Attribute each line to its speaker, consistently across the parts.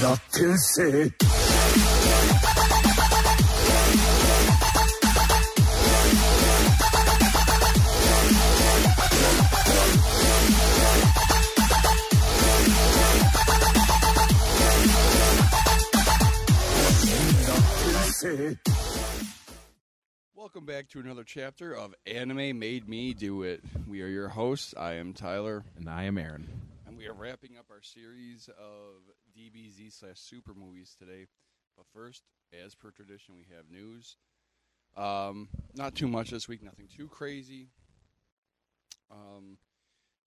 Speaker 1: Not to say.
Speaker 2: Welcome back to another chapter of Anime Made Me Do It. We are your hosts. I am Tyler,
Speaker 3: And I am Aaron.
Speaker 2: and we are wrapping up our series of DBZ slash super movies today. But first, as per tradition, we have news. Um, not too much this week, nothing too crazy. Um,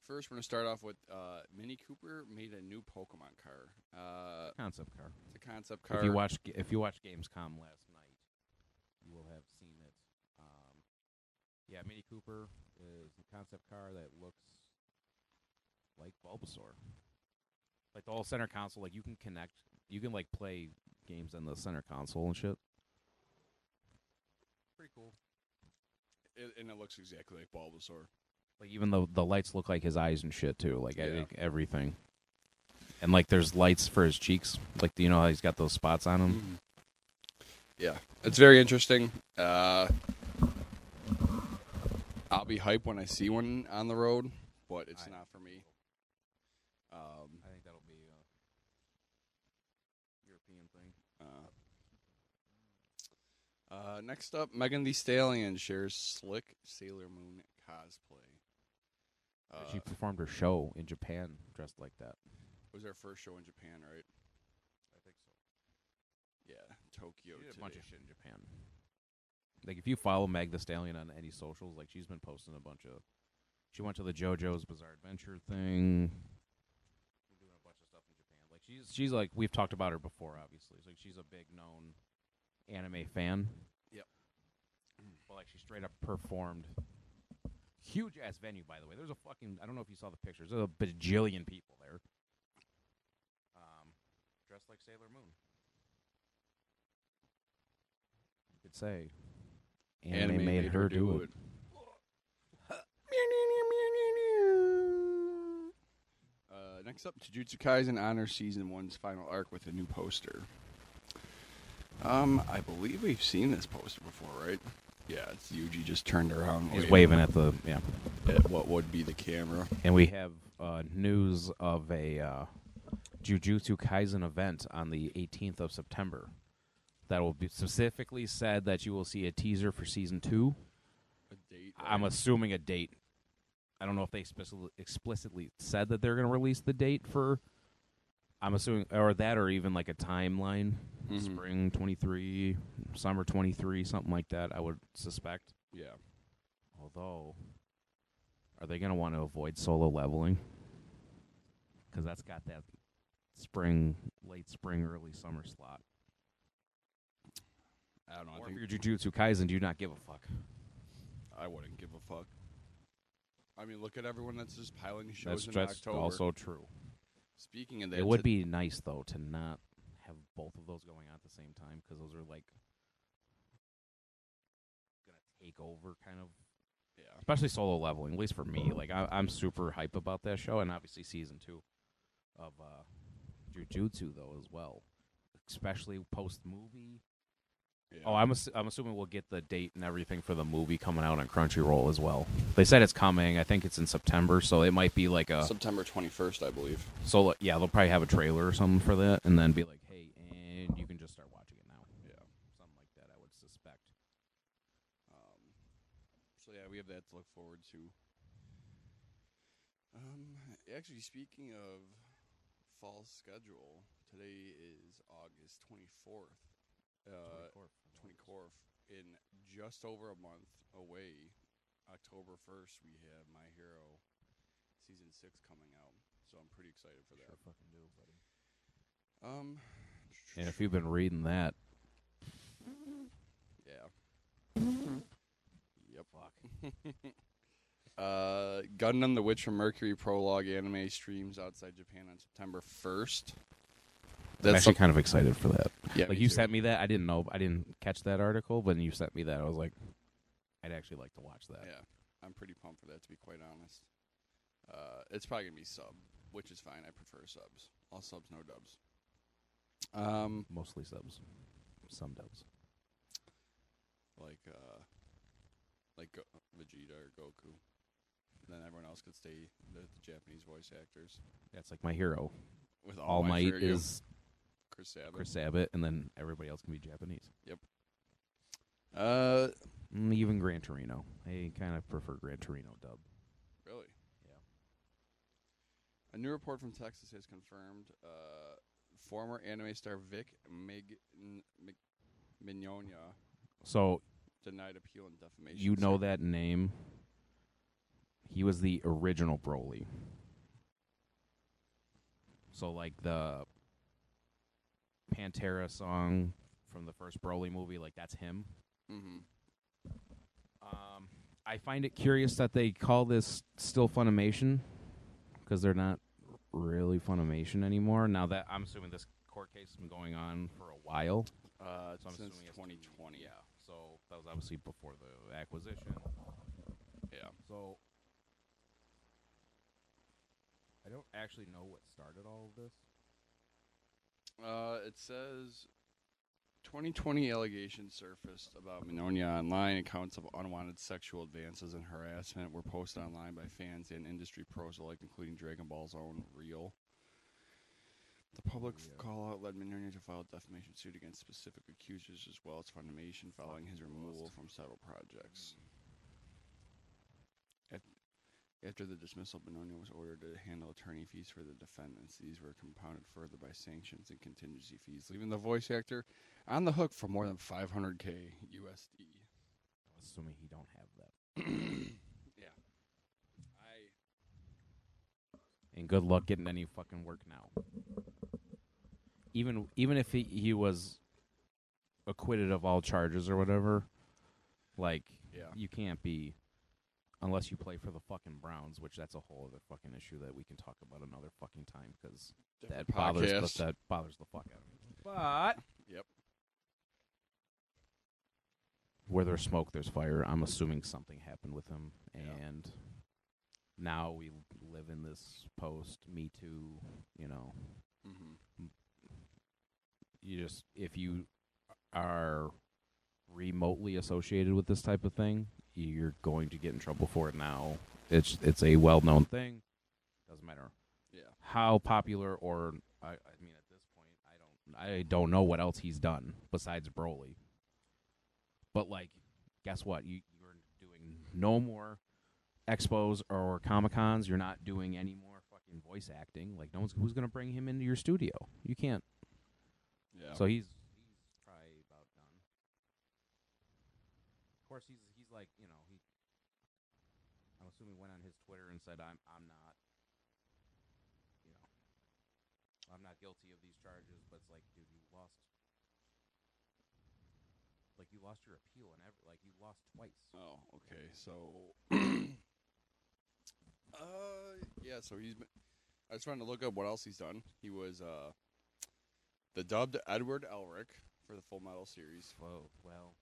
Speaker 2: first, we're going to start off with uh, Mini Cooper made a new Pokemon car. Uh,
Speaker 3: Concept car.
Speaker 2: it's a concept car.
Speaker 3: If you watch if you watch Gamescom last night, you will have seen it. Um, yeah, Mini Cooper is a concept car that looks like Bulbasaur. Like the whole center console, like you can connect, you can like play games on the center console and shit.
Speaker 2: pretty cool. It, and it looks exactly like Bulbasaur.
Speaker 3: Like even though the lights look like his eyes and shit too, like I
Speaker 2: Yeah.
Speaker 3: think everything. And like there's lights for his cheeks, like do you know how he's got those spots on him?
Speaker 2: Yeah, it's very interesting. Uh, I'll be hype when I see one on the road, but it's
Speaker 3: I-
Speaker 2: not for me. Um,
Speaker 3: I think that'll be a European thing.
Speaker 2: uh, uh, next up, Megan Thee Stallion shares slick Sailor Moon cosplay. Uh,
Speaker 3: she performed her show in Japan dressed like that.
Speaker 2: it was her first show in Japan, right?
Speaker 3: I think so.
Speaker 2: Yeah, Tokyo.
Speaker 3: She did a
Speaker 2: today.
Speaker 3: bunch of shit in Japan. Like if you follow Meg the Stallion on any socials, like she's been posting a bunch of. She went to the JoJo's Bizarre Adventure thing. Been doing a bunch of stuff in Japan. Like she's she's like we've talked about her before, obviously. Like she's a big known anime fan.
Speaker 2: Yep.
Speaker 3: But like she straight up performed. Huge ass venue, by the way. There's a fucking I don't know if you saw the pictures. There's a bajillion people there. Um, dressed like Sailor Moon. You could say. Anime, made, her, do, it.
Speaker 2: Uh, next up, Jujutsu Kaisen honors season one's final arc with a new poster. Um, I believe we've seen this poster before, right? Yeah, it's Yuji just turned around.
Speaker 3: He's waving at the Oh, yeah.
Speaker 2: at what would be the camera.
Speaker 3: And we have uh, news of a uh, Jujutsu Kaisen event on the 18th of September. That will be specifically said that you will see a teaser for season two.
Speaker 2: A date.
Speaker 3: I'm assuming a date. I don't know if they speci- explicitly said that they're going to release the date for. I'm assuming, or that, or even like a timeline,
Speaker 2: Mhm.
Speaker 3: spring 23, summer 23, something like that. I would suspect.
Speaker 2: yeah.
Speaker 3: Although, are they going to want to avoid solo leveling? Because that's got that spring, late spring, early summer slot.
Speaker 2: I don't know. I
Speaker 3: Or if
Speaker 2: think
Speaker 3: you're Jujutsu Kaisen, do you not give a fuck?
Speaker 2: I wouldn't give a fuck. I mean, look at everyone that's just piling shows
Speaker 3: That's,
Speaker 2: in
Speaker 3: that's
Speaker 2: October.
Speaker 3: also true.
Speaker 2: Speaking of that,
Speaker 3: It would
Speaker 2: to-
Speaker 3: be nice though to not have both of those going on at the same time because those are like gonna take over kind of,
Speaker 2: Yeah.
Speaker 3: especially solo leveling. At least for me, like I, I'm super hype about that show, and obviously season two of uh, Jujutsu though as well, especially post movie.
Speaker 2: yeah.
Speaker 3: Oh, I'm assu- I'm assuming we'll get the date and everything for the movie coming out on Crunchyroll as well. They said it's coming. I think it's in September, so it might be like a
Speaker 2: September 21st, I believe.
Speaker 3: so like, yeah, they'll probably have a trailer or something for that, and then be like, "Hey, and you can just start watching it now."
Speaker 2: Yeah.
Speaker 3: something like that. I would suspect.
Speaker 2: Um, so yeah, we have that to look forward to. Um, actually, speaking of fall schedule, today is August twenty fourth. Uh, twenty fourth. In just over a month away, October first, we have My Hero season six coming out, so I'm pretty excited for that.
Speaker 3: fucking do, buddy.
Speaker 2: Um,
Speaker 3: And if you've been reading that,
Speaker 2: yeah, yep. uh, Gundam: The Witch from Mercury prologue anime streams outside Japan on September 1st.
Speaker 3: I'm
Speaker 2: That's
Speaker 3: actually
Speaker 2: some-
Speaker 3: kind of excited for that.
Speaker 2: yeah,
Speaker 3: like
Speaker 2: me
Speaker 3: you
Speaker 2: too.
Speaker 3: sent me that, I didn't know, I didn't catch that article, but you sent me that, I was like, I'd actually like to watch that.
Speaker 2: Yeah, I'm pretty pumped for that. To be quite honest, uh, it's probably gonna be sub, which is fine. I prefer subs. All subs, no dubs. Um,
Speaker 3: Mostly subs, some dubs.
Speaker 2: like uh, like Go- Vegeta or Goku. And then everyone else could stay the, the Japanese voice acters.
Speaker 3: That's like my hero.
Speaker 2: With
Speaker 3: All, Might
Speaker 2: Fury,
Speaker 3: is
Speaker 2: Chris Abbott.
Speaker 3: Chris Abbott, and then everybody else can be Japanese.
Speaker 2: Uh,
Speaker 3: Mm, even Gran Torino. I kind of prefer Gran Torino dub.
Speaker 2: Really?
Speaker 3: Yeah.
Speaker 2: A new report from Texas has confirmed uh, former anime star Vic Mig- N- Mig- Mignogna
Speaker 3: So
Speaker 2: denied appeal and defamation.
Speaker 3: you know
Speaker 2: suit.
Speaker 3: that name. He was the original Broly. So like the Pantera song from the first Broly movie, like that's him.
Speaker 2: Mhm.
Speaker 3: Um, I find it curious that they call this still Funimation because they're not really Funimation anymore. Now that I'm assuming this court case has been going on for a while.
Speaker 2: Uh,
Speaker 3: So I'm
Speaker 2: since
Speaker 3: assuming it's
Speaker 2: 2020.
Speaker 3: Yeah. So that was obviously before the acquisition.
Speaker 2: Yeah.
Speaker 3: So I don't actually know what started all of this.
Speaker 2: Uh, it says 2020 allegations surfaced about Minonia online. Accounts of unwanted sexual advances and harassment were posted online by fans and industry pros alike, including Dragon Ball's own Real. The public
Speaker 3: Yeah.
Speaker 2: call out led Minonia to file a defamation suit against specific accusers as well as Funimation following his removal from several projects. After the dismissal, Benoni was ordered to handle attorney fees for the defendants. These were compounded further by sanctions and contingency fees, leaving the voice actor on the hook for more than 500k USD.
Speaker 3: I'm assuming he don't have that.
Speaker 2: yeah. I
Speaker 3: And good luck getting any fucking work now. Even even if he, he was acquitted of all charges or whatever, like
Speaker 2: yeah.
Speaker 3: you can't be unless you play for the fucking Browns, which that's a whole other fucking issue that we can talk about another fucking time because that bothers
Speaker 2: Podcast.
Speaker 3: the, that bothers the fuck out of me. But
Speaker 2: Yep.
Speaker 3: where there's smoke, there's fire. I'm assuming something happened with him,
Speaker 2: Yeah.
Speaker 3: and now we live in this post Me Too. You know,
Speaker 2: Mhm.
Speaker 3: you just if you are remotely associated with this type of thing, you're going to get in trouble for it now. It's it's a well-known thing. Doesn't matter
Speaker 2: Yeah.
Speaker 3: how popular or I, I mean at this point I don't I don't know what else he's done besides Broly. But like guess what? You you're doing no more expos or comic cons. You're not doing any more fucking voice acting. Like no one's who's gonna bring him into your studio. You can't.
Speaker 2: Yeah.
Speaker 3: So he's he's probably about done. Of course he's he's like, you know, he I'm assuming went on his Twitter and said I'm I'm not you know I'm not guilty of these charges, but it's like, dude, you lost like you lost your appeal and every like you lost twice.
Speaker 2: oh, okay. So Uh yeah, so he's been, I was trying to look up what else he's done. He was uh the dubbed Edward Elric for the Full Metal series.
Speaker 3: Whoa, well.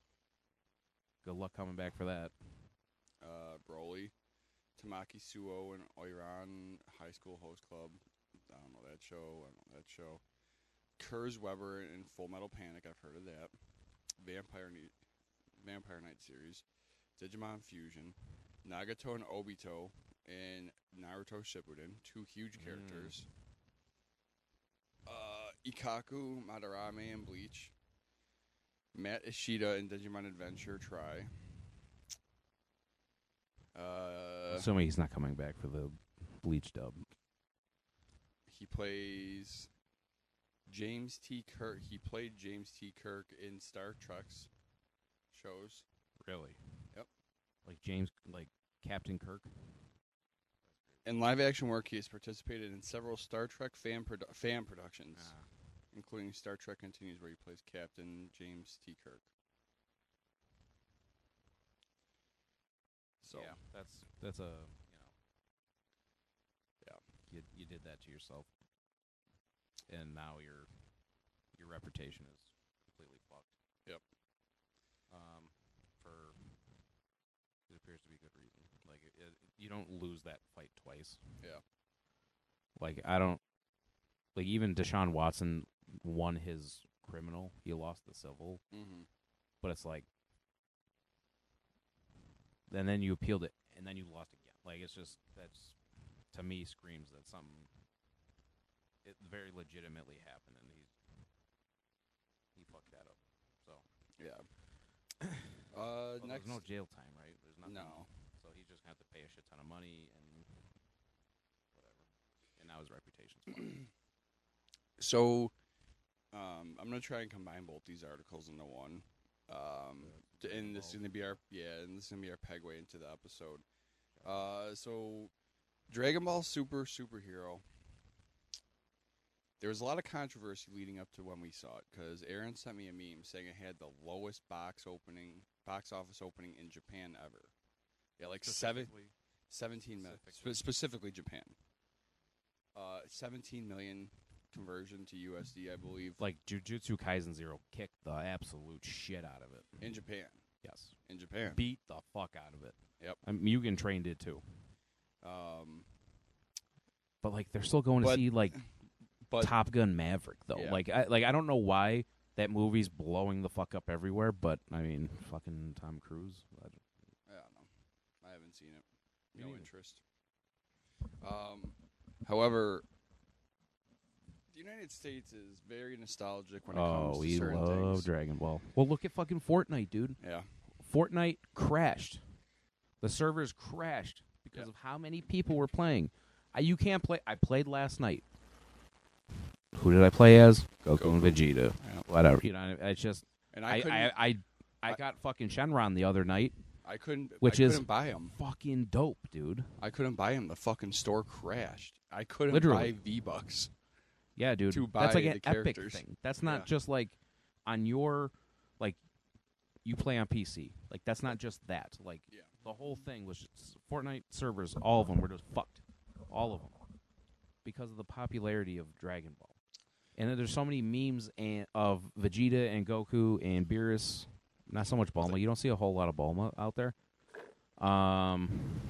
Speaker 3: Good luck coming back for that.
Speaker 2: uh, Broly, Tamaki Suo, and Oiran High School Host Club. I don't know that show. I don't know that show. Kurz Weber in Full Metal Panic. I've heard of that. Vampire Knight, Vampire Knight series, Digimon Fusion, Nagato and Obito, and Naruto Shippuden. Two huge
Speaker 3: Mm.
Speaker 2: characters. Uh, Ikaku, Madarame, and Bleach. Matt Ishida in Digimon Adventure. Try. Uh,
Speaker 3: Assuming he's not coming back for the bleach dub.
Speaker 2: He plays James T. Kirk. He played James T. Kirk in Star Trek's shows.
Speaker 3: Really?
Speaker 2: Yep.
Speaker 3: Like James, like Captain Kirk.
Speaker 2: In live action work, he has participated in several Star Trek fan, produ- fan productions,
Speaker 3: Ah,
Speaker 2: including Star Trek Continues, where he plays Captain James T. Kirk. So,
Speaker 3: yeah, that's that's a you know.
Speaker 2: Yeah.
Speaker 3: You you did that to yourself, and now your your reputation is completely fucked.
Speaker 2: Yep.
Speaker 3: Um, for it appears to be good reason. Like it, it, you don't lose that fight twice.
Speaker 2: Yeah.
Speaker 3: Like I don't like even Deshaun Watson won his criminal. He lost the civil
Speaker 2: mhm.
Speaker 3: but it's like and then you appealed it and then you lost again like it's just that's to me screams that something it very legitimately happened and he's he fucked that up so
Speaker 2: yeah. Uh,
Speaker 3: Well,
Speaker 2: next,
Speaker 3: there's no jail time right there's nothing
Speaker 2: No.
Speaker 3: so he's just gonna have to pay a shit ton of money and whatever and now his reputation's fucked.
Speaker 2: So, um, I'm gonna try and combine both these articles into one. Um, t- and this is gonna be our yeah, and this is gonna be our pegway into the episode. Uh, so, Dragon Ball Super superhero. There was a lot of controversy leading up to when we saw it because Aaron sent me a meme saying it had the lowest box opening, box office opening in Japan ever. Yeah, like seven.
Speaker 3: Specifically,
Speaker 2: 17 million
Speaker 3: Specifically.
Speaker 2: spe- specifically Japan. Uh, 17 million conversion to USD, I believe,
Speaker 3: like Jujutsu Kaisen Zero kicked the absolute shit out of it.
Speaker 2: in Japan.
Speaker 3: Yes.
Speaker 2: In Japan,
Speaker 3: beat the fuck out of it.
Speaker 2: Yep.
Speaker 3: I mean, Mugen Train did too.
Speaker 2: um,
Speaker 3: But like they're still going to
Speaker 2: But-
Speaker 3: see like
Speaker 2: but
Speaker 3: Top Gun Maverick though.
Speaker 2: Yeah.
Speaker 3: Like I like I don't know why that movie's blowing the fuck up everywhere, but I mean fucking Tom Cruise. uh, I don't-
Speaker 2: I don't know. I haven't seen it.
Speaker 3: Me
Speaker 2: No
Speaker 3: neither.
Speaker 2: interest. Um, however, the United States is very nostalgic when it
Speaker 3: Oh,
Speaker 2: comes to
Speaker 3: we
Speaker 2: certain
Speaker 3: love
Speaker 2: things.
Speaker 3: Dragon Ball. Well, look at fucking Fortnite, dude.
Speaker 2: yeah,
Speaker 3: Fortnite crashed. The servers crashed because
Speaker 2: Yeah.
Speaker 3: of how many people were playing. I, you can't play. I played last night. Who did I play as? Goku, and Vegeta.
Speaker 2: Yeah.
Speaker 3: Whatever. You know, it's just
Speaker 2: and I
Speaker 3: I,
Speaker 2: couldn't.
Speaker 3: I,
Speaker 2: I,
Speaker 3: I, I
Speaker 2: I-
Speaker 3: got fucking Shenron the other night.
Speaker 2: couldn't.
Speaker 3: which
Speaker 2: I
Speaker 3: is-
Speaker 2: couldn't buy them.
Speaker 3: Fucking dope, dude.
Speaker 2: I couldn't buy them. The fucking store crashed. I couldn't
Speaker 3: Literally.
Speaker 2: buy V bucks.
Speaker 3: Yeah, dude.
Speaker 2: To
Speaker 3: That's like
Speaker 2: buy
Speaker 3: an
Speaker 2: the
Speaker 3: epic
Speaker 2: characters.
Speaker 3: thing. That's not
Speaker 2: Yeah.
Speaker 3: just like on your like you play on PC. Like that's not just that. Like
Speaker 2: Yeah.
Speaker 3: the whole thing was just Fortnite servers. All of them were just fucked. All of them because of the popularity of Dragon Ball. And then there's so many memes and of Vegeta and Goku and Beerus. Not so much Bulma. You don't see a whole lot of Bulma out there. Um,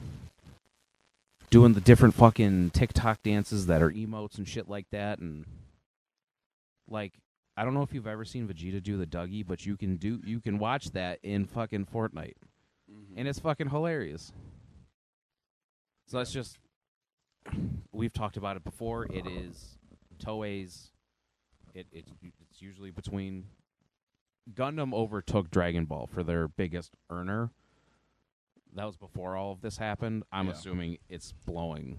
Speaker 3: doing the different fucking TikTok dances that are emotes and shit like that, and like I don't know if you've ever seen Vegeta do the Dougie, but you can do you can watch that in fucking Fortnite,
Speaker 2: Mhm.
Speaker 3: and it's fucking hilarious. So that's just we've talked about it before. It is Toei's. It, it's it's usually between Gundam overtook Dragon Ball for their biggest earner. That was before all of this happened. I'm
Speaker 2: Yeah.
Speaker 3: assuming it's blowing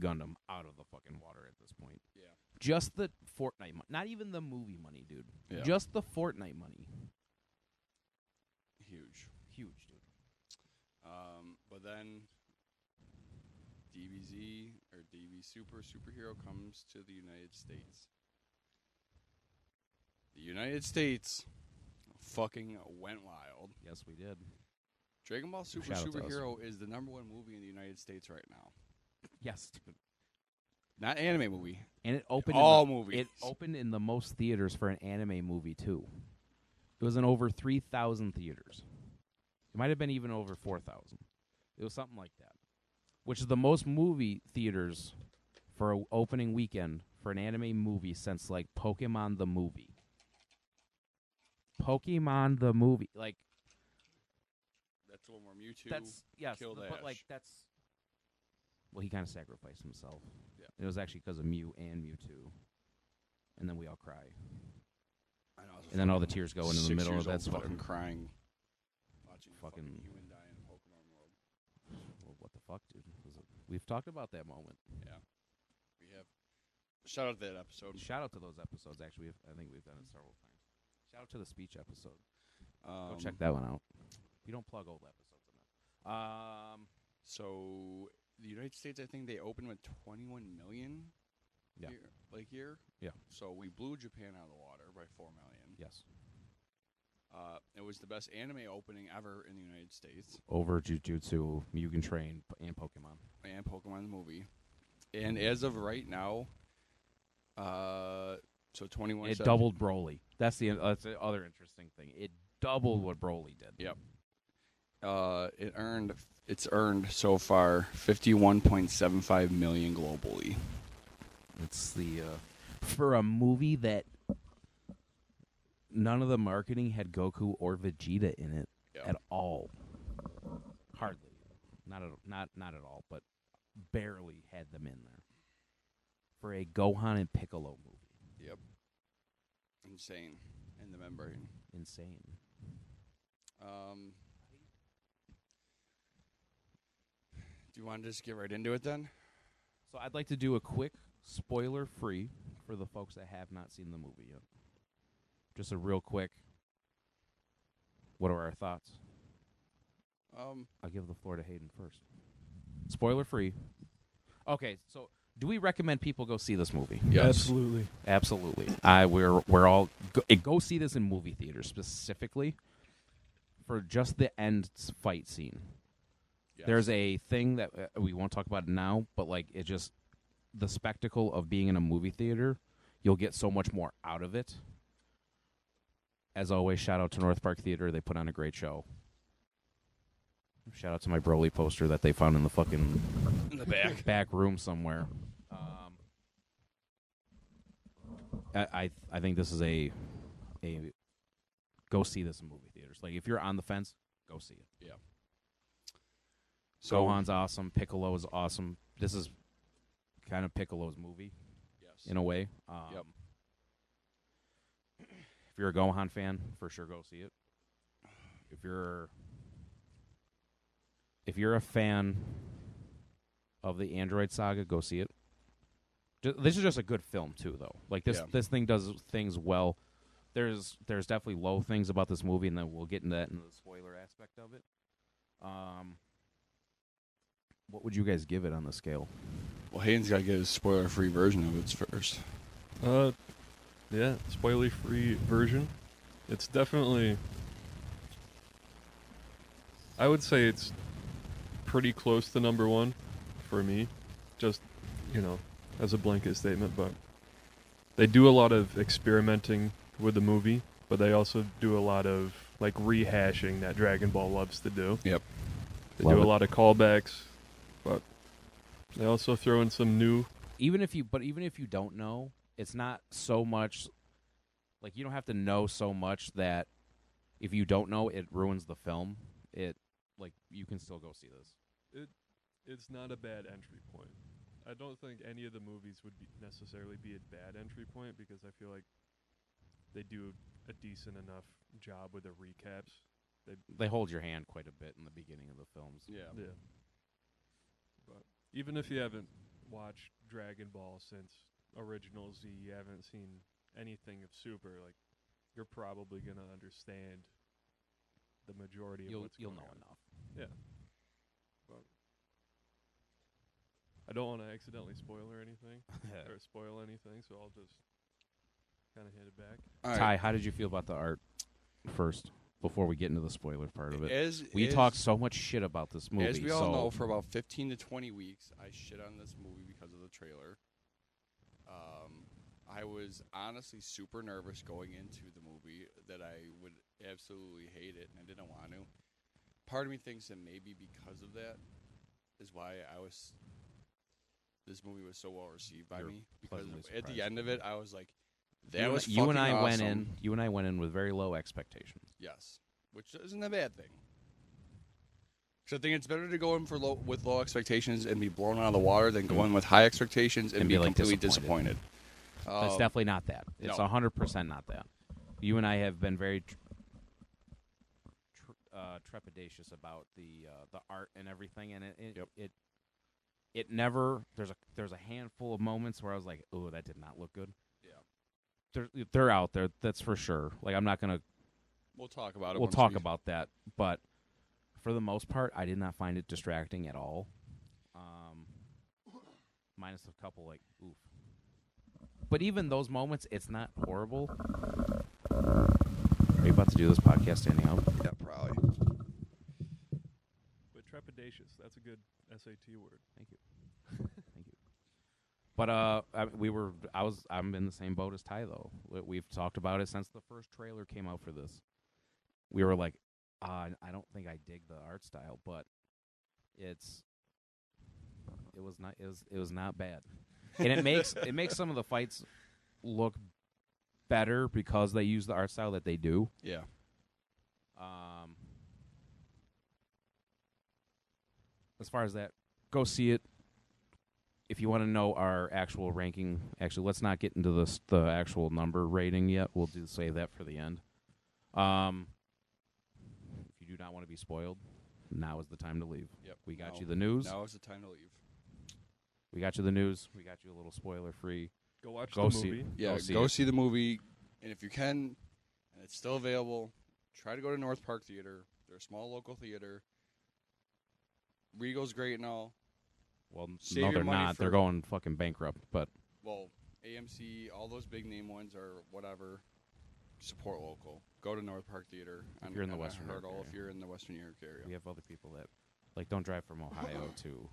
Speaker 3: Gundam out of the fucking water at this point.
Speaker 2: Yeah.
Speaker 3: Just the Fortnite, mon- not even the movie money, dude.
Speaker 2: Yeah.
Speaker 3: Just the Fortnite money,
Speaker 2: huge.
Speaker 3: huge, dude.
Speaker 2: Um, but then DBZ or DB Super Superhero comes to the United States. The United States fucking went wild.
Speaker 3: Yes, we did.
Speaker 2: Dragon Ball Super
Speaker 3: Shout out to us.
Speaker 2: Superhero is the number one movie in the United States right now.
Speaker 3: Yes, dude.
Speaker 2: Not anime movie.
Speaker 3: And it opened in the-
Speaker 2: all movies.
Speaker 3: It opened in the most theaters for an anime movie too. It was in over three thousand theaters. It might have been even over four thousand. It was something like that, which is the most movie theaters for an opening weekend for an anime movie since like Pokemon the movie. Pokemon the movie, like
Speaker 2: That's one more Mewtwo.
Speaker 3: that's yes,
Speaker 2: kill
Speaker 3: th- but like
Speaker 2: Ash.
Speaker 3: that's. Well, he kind of sacrificed himself.
Speaker 2: Yeah.
Speaker 3: It was actually because of Mew and Mewtwo, and then we all cry.
Speaker 2: I know, I was
Speaker 3: And then all the
Speaker 2: fucking
Speaker 3: tears go into the
Speaker 2: six
Speaker 3: middle
Speaker 2: years
Speaker 3: of that
Speaker 2: old
Speaker 3: sweater.
Speaker 2: fucking crying. Watching fucking,
Speaker 3: Fucking-
Speaker 2: human die in Pokemon World.
Speaker 3: Well, what the fuck, dude? Was it- We've talked about that moment.
Speaker 2: We have shout out to that episode.
Speaker 3: Shout out to those episodes. Actually, We've- I think we've done it several times. Shout out to the speech episode.
Speaker 2: Um,
Speaker 3: Go check that one out. We don't plug old episodes enough. Um,
Speaker 2: So the United States, I think they opened with 21 million.
Speaker 3: Yeah.
Speaker 2: Year, like year.
Speaker 3: Yeah.
Speaker 2: So we blew Japan out of the water by four million.
Speaker 3: Yes.
Speaker 2: Uh, it was the best anime opening ever in the United States,
Speaker 3: Over Jujutsu, Mugen Train, p- and Pokemon.
Speaker 2: and Pokemon the movie. And as of right now, uh, so 21.
Speaker 3: It
Speaker 2: sep-
Speaker 3: doubled Broly. That's the that's the other interesting thing. It doubled what Broly did.
Speaker 2: Yep. Uh, it earned. It's earned so far 51.75 million globally.
Speaker 3: It's the uh, for a movie that none of the marketing had Goku or Vegeta in it
Speaker 2: Yeah.
Speaker 3: at all. Hardly, not at not not at all, but barely had them in there for a Gohan and Piccolo movie.
Speaker 2: Yep. Insane. In the membrane.
Speaker 3: Insane.
Speaker 2: Um, do you want to just get right into it then?
Speaker 3: So I'd like to do a quick spoiler free for the folks that have not seen the movie yet. Just a real quick. What are our thoughts?
Speaker 2: Um,
Speaker 3: I'll give the floor to Hayden first. Spoiler free. Okay, so do we recommend people go see this movie?
Speaker 4: Absolutely.
Speaker 3: Absolutely. I we're we're all go, eh, go see this in movie theaters specifically for just the end s- fight scene. There's a thing that uh, we won't talk about now, but like it just the spectacle of being in a movie theater, you'll get so much more out of it. As always, shout out to North Park Theater. They put on a great show. Shout out to my Broly poster that they found in the fucking
Speaker 2: in the back.
Speaker 3: back room somewhere. Um, I, I I think this is a a go see this in movie theaters. Like if you're on the fence, go see it. Gohan's awesome. Piccolo is awesome. This is kind of Piccolo's movie
Speaker 2: Yes.
Speaker 3: in a way. Um,
Speaker 2: Yep.
Speaker 3: If you're a Gohan fan, for sure go see it. If you're if you're a fan of the Android Saga, go see it. Ju- This is just a good film too, though. Like this,
Speaker 2: Yeah.
Speaker 3: this thing does things well. There's there's definitely low things about this movie, and then we'll get into that in the spoiler aspect of it. Um, what would you guys give it on the scale?
Speaker 2: well, Hayden's got to get a spoiler-free version of it first.
Speaker 4: Uh, yeah, spoiler free version. It's definitely. I would say it's pretty close to number one for me. Just, you know, as a blanket statement, but they do a lot of experimenting with the movie, but they also do a lot of, like, rehashing that Dragon Ball loves to do.
Speaker 2: Yep.
Speaker 4: They
Speaker 3: Love
Speaker 4: do
Speaker 3: it.
Speaker 4: a lot of callbacks, but they also throw in some new.
Speaker 3: even if you but even if you don't know it's not so much like you don't have to know so much that if you don't know it ruins the film it like you can still go see this
Speaker 4: it's not a bad entry point. I don't think any of the movies would be necessarily be a bad entry point because I feel like they do a decent enough job with the recaps.
Speaker 3: they hold your hand quite a bit in the beginning of the films
Speaker 2: Yeah.
Speaker 4: Yeah. But even if you haven't watched Dragon Ball since Original Z, you haven't seen anything of Super, like you're probably gonna understand the majority of
Speaker 3: you'll
Speaker 4: what's
Speaker 3: you'll
Speaker 4: going
Speaker 3: know
Speaker 4: on.
Speaker 3: enough
Speaker 4: I don't want to accidentally spoil or anything or spoil anything, so I'll just kind of hand it back.
Speaker 2: All right.
Speaker 3: ty how did you feel about the art first before we get into the spoiler part of it
Speaker 2: As,
Speaker 3: we
Speaker 2: as,
Speaker 3: talked so much shit about this movie
Speaker 2: As we all
Speaker 3: so
Speaker 2: know, for about 15 to 20 weeks, I shit on this movie because of the trailer. Um, I was honestly super nervous going into the movie that I would absolutely hate it, and I didn't want to. Part of me thinks that maybe because of that is why I was. This movie was so well received by
Speaker 3: You're
Speaker 2: me because
Speaker 3: pleasantly
Speaker 2: at the
Speaker 3: surprised.
Speaker 2: end of it, I was like, "That
Speaker 3: you, and-
Speaker 2: was
Speaker 3: you and i
Speaker 2: fucking
Speaker 3: went
Speaker 2: awesome.
Speaker 3: in you and i went in with very low expectations
Speaker 2: Yes, which isn't a bad thing. So I think it's better to go in for low, with low expectations and be blown out of the water than go in with high expectations and,
Speaker 3: And
Speaker 2: be,
Speaker 3: be, like,
Speaker 2: completely disappointed.
Speaker 3: disappointed. That's
Speaker 2: Um,
Speaker 3: definitely not that. It's
Speaker 2: no.
Speaker 3: a hundred percent not that. You and I have been very tr- tr- uh, trepidatious about the uh, the art and everything, and it it,
Speaker 2: Yep.
Speaker 3: it it never there's a there's a handful of moments where I was like, oh, that did not look good.
Speaker 2: Yeah.
Speaker 3: They're, they're out there. That's for sure. Like I'm not gonna
Speaker 2: we'll talk about it.
Speaker 3: we'll
Speaker 2: once
Speaker 3: talk
Speaker 2: we-
Speaker 3: about that, but for the most part, I did not find it distracting at all. Um, minus a couple like oof. But even those moments, it's not horrible. Are you about to do this podcast standing up?
Speaker 2: Yeah, probably.
Speaker 4: But trepidatious, that's a good SAT word.
Speaker 3: Thank you. Thank you. But uh, I, we were. I was. I'm in the same boat as Ty though. We- We've talked about it since the first trailer came out for this. We were like, uh, I don't think I dig the art style, but it's. It was not. It was. It was not bad, and it makes it makes some of the fights look better because they use the art style that they do.
Speaker 2: Yeah.
Speaker 3: Um, as far as that, go see it. If you want to know our actual ranking, actually, let's not get into this the actual number rating yet. We'll do save that for the end. Um, if you do not want to be spoiled, now is the time to leave.
Speaker 2: Yep.
Speaker 3: We got
Speaker 2: now-
Speaker 3: you the news.
Speaker 2: Now is the time to leave.
Speaker 3: We got you the news. We got you a little spoiler free.
Speaker 4: Go watch
Speaker 3: Go
Speaker 4: the
Speaker 3: see it.
Speaker 4: movie.
Speaker 2: Yeah,
Speaker 3: Go
Speaker 2: go,
Speaker 3: see
Speaker 2: see,
Speaker 3: it.
Speaker 2: the movie, and if you can, and it's still available, try to go to North Park Theater. They're a small local theater. Regal's great and all.
Speaker 3: Well, n-
Speaker 2: Save
Speaker 3: no,
Speaker 2: your
Speaker 3: they're
Speaker 2: money
Speaker 3: not. They're
Speaker 2: for-
Speaker 3: going fucking bankrupt. But
Speaker 2: Well, AMC, all those big name ones are whatever. Support local. Go to North Park Theater.
Speaker 3: If you're in the Western New York
Speaker 2: Hurdle,
Speaker 3: area.
Speaker 2: if you're in the Western New York area.
Speaker 3: we have other people that like don't drive from Ohio to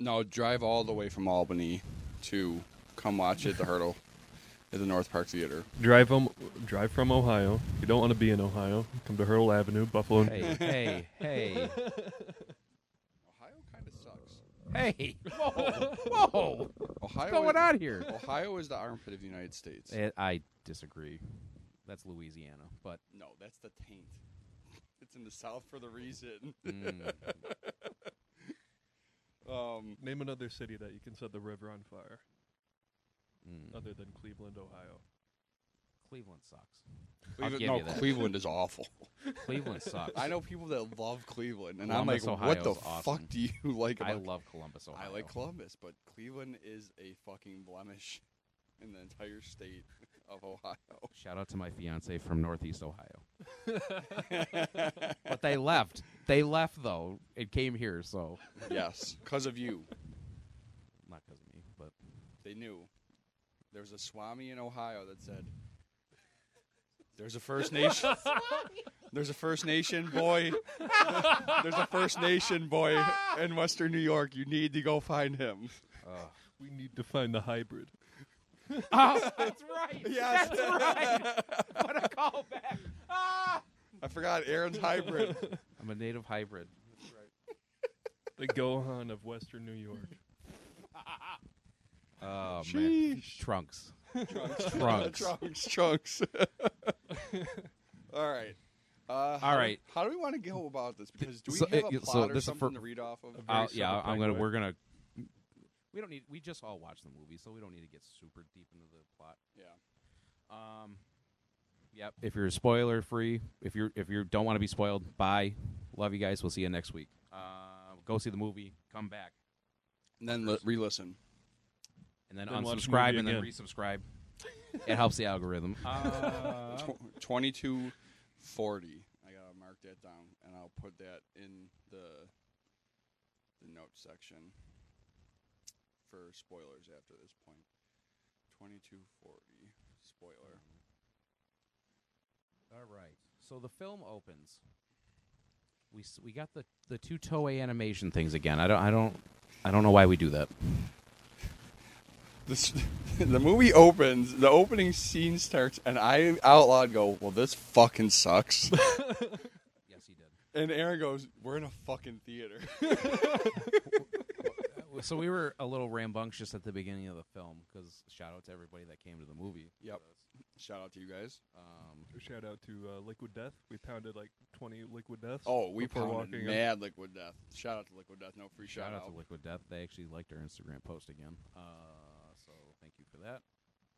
Speaker 2: No, drive all the way from Albany to come watch it. The Hurdle at the North Park Theater.
Speaker 4: Drive home, drive from Ohio. You don't want to be in Ohio. Come to Hurdle Avenue, Buffalo.
Speaker 3: hey, hey, hey,
Speaker 2: Ohio kind of sucks.
Speaker 3: hey! Whoa, whoa!
Speaker 2: Ohio
Speaker 3: What's going
Speaker 2: is,
Speaker 3: on here?
Speaker 2: Ohio is the armpit of the United States.
Speaker 3: Eh, I disagree. That's Louisiana, but
Speaker 2: No, that's the taint. It's in the South for the reason.
Speaker 3: mm,
Speaker 2: Um,
Speaker 4: Name another city that you can set the river on fire,
Speaker 3: mm.
Speaker 4: other than Cleveland, Ohio.
Speaker 3: Cleveland sucks. I'll
Speaker 2: Cleveland,
Speaker 3: give
Speaker 2: no,
Speaker 3: you that.
Speaker 2: Cleveland is awful.
Speaker 3: Cleveland sucks.
Speaker 2: I know people that love Cleveland, and
Speaker 3: Columbus,
Speaker 2: I'm like,
Speaker 3: Ohio
Speaker 2: what the
Speaker 3: is awesome.
Speaker 2: fuck do you like
Speaker 3: I
Speaker 2: about
Speaker 3: love Columbus, Ohio.
Speaker 2: I like Columbus, but Cleveland is a fucking blemish in the entire state of Ohio.
Speaker 3: Shout out to my fiance from Northeast Ohio. But they left. They left though. It came here, so
Speaker 2: yes, because of you.
Speaker 3: not because of me, but
Speaker 2: They knew. There was a Swami in Ohio that said, "There's a First Nation. There's a First Nation boy. There's a First Nation boy in Western New York. You need to go find him."
Speaker 3: Ugh.
Speaker 4: We need to find the hybrid.
Speaker 3: oh, that's right.
Speaker 2: Yes.
Speaker 3: that's right. What a callback! Ah!
Speaker 2: I forgot Aaron's hybrid.
Speaker 3: I'm a native hybrid.
Speaker 4: The Gohan of Western New York.
Speaker 3: Oh man,
Speaker 2: Sheesh.
Speaker 3: trunks.
Speaker 2: Trunks.
Speaker 3: Trunks.
Speaker 2: Trunks. Trunks. All right. Uh, how-
Speaker 3: right.
Speaker 2: How do we want to go about this? Because do we
Speaker 3: So,
Speaker 2: have
Speaker 3: uh,
Speaker 2: a
Speaker 3: y- so
Speaker 2: plot or
Speaker 3: this is
Speaker 2: something
Speaker 3: for-
Speaker 2: to read off of?
Speaker 4: a very
Speaker 3: I'll, yeah,
Speaker 4: simple
Speaker 3: I'm
Speaker 4: thing,
Speaker 3: gonna.
Speaker 4: but-
Speaker 3: We're gonna. We don't need. We just all watched the movie, so we don't need to get super deep into the plot.
Speaker 2: yeah.
Speaker 3: Um, yep. If you're spoiler free, if you're if you don't want to be spoiled, bye. Love you guys. We'll see you next week. Uh, go see the movie. Come back
Speaker 2: And then li- re-listen.
Speaker 3: and then,
Speaker 4: Then watch the
Speaker 3: unsubscribe
Speaker 4: movie
Speaker 3: and then
Speaker 4: again.
Speaker 3: resubscribe. it helps the algorithm. Uh,
Speaker 2: Tw- Twenty-two forty. I gotta mark that down, and I'll put that in the the note section for spoilers after this point. Twenty-two forty spoiler.
Speaker 3: All right. So the film opens. We s- we got the the two Toei animation things again. I don't I don't I don't know why we do that.
Speaker 2: This, the movie opens. The opening scene starts, and I out loud go, "Well, this fucking sucks."
Speaker 3: Yes, he did.
Speaker 2: and Aaron goes, "We're in a fucking theater."
Speaker 3: so we were a little rambunctious at the beginning of the film because shout out to everybody that came to the movie. Uh,
Speaker 2: Yep. Shout out to you guys.
Speaker 3: Um,
Speaker 4: Shout out to uh, Liquid Death. We pounded like 20 Liquid Deaths.
Speaker 2: Oh, we
Speaker 4: before
Speaker 2: pounded
Speaker 4: walking up.
Speaker 2: mad Liquid Death. Shout out to Liquid Death. No free
Speaker 3: shout out to Liquid Death. They actually liked our Instagram post again. Uh, so thank you for that.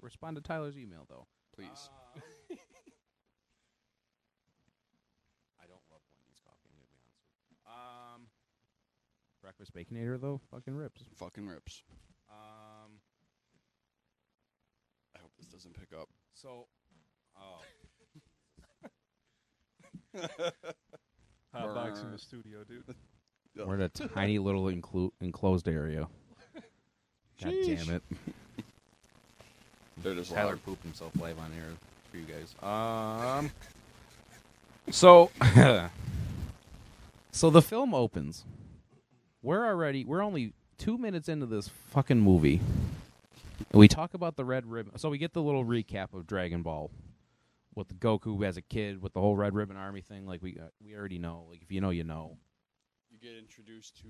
Speaker 3: Respond to Tyler's email though.
Speaker 2: please.
Speaker 3: Um, I don't love Wendy's coffee. I'm gonna be honest with you. Um, breakfast baconator though, fucking rips.
Speaker 2: Fucking rips.
Speaker 3: Um,
Speaker 2: I hope this doesn't pick up.
Speaker 3: so, oh,
Speaker 4: Hot box in the studio, dude.
Speaker 3: we're in a tiny little inclu- enclosed area. God
Speaker 2: Sheesh.
Speaker 3: damn it.
Speaker 2: They're just
Speaker 3: Tyler
Speaker 2: loud.
Speaker 3: pooped himself live on air for you guys. Um, so, so the film opens. We're already we're only two minutes into this fucking movie, and we talk about the red ribbon. So we get the little recap of Dragon Ball with Goku as a kid with the whole Red Ribbon Army thing. Like we uh, we already know. Like if you know, you know.
Speaker 2: You get introduced to.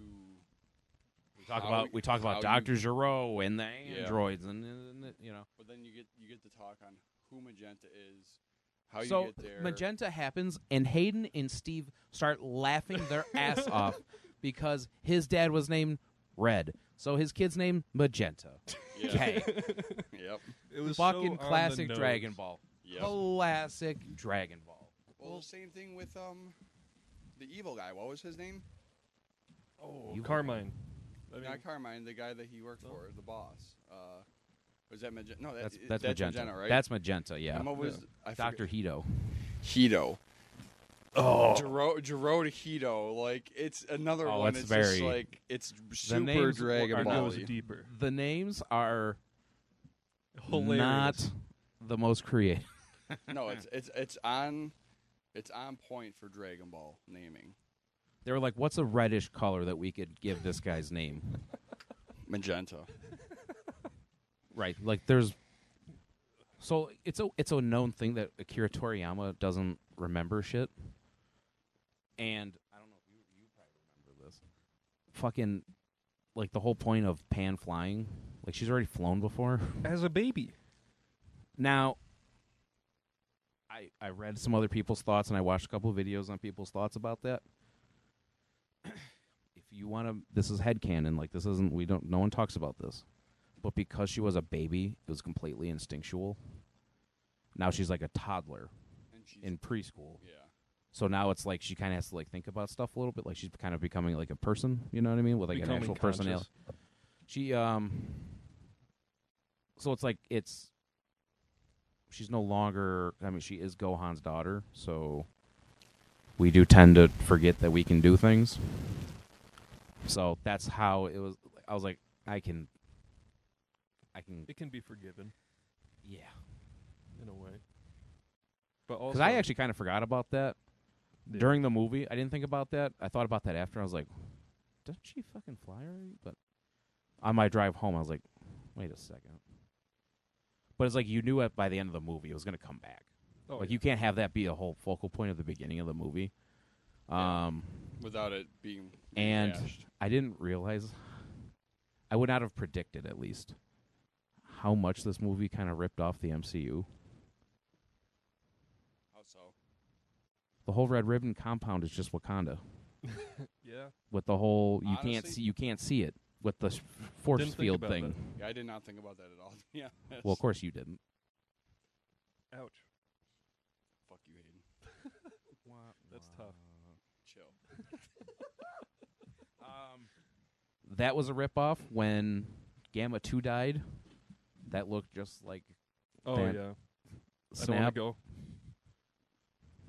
Speaker 3: We talk
Speaker 2: how
Speaker 3: about
Speaker 2: you-
Speaker 3: we talk about
Speaker 2: how you-
Speaker 3: Doctor Zero and the
Speaker 2: Yeah.
Speaker 3: androids and, and, and you know.
Speaker 2: But then you get you get to talk on who Magenta is, how
Speaker 3: so
Speaker 2: you get there.
Speaker 3: magenta happens, and Hayden and Steve start laughing their ass off because his dad was named Red, so his kid's name Magenta.
Speaker 2: Yeah.
Speaker 3: Okay,
Speaker 2: Yep.
Speaker 4: It was so
Speaker 3: fucking
Speaker 4: on the
Speaker 3: classic
Speaker 4: nose.
Speaker 3: Dragon Ball.
Speaker 2: Yep.
Speaker 3: Classic Dragon Ball.
Speaker 2: Well, same thing with um, the evil guy. What was his name?
Speaker 4: Oh,
Speaker 3: You-
Speaker 4: Carmine. I mean,
Speaker 2: Not Carmine, the guy that he worked
Speaker 4: No.
Speaker 2: for, the boss. Uh, was that Magenta? No, that,
Speaker 3: That's
Speaker 2: i-
Speaker 3: that's, Magenta.
Speaker 2: right?
Speaker 3: That's Magenta. Yeah,
Speaker 2: I'm always I
Speaker 3: Doctor Hito.
Speaker 2: Hito.
Speaker 4: oh,
Speaker 2: Jiro Jiro to Hito. Like it's another
Speaker 3: Oh,
Speaker 2: one.
Speaker 3: it's
Speaker 2: It's just,
Speaker 3: very-
Speaker 2: like it's super
Speaker 3: names were-
Speaker 4: our
Speaker 2: Dragon Ball.
Speaker 4: nose deeper.
Speaker 3: The names are
Speaker 4: Hilarious.
Speaker 3: not the most creative.
Speaker 2: No, it's it's it's on, it's on point for Dragon Ball naming.
Speaker 3: They were like, "What's a reddish color that we could give this guy's name?"
Speaker 2: Magenta.
Speaker 3: Right. Like there's so it's a it's a known thing that Akira Toriyama doesn't remember shit. And I don't know if you you probably remember this. Fucking like the whole point of Pan flying, like she's already flown before.
Speaker 4: as a baby.
Speaker 3: Now I I read some other people's thoughts and I watched a couple videos on people's thoughts about that. if you want to this is headcanon, like this isn't we don't no one talks about this. But because she was a baby, it was completely instinctual. Now she's like a toddler
Speaker 2: And she's,
Speaker 3: in preschool.
Speaker 2: yeah.
Speaker 3: So now it's like she kind of has to like think about stuff a little bit like she's kind of becoming like a person, you know what I mean? With like
Speaker 4: Becoming
Speaker 3: an actual
Speaker 4: conscious.
Speaker 3: personality. She um so it's like it's she's no longer I mean she is Gohan's daughter, so we do tend to forget that we can do things. So that's how it was I was like I can I can
Speaker 4: It can be forgiven
Speaker 3: yeah.
Speaker 4: in a way. But also,
Speaker 3: Cuz I actually kind of forgot about that
Speaker 4: Yeah.
Speaker 3: during the movie. I didn't think about that. I thought about that after I was like doesn't she fucking fly already? But on my drive home I was like wait a second. But it's like you knew it by the end of the movie it was going to come back.
Speaker 4: oh,
Speaker 3: like
Speaker 4: yeah.
Speaker 3: you can't have that be a whole focal point of the beginning of the movie.
Speaker 2: Yeah.
Speaker 3: Um,
Speaker 2: Without it being
Speaker 3: And-
Speaker 2: rehashed.
Speaker 3: I didn't realize. I would not have predicted, at least, how much this movie kind of ripped off the MCU.
Speaker 2: How so?
Speaker 3: The whole Red Ribbon compound is just Wakanda.
Speaker 4: Yeah.
Speaker 3: With the whole, you can't
Speaker 2: Honestly-
Speaker 3: see, you can't see it with the s- force
Speaker 4: Didn't think
Speaker 3: field
Speaker 4: about
Speaker 3: thing.
Speaker 2: Yeah, I did not think about that at all. yeah.
Speaker 3: Well, of course you didn't.
Speaker 4: Ouch.
Speaker 2: Fuck you, Hayden.
Speaker 4: That's tough.
Speaker 2: Chill.
Speaker 3: Um, that was a ripoff when Gamma Two died. That looked just like
Speaker 4: Oh
Speaker 3: Damn.
Speaker 4: yeah. I don't
Speaker 3: Snap.
Speaker 4: want to go.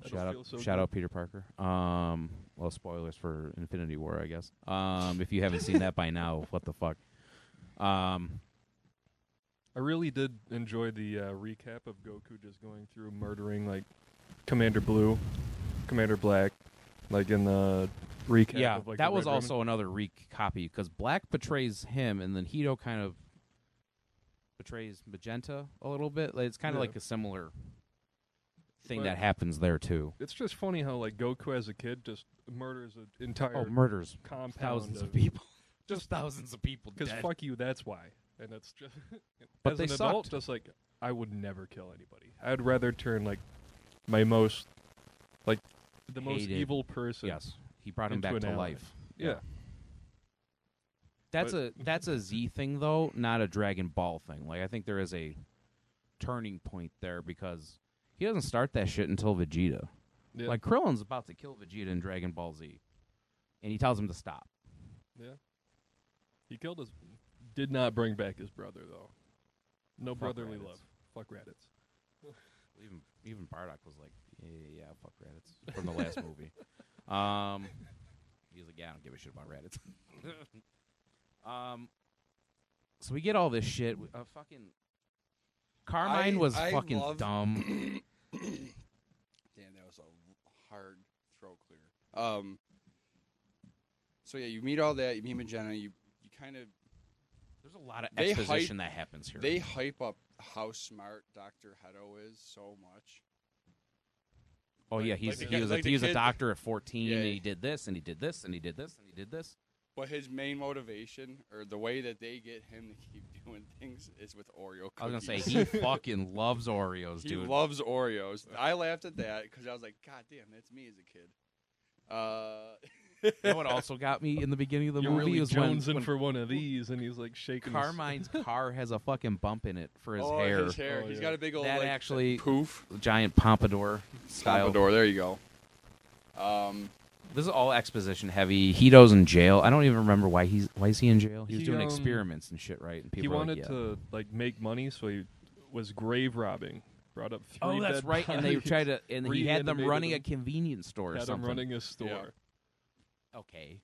Speaker 4: I don't
Speaker 3: Shout out,
Speaker 4: feel so
Speaker 3: shout
Speaker 4: good.
Speaker 3: out Peter Parker. Um, well, spoilers for Infinity War, I guess. Um, if you haven't seen that by now, what the fuck? Um,
Speaker 4: I really did enjoy the uh, recap of Goku just going through murdering like Commander Blue, Commander Black, like in the recap.
Speaker 3: yeah,
Speaker 4: of, like, the
Speaker 3: that was
Speaker 4: Red Ribbon.
Speaker 3: also another re copy because Black betrays him, and then Hito kind of betrays Magenta a little bit. Like, it's kind of
Speaker 4: Yeah.
Speaker 3: like a similar thing
Speaker 4: But-
Speaker 3: that happens there too.
Speaker 4: It's just funny how like Goku as a kid just murders an entire
Speaker 3: Oh, murders
Speaker 4: compound
Speaker 3: thousands
Speaker 4: of,
Speaker 3: of people, just thousands of people
Speaker 4: Because
Speaker 3: dead.
Speaker 4: fuck you, that's why. And that's just.
Speaker 3: But
Speaker 4: as
Speaker 3: they
Speaker 4: an adult,
Speaker 3: sucked.
Speaker 4: just like I would never kill anybody. I'd rather turn like my most, like, the most
Speaker 3: Hated.
Speaker 4: evil person.
Speaker 3: yes, he brought him
Speaker 4: into
Speaker 3: back
Speaker 4: an
Speaker 3: to
Speaker 4: ally.
Speaker 3: life.
Speaker 4: Yeah.
Speaker 3: That's
Speaker 4: But-
Speaker 3: a that's a Z thing though, not a Dragon Ball thing. Like I think there is a turning point there because he doesn't start that shit until Vegeta.
Speaker 4: Yeah.
Speaker 3: Like Krillin's about to kill Vegeta in Dragon Ball Z, and he tells him to stop.
Speaker 4: he killed his. Did not bring back his brother though. No
Speaker 3: Fuck
Speaker 4: brotherly
Speaker 3: Raditz.
Speaker 4: love. Fuck Raditz.
Speaker 3: Even even Bardock was like, yeah, yeah, yeah fuck Raditz from the last movie. Um, he was like, yeah, I don't give a shit about Raditz. um, So we get all this shit. We- Uh, fucking Carmine
Speaker 2: I-
Speaker 3: was
Speaker 2: I
Speaker 3: fucking
Speaker 2: love-
Speaker 3: dumb.
Speaker 2: Damn, that was a hard throat clear. Um. So yeah, you meet all that. You meet Magenta. You you kind of
Speaker 3: There's a lot of
Speaker 2: They
Speaker 3: exposition that happens here.
Speaker 2: they hype up how smart Doctor Hedo is so much.
Speaker 3: oh yeah, he's
Speaker 2: the
Speaker 3: he
Speaker 2: kid-
Speaker 3: was a,
Speaker 2: like the
Speaker 3: he was a
Speaker 2: kid-
Speaker 3: doctor at 14,
Speaker 2: Yeah.
Speaker 3: and he did this, and he did this, and he did this, and he did this.
Speaker 2: But his main motivation, or the way that they get him to keep doing things, is with Oreo cookies.
Speaker 3: I was gonna say he fucking loves Oreos,
Speaker 2: He
Speaker 3: dude.
Speaker 2: loves Oreos. I laughed at that because I was like, God damn, that's me as a kid. Uh,
Speaker 3: you know what also got me in the beginning of the
Speaker 4: You're
Speaker 3: movie
Speaker 4: really
Speaker 3: was
Speaker 4: jonesing
Speaker 3: when, when
Speaker 4: for one of these, and he's like shaking. his-
Speaker 3: Carmine's car has a fucking bump in it for his
Speaker 2: oh,
Speaker 3: hair.
Speaker 2: His hair.
Speaker 4: Oh,
Speaker 2: He's
Speaker 4: yeah.
Speaker 2: got a big old
Speaker 3: that
Speaker 2: like,
Speaker 3: actually
Speaker 2: poof
Speaker 3: giant pompadour style.
Speaker 2: Salvador. There you go. Um,
Speaker 3: This is all exposition heavy. Hito's in jail. I don't even remember why he's why is he in jail. He was
Speaker 4: He,
Speaker 3: doing
Speaker 4: um,
Speaker 3: experiments and shit, right? And people
Speaker 4: he
Speaker 3: were like,
Speaker 4: wanted
Speaker 3: yeah.
Speaker 4: to like make money, so he was grave robbing. Brought up three.
Speaker 3: Oh, that's
Speaker 4: dead
Speaker 3: right. And they
Speaker 4: bodies,
Speaker 3: tried to, and he had them
Speaker 4: reanimated
Speaker 3: running
Speaker 4: them,
Speaker 3: a convenience store or
Speaker 4: had him
Speaker 3: something.
Speaker 4: running a store.
Speaker 3: Okay,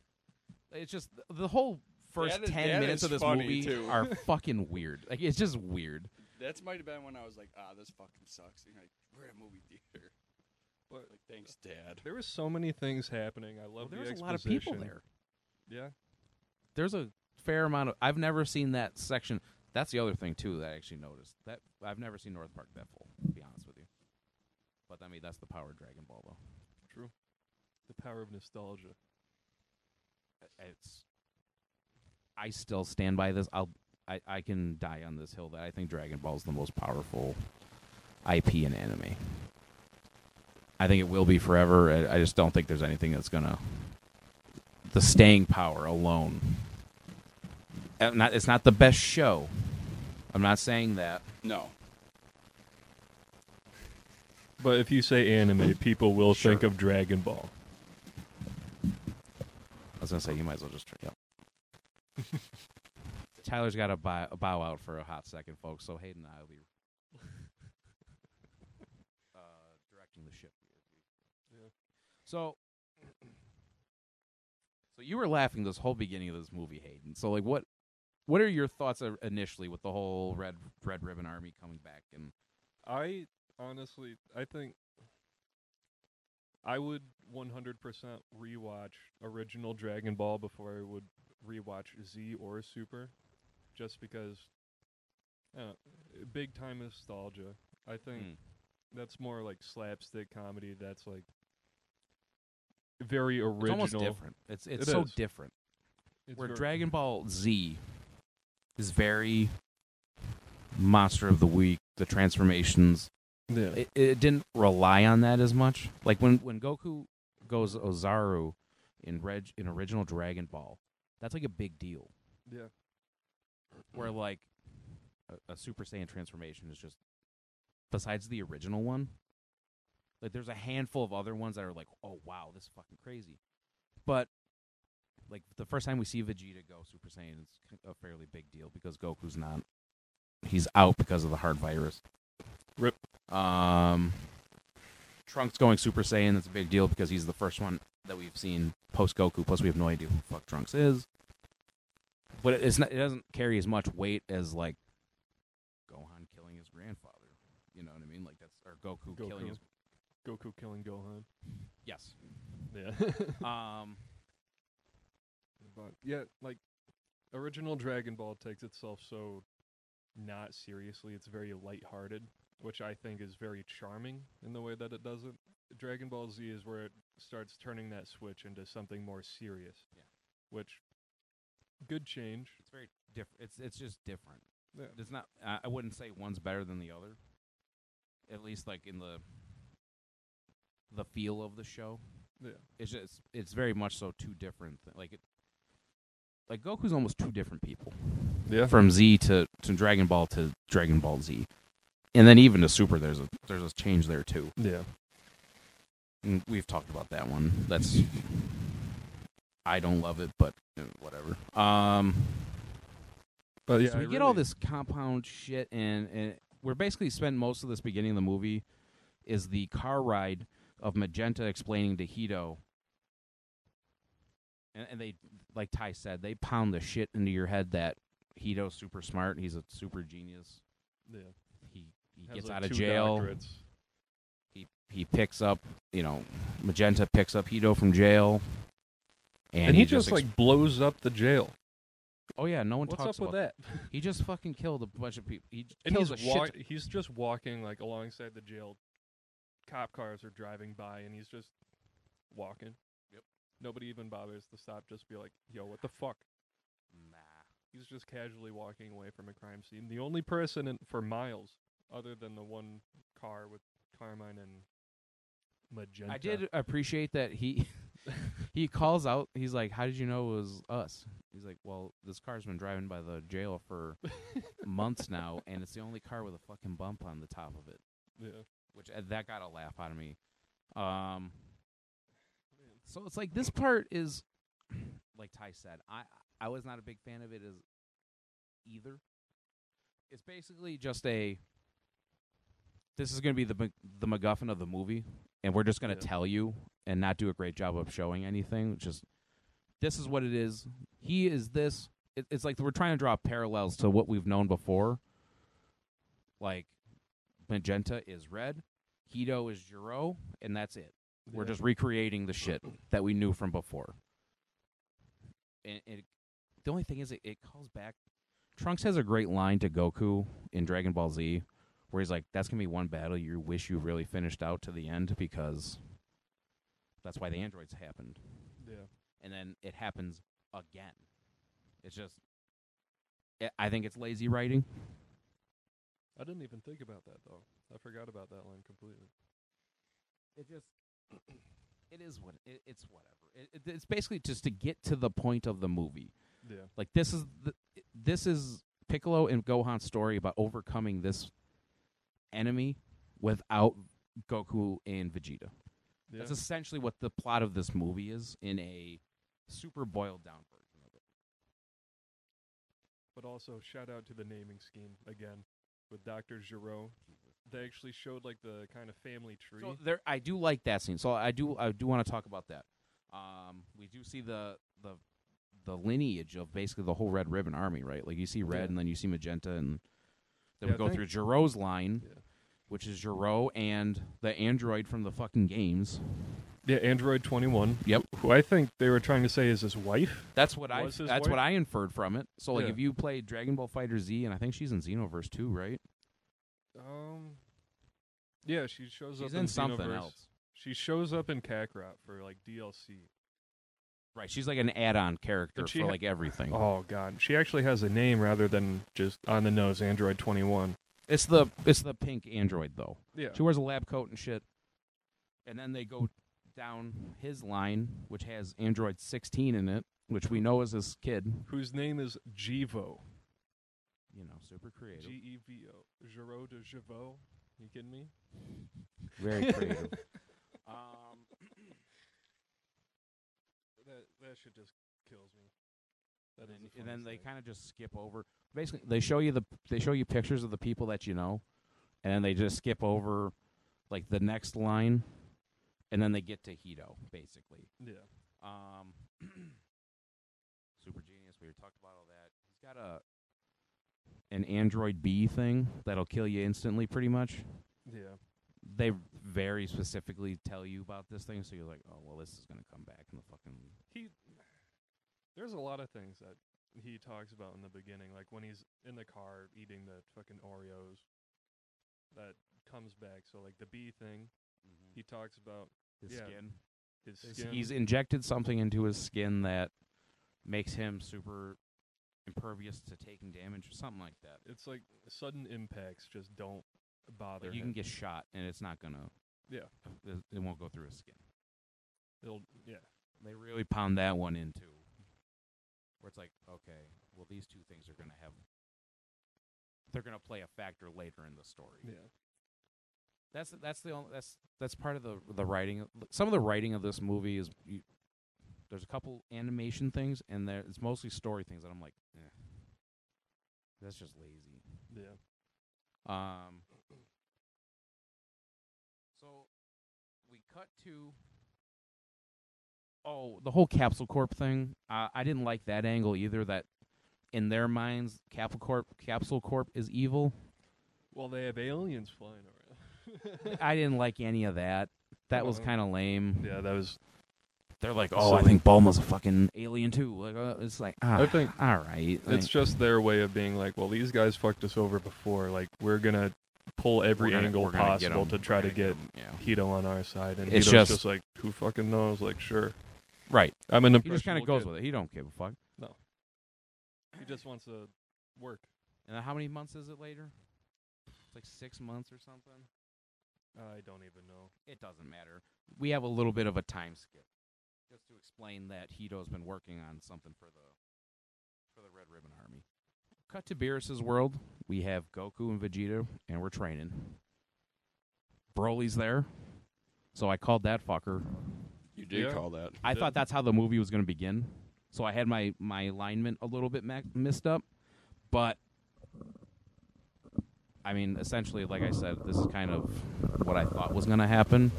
Speaker 3: it's just th- the whole first
Speaker 2: That is-
Speaker 3: ten
Speaker 2: that
Speaker 3: minutes
Speaker 2: is
Speaker 3: of this
Speaker 2: funny,
Speaker 3: movie
Speaker 2: too.
Speaker 3: are fucking weird. Like it's just weird.
Speaker 2: that might have been when I was like, ah, this fucking sucks. And you're like, we're at a movie theater.
Speaker 4: But-
Speaker 2: Like, thanks, Dad.
Speaker 4: There were so many things happening. I love
Speaker 3: There
Speaker 4: the
Speaker 3: was a lot of people
Speaker 4: exposition.
Speaker 3: there.
Speaker 4: Yeah,
Speaker 3: There's a fair amount of. I've never seen that section. That's the other thing too that I actually noticed. That I've never seen North Park that full. To be honest with you, but I mean that's the power of Dragon Ball though.
Speaker 4: true. The power of nostalgia.
Speaker 3: it's I still stand by this. I'll I, I can die on this hill that I think Dragon Ball is the most powerful IP in anime. I think it will be forever. I, I just don't think there's anything that's gonna the staying power alone. Uh, Not it's not the best show. I'm not saying that.
Speaker 2: No.
Speaker 4: But if you say anime, people will
Speaker 3: Sure.
Speaker 4: think of Dragon Ball.
Speaker 3: I was gonna say you might as well just drink up. Tyler's got to bow, bow out for a hot second, folks. So Hayden and I will be uh, directing the ship.
Speaker 4: Yeah.
Speaker 3: So, so you were laughing this whole beginning of this movie, Hayden. So, like, what, what are your thoughts uh, initially with the whole red Red Ribbon Army coming back and
Speaker 4: I honestly, I think I would 100% rewatch original Dragon Ball before I would rewatch Z or Super, just because uh, big time nostalgia. I think
Speaker 3: Mm.
Speaker 4: that's more like slapstick comedy. That's like very original.
Speaker 3: it's almost different? It's it's
Speaker 4: It
Speaker 3: so
Speaker 4: is.
Speaker 3: different.
Speaker 4: It's
Speaker 3: where
Speaker 4: ver-
Speaker 3: Dragon Ball Z is very monster of the week, the transformations.
Speaker 4: yeah.
Speaker 3: It, it didn't rely on that as much. Like when when Goku goes Ozaru in Reg in original Dragon Ball, that's like a big deal.
Speaker 4: yeah.
Speaker 3: Where like a, a Super Saiyan transformation is just besides the original one. Like there's a handful of other ones that are like, oh wow, this is fucking crazy. But like the first time we see Vegeta go Super Saiyan, it's k- a fairly big deal because Goku's not. He's out because of the heart virus.
Speaker 4: Rip.
Speaker 3: Um, Trunks going Super Saiyan, that's a big deal because he's the first one that we've seen post Goku. Plus, we have no idea who the fuck Trunks is. But it- it's not, it doesn't carry as much weight as like Gohan killing his grandfather. You know what I mean? Like that's or Goku, killing
Speaker 4: Goku.
Speaker 3: his
Speaker 4: Goku killing Gohan.
Speaker 3: yes.
Speaker 4: Yeah.
Speaker 3: Um,
Speaker 4: But yeah, like original Dragon Ball takes itself so not seriously. It's very lighthearted, which I think is very charming in the way that it does it. Dragon Ball Z is where it starts turning that switch into something more serious.
Speaker 3: Yeah.
Speaker 4: Which good change.
Speaker 3: it's very different. It's it's just different.
Speaker 4: Yeah.
Speaker 3: It's not. I, I wouldn't say one's better than the other. At least like in the the feel of the show.
Speaker 4: Yeah.
Speaker 3: It's just it's very much so two different. Th- like it, like Goku's almost two different people.
Speaker 4: Yeah.
Speaker 3: from Z to, to Dragon Ball to Dragon Ball Z, and then even to Super, there's a there's a change there too.
Speaker 4: yeah.
Speaker 3: And we've talked about that one. That's I don't love it, but eh, whatever. Um,
Speaker 4: But yeah,
Speaker 3: so we get all this compound shit, and and we're basically spent most of this beginning of the movie is the car ride of Magenta explaining to Hito. And, and they, like Ty said, they pound the shit into your head that Hito's super smart. He's a super genius.
Speaker 4: Yeah.
Speaker 3: He he
Speaker 4: Has,
Speaker 3: gets
Speaker 4: like,
Speaker 3: out of
Speaker 4: two
Speaker 3: jail.
Speaker 4: doctorates.
Speaker 3: He he picks up you know Magenta picks up Hito from jail, and,
Speaker 4: And, he,
Speaker 3: just,
Speaker 4: just,
Speaker 3: ex-
Speaker 4: like blows up the jail.
Speaker 3: oh yeah, no one
Speaker 4: What's
Speaker 3: talks
Speaker 4: up with
Speaker 3: about
Speaker 4: that?
Speaker 3: He just fucking killed a bunch of people. He j-
Speaker 4: And
Speaker 3: kills
Speaker 4: he's
Speaker 3: a
Speaker 4: wa-
Speaker 3: shit.
Speaker 4: he's just walking like alongside the jail. Cop cars are driving by, and he's just walking.
Speaker 5: Yep.
Speaker 4: Nobody even bothers to stop. Just be like, "Yo, what the fuck?"
Speaker 3: Nah.
Speaker 4: He's just casually walking away from a crime scene. The only person in, for miles, other than the one car with Carmine and Magenta.
Speaker 3: I did appreciate that he he calls out. He's like, "How did you know it was us?" He's like, "Well, this car's been driving by the jail for months now, and it's the only car with a fucking bump on the top of it."
Speaker 4: Yeah.
Speaker 3: Which uh, that got a laugh out of me. Um, so it's like this part is, like Ty said, I I was not a big fan of it as either. It's basically just a. This is going to be the Mc- the MacGuffin of the movie, and we're just going to
Speaker 4: Yeah.
Speaker 3: tell you and not do a great job of showing anything. Just this is what it is. He is this. It, it's like we're trying to draw parallels to what we've known before. Like magenta is red, Hito is Jiro, and that's it. We're
Speaker 4: Yeah.
Speaker 3: just recreating the shit that we knew from before. And it, the only thing is, it, it calls back. Trunks has a great line to Goku in Dragon Ball Z, where he's like, "That's gonna be one battle you wish you really finished out to the end because that's why the androids happened."
Speaker 4: Yeah.
Speaker 3: and then it happens again. It's just, I- I think it's lazy writing.
Speaker 4: I didn't even think about that though. I forgot about that line completely.
Speaker 3: It just, it is what it, it's whatever. It, it, it's basically just to get to the point of the movie.
Speaker 4: Yeah.
Speaker 3: Like this is the, this is Piccolo and Gohan's story about overcoming this enemy without Goku and Vegeta.
Speaker 4: Yeah.
Speaker 3: That's essentially what the plot of this movie is in a super boiled down version of it.
Speaker 4: But also, shout out to the naming scheme again with Dr. Giroux. They actually showed like the kind of family tree.
Speaker 3: So there, I do like that scene. So I do, I do want to talk about that. Um, we do see the the the lineage of basically the whole Red Ribbon Army, right? Like you see red,
Speaker 4: Yeah.
Speaker 3: and then you see magenta, and then
Speaker 4: Yeah,
Speaker 3: we
Speaker 4: I
Speaker 3: go
Speaker 4: think-
Speaker 3: through Jiro's line,
Speaker 4: Yeah.
Speaker 3: which is Jiro and the android from the fucking games.
Speaker 4: yeah, Android 21.
Speaker 3: Yep.
Speaker 4: Who I think they were trying to say is his wife.
Speaker 3: That's what I
Speaker 4: Was his
Speaker 3: that's
Speaker 4: wife-
Speaker 3: what I inferred from it. So like
Speaker 4: Yeah.
Speaker 3: if you played Dragon Ball Fighter Z, and I think she's in Xenoverse too, right?
Speaker 4: Um. Yeah, she shows up
Speaker 3: She's
Speaker 4: in,
Speaker 3: in something
Speaker 4: Xenoverse.
Speaker 3: else,
Speaker 4: She shows up in Kakarot for like DLC.
Speaker 3: right? She's like an add-on character
Speaker 4: she
Speaker 3: for
Speaker 4: ha-
Speaker 3: like everything.
Speaker 4: Oh god, she actually has a name rather than just on the nose Android 21.
Speaker 3: It's the it's the pink android though.
Speaker 4: Yeah.
Speaker 3: She wears a lab coat and shit. And then they go down his line, which has Android 16 in it, which we know is this kid.
Speaker 4: Whose name is Jivo.
Speaker 3: You know, super creative.
Speaker 4: G E V O. Giro de Javot. You kidding me?
Speaker 3: Very creative. um,
Speaker 4: That that shit just kills me. That
Speaker 3: and then,
Speaker 4: is the
Speaker 3: and then
Speaker 4: funniest
Speaker 3: they
Speaker 4: thing.
Speaker 3: kind of just skip over. Basically, they show you the they show you pictures of the people that you know, and then they just skip over like the next line, and then they get to Hito basically.
Speaker 4: yeah.
Speaker 3: Um, super genius. We were talking about all that. He's got a an Android B thing that'll kill you instantly, pretty much.
Speaker 4: Yeah.
Speaker 3: They very specifically tell you about this thing, so you're like, oh well, this is gonna come back in the fucking.
Speaker 4: He There's a lot of things that he talks about in the beginning, like when he's in the car eating the fucking Oreos that comes back. So like the bee thing, he talks about
Speaker 3: His
Speaker 4: Yeah.
Speaker 3: skin.
Speaker 4: his
Speaker 3: His-
Speaker 4: skin.
Speaker 3: He's injected something into his skin that makes him super impervious to taking damage or something like that.
Speaker 4: it's like sudden impacts just don't bother
Speaker 3: Like you
Speaker 4: him.
Speaker 3: can get shot and it's not gonna.
Speaker 4: Yeah.
Speaker 3: It it won't go through his skin.
Speaker 4: It'll yeah.
Speaker 3: they really pound that one into where it's like okay well these two things are going to have they're going to play a factor later in the story
Speaker 4: Yeah.
Speaker 3: that's that's the only that's that's part of the the writing of- some of the writing of this movie is you, there's a couple animation things and there it's mostly story things that i'm like eh, that's just lazy
Speaker 4: Yeah.
Speaker 3: um, so we cut to. Oh, the whole capsule corp thing. Uh, I didn't like that angle either. That in their minds, Capsule Corp, Capsule Corp is evil.
Speaker 4: Well, they have aliens flying around.
Speaker 3: I didn't like any of that. That was
Speaker 4: Uh-oh.
Speaker 3: kind of lame.
Speaker 4: Uh-huh. yeah, that was.
Speaker 3: They're like,
Speaker 4: "Oh, I
Speaker 3: think Bulma's a fucking alien too." Like, uh, it's like, ah,
Speaker 4: I think
Speaker 3: all right.
Speaker 4: it's just their way of being like, well, these guys fucked us over before. Like, we're gonna pull every angle possible to try to get
Speaker 3: yeah,
Speaker 4: Hito on our side, and
Speaker 3: It's
Speaker 4: Hito's
Speaker 3: just-
Speaker 4: just, like, who fucking knows? Like, sure.
Speaker 3: right.
Speaker 4: I'm an.
Speaker 3: He just kind of goes with it. He don't give a fuck.
Speaker 4: He just wants to work.
Speaker 3: And then how many months is it later? It's like six months or something.
Speaker 4: Uh, I don't even know.
Speaker 3: It doesn't matter. We have a little bit of a time skip, just to explain that Hito's been working on something for the for the Red Ribbon Army. Cut to Beerus's world. We have Goku and Vegeta, and we're training. Broly's there, so I called that fucker.
Speaker 2: You did
Speaker 4: Yeah.
Speaker 2: call that.
Speaker 3: I
Speaker 4: Yeah.
Speaker 3: thought that's how the movie was going to begin, so I had my my alignment a little bit mac- messed up, but. I mean, essentially, like I said, this is kind of what I thought was going to happen.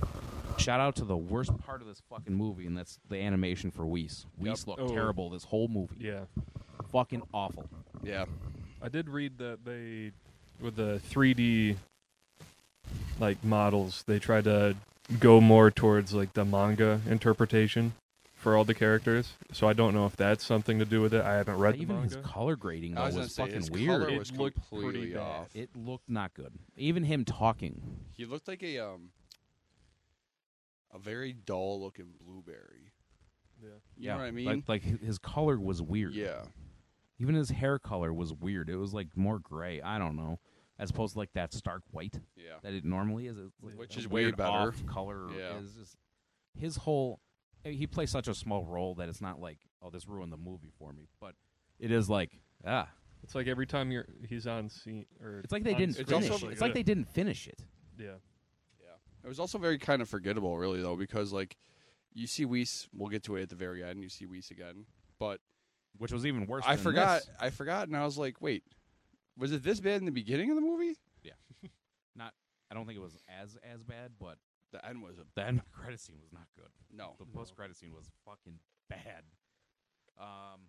Speaker 3: Shout out to the worst part of this fucking movie, and that's the animation for Whis. Whis looked
Speaker 4: Oh.
Speaker 3: terrible this whole movie.
Speaker 4: Yeah,
Speaker 3: Fucking awful.
Speaker 2: Yeah.
Speaker 4: I did read that they, with the 3D like models, they tried to go more towards like the manga interpretation for all the characters. So I don't know if that's something to do with it. I haven't read the
Speaker 3: even his
Speaker 4: manga.
Speaker 3: color grading though,
Speaker 2: I
Speaker 3: was,
Speaker 2: was, gonna say
Speaker 3: fucking
Speaker 2: his
Speaker 3: weird.
Speaker 2: color
Speaker 4: It
Speaker 2: was
Speaker 4: looked pretty
Speaker 2: completely
Speaker 4: bad.
Speaker 2: off.
Speaker 3: it looked not good. Even him talking.
Speaker 2: He looked like a um a very dull looking blueberry.
Speaker 4: Yeah.
Speaker 2: You know what I mean?
Speaker 3: Like, like hi- his color was weird.
Speaker 2: yeah.
Speaker 3: Even his hair color was weird. It was like more gray. I don't know. As opposed to like that stark white
Speaker 2: Yeah.
Speaker 3: that it normally is. It's like
Speaker 2: Which
Speaker 3: a
Speaker 2: is way
Speaker 3: weird
Speaker 2: better.
Speaker 3: off color.
Speaker 2: Yeah.
Speaker 3: Is just his whole. I mean, He plays such a small role that it's not like oh this ruined the movie for me, but it is like ah
Speaker 4: It's like every time you're he's on scene or
Speaker 3: it's like they
Speaker 4: on
Speaker 3: didn't
Speaker 4: screen,
Speaker 2: also-
Speaker 3: finish.
Speaker 2: like
Speaker 3: it's like
Speaker 4: yeah.
Speaker 3: they didn't finish it.
Speaker 4: yeah.
Speaker 2: It was also very kind of forgettable, really, though, because like you see Weiss, we'll get to it at the very end. You see Weiss again, but
Speaker 3: Which was even worse.
Speaker 2: I
Speaker 3: than
Speaker 2: forgot.
Speaker 3: this.
Speaker 2: I forgot, and I was like, wait, was it this bad in the beginning of the movie?
Speaker 3: I don't think it was as as bad, but
Speaker 2: The end was a
Speaker 3: the end credit scene was not good.
Speaker 2: no
Speaker 3: The post credit scene was fucking bad. Um,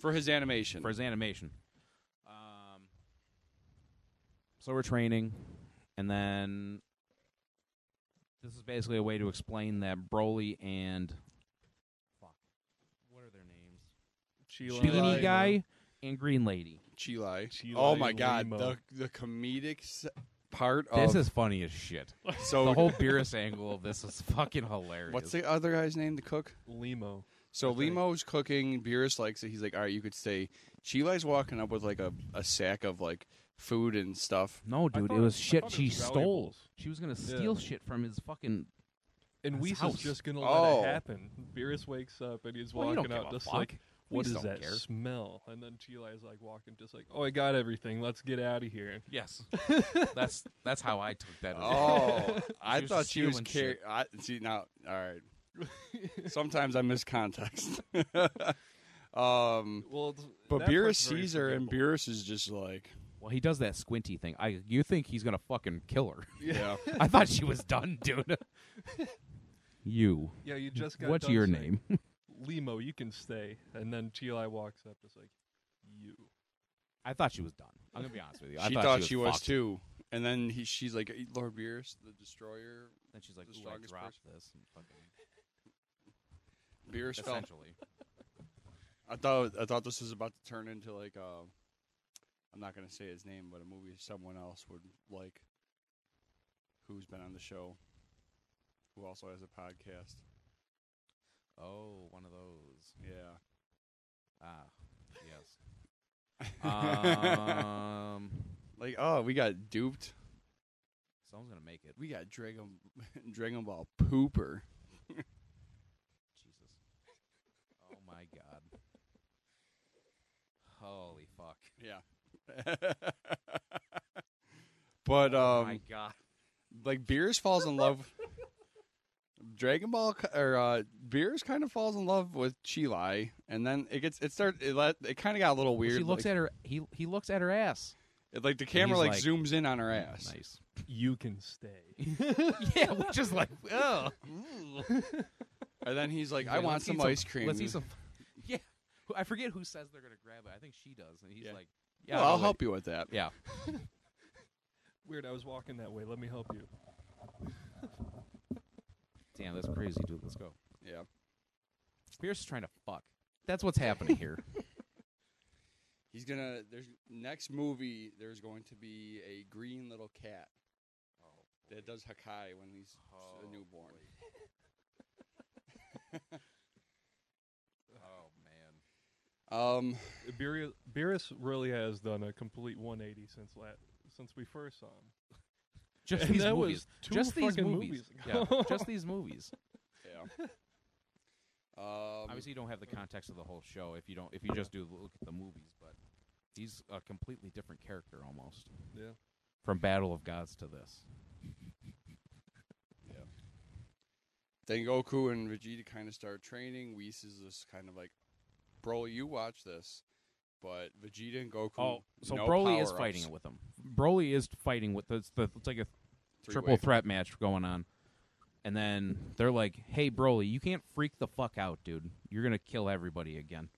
Speaker 2: for his animation.
Speaker 3: for his animation. Um, so we're training, and then this is basically a way to explain that Broly and fuck, what are their names?
Speaker 4: Chila,
Speaker 3: Beanie guy and Green Lady.
Speaker 2: Chilai.
Speaker 4: Chilai
Speaker 2: Oh my god,
Speaker 4: Limo.
Speaker 2: the the comedic s- part
Speaker 3: This
Speaker 2: of
Speaker 4: Oh.
Speaker 3: is funny as shit.
Speaker 2: so.
Speaker 3: The whole Beerus angle of this is fucking hilarious.
Speaker 2: what's the other guy's name? The cook.
Speaker 4: Limo.
Speaker 2: So
Speaker 4: Okay.
Speaker 2: Limo's cooking. Beerus likes it. He's like, all right, you could stay. Chilai's walking up with like a, a sack of like food and stuff.
Speaker 3: No,
Speaker 4: I
Speaker 3: dude,
Speaker 4: thought-
Speaker 3: it was
Speaker 4: I
Speaker 3: shit
Speaker 4: thought it
Speaker 3: she
Speaker 4: was
Speaker 3: stole.
Speaker 4: valuables.
Speaker 3: She was gonna
Speaker 4: Yeah.
Speaker 3: steal shit from his fucking.
Speaker 4: And
Speaker 3: His
Speaker 4: Whis is
Speaker 3: house.
Speaker 4: just gonna let
Speaker 2: Oh.
Speaker 4: it happen. Beerus wakes up and he's
Speaker 3: Well, you don't
Speaker 4: walking
Speaker 3: give
Speaker 4: out
Speaker 3: a
Speaker 4: just
Speaker 3: fuck.
Speaker 4: like what
Speaker 3: Whis
Speaker 4: is
Speaker 3: don't
Speaker 4: that
Speaker 3: care.
Speaker 4: smell? And then Chila is like walking just like, Oh I got everything, let's get out of here.
Speaker 3: Yes, that's that's how I took that. as well.
Speaker 2: Oh, I
Speaker 3: She was
Speaker 2: thought
Speaker 3: just
Speaker 2: she was car-
Speaker 3: stealing shit.
Speaker 2: I See now, all right. Sometimes I miss context. um,
Speaker 4: Well it's-
Speaker 2: but
Speaker 4: that part's very
Speaker 2: Beerus sees her, and
Speaker 4: forgettable.
Speaker 2: Beerus is just like,
Speaker 3: Well, he does that squinty thing. I you think he's gonna fucking kill her?
Speaker 2: yeah.
Speaker 3: I thought she was done, dude. you.
Speaker 4: Yeah, you just got
Speaker 3: What's
Speaker 4: done
Speaker 3: your
Speaker 4: saying,
Speaker 3: name?
Speaker 4: Limo, you can stay. And then Chila walks up just like you.
Speaker 3: I thought she was done. I'm gonna be honest with you. I
Speaker 2: she
Speaker 3: thought,
Speaker 2: thought she was
Speaker 3: fucked.
Speaker 2: too. And then he, she's like, Lord Beerus, the Destroyer.
Speaker 3: Then she's like,
Speaker 2: The
Speaker 3: "Ooh, I
Speaker 2: strongest
Speaker 3: dropped this." and fucking-
Speaker 2: Beerus felt.
Speaker 3: Essentially,
Speaker 2: I thought I thought this was about to turn into like uh, I'm not gonna say his name, but a movie someone else would like, who's been on the show, who also has a podcast.
Speaker 3: oh, one of those.
Speaker 2: Yeah.
Speaker 3: Ah, yes. um,
Speaker 2: Like, oh, we got duped.
Speaker 3: someone's gonna make it.
Speaker 2: We got Dragon Dragon Ball Pooper.
Speaker 3: Jesus. Oh my God. Holy fuck.
Speaker 2: Yeah. but
Speaker 3: oh my
Speaker 2: um,
Speaker 3: God.
Speaker 2: like Beerus falls in love. Dragon Ball ki- or uh, Beerus kind of falls in love with Chilai, and then it gets it start it let it kind of got a little
Speaker 3: Well,
Speaker 2: weird.
Speaker 3: she looks
Speaker 2: like,
Speaker 3: at her. He he looks at her ass.
Speaker 2: It, like the
Speaker 3: he's
Speaker 2: camera like,
Speaker 3: like,
Speaker 2: zooms in on her ass.
Speaker 3: Nice.
Speaker 4: You can stay.
Speaker 3: yeah, which is like, oh.
Speaker 2: And then he's like,
Speaker 3: He's
Speaker 2: "I
Speaker 3: like,
Speaker 2: want
Speaker 3: "Let's eat
Speaker 2: some ice cream."
Speaker 3: Let's eat some. Yeah. who- I forget who says they're gonna grab it. I think she does, and he's
Speaker 2: Yeah.
Speaker 3: like, "Yeah,
Speaker 2: well,
Speaker 3: no,
Speaker 2: I'll
Speaker 3: wait."
Speaker 2: help you with that.
Speaker 3: Yeah,
Speaker 4: Weird, I was walking that way. Let me help you.
Speaker 3: damn, that's crazy, dude. Let's go.
Speaker 2: Yeah.
Speaker 3: Pierce is trying to fuck. That's what's happening here.
Speaker 2: He's gonna. There's next movie. There's going to be a green little cat that does hakai when he's s-
Speaker 3: Oh,
Speaker 2: a newborn.
Speaker 3: oh man.
Speaker 2: Um,
Speaker 4: Beerus, Beerus really has done a complete 180 since la- since we first saw him.
Speaker 3: Just
Speaker 4: And
Speaker 3: these
Speaker 4: that
Speaker 3: movies.
Speaker 4: was two
Speaker 3: just these
Speaker 4: fucking
Speaker 3: movies.
Speaker 4: movies
Speaker 3: yeah.
Speaker 4: ago.
Speaker 3: Just these movies.
Speaker 2: yeah. um,
Speaker 3: Obviously, you don't have the context of the whole show if you don't if you just do look at the movies. But he's a completely different character almost
Speaker 4: Yeah.
Speaker 3: from Battle of Gods to this.
Speaker 2: then Goku and Vegeta kind of start training. Whis is just kind of like, bro, you watch this, but Vegeta and Goku.
Speaker 3: Oh, so
Speaker 2: no
Speaker 3: Broly is
Speaker 2: power-ups.
Speaker 3: fighting it with him. Broly is fighting with this. The, it's like a triple
Speaker 2: Three-way.
Speaker 3: threat match going on. And then they're like, "Hey, Broly, you can't freak the fuck out, dude. You're gonna kill everybody again."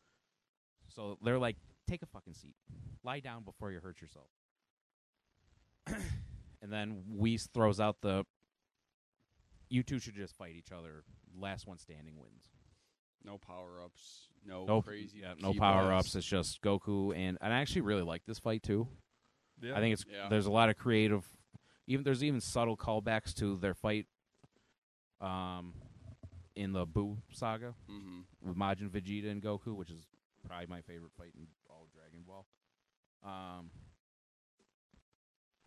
Speaker 3: So they're like, "Take a fucking seat, lie down before you hurt yourself." and then Whis throws out the, "You two should just fight each other. Last one standing wins."
Speaker 2: No power ups. No,
Speaker 3: No
Speaker 2: crazy.
Speaker 3: yeah, no
Speaker 2: key
Speaker 3: power
Speaker 2: blasts.
Speaker 3: ups. It's just Goku and and I actually really like this fight too.
Speaker 4: Yeah.
Speaker 3: I think it's
Speaker 2: Yeah.
Speaker 3: there's a lot of creative, even there's even subtle callbacks to their fight, um, in the Boo saga
Speaker 2: Mhm.
Speaker 3: with Majin Vegeta and Goku, which is probably my favorite fight in all of Dragon Ball. Um,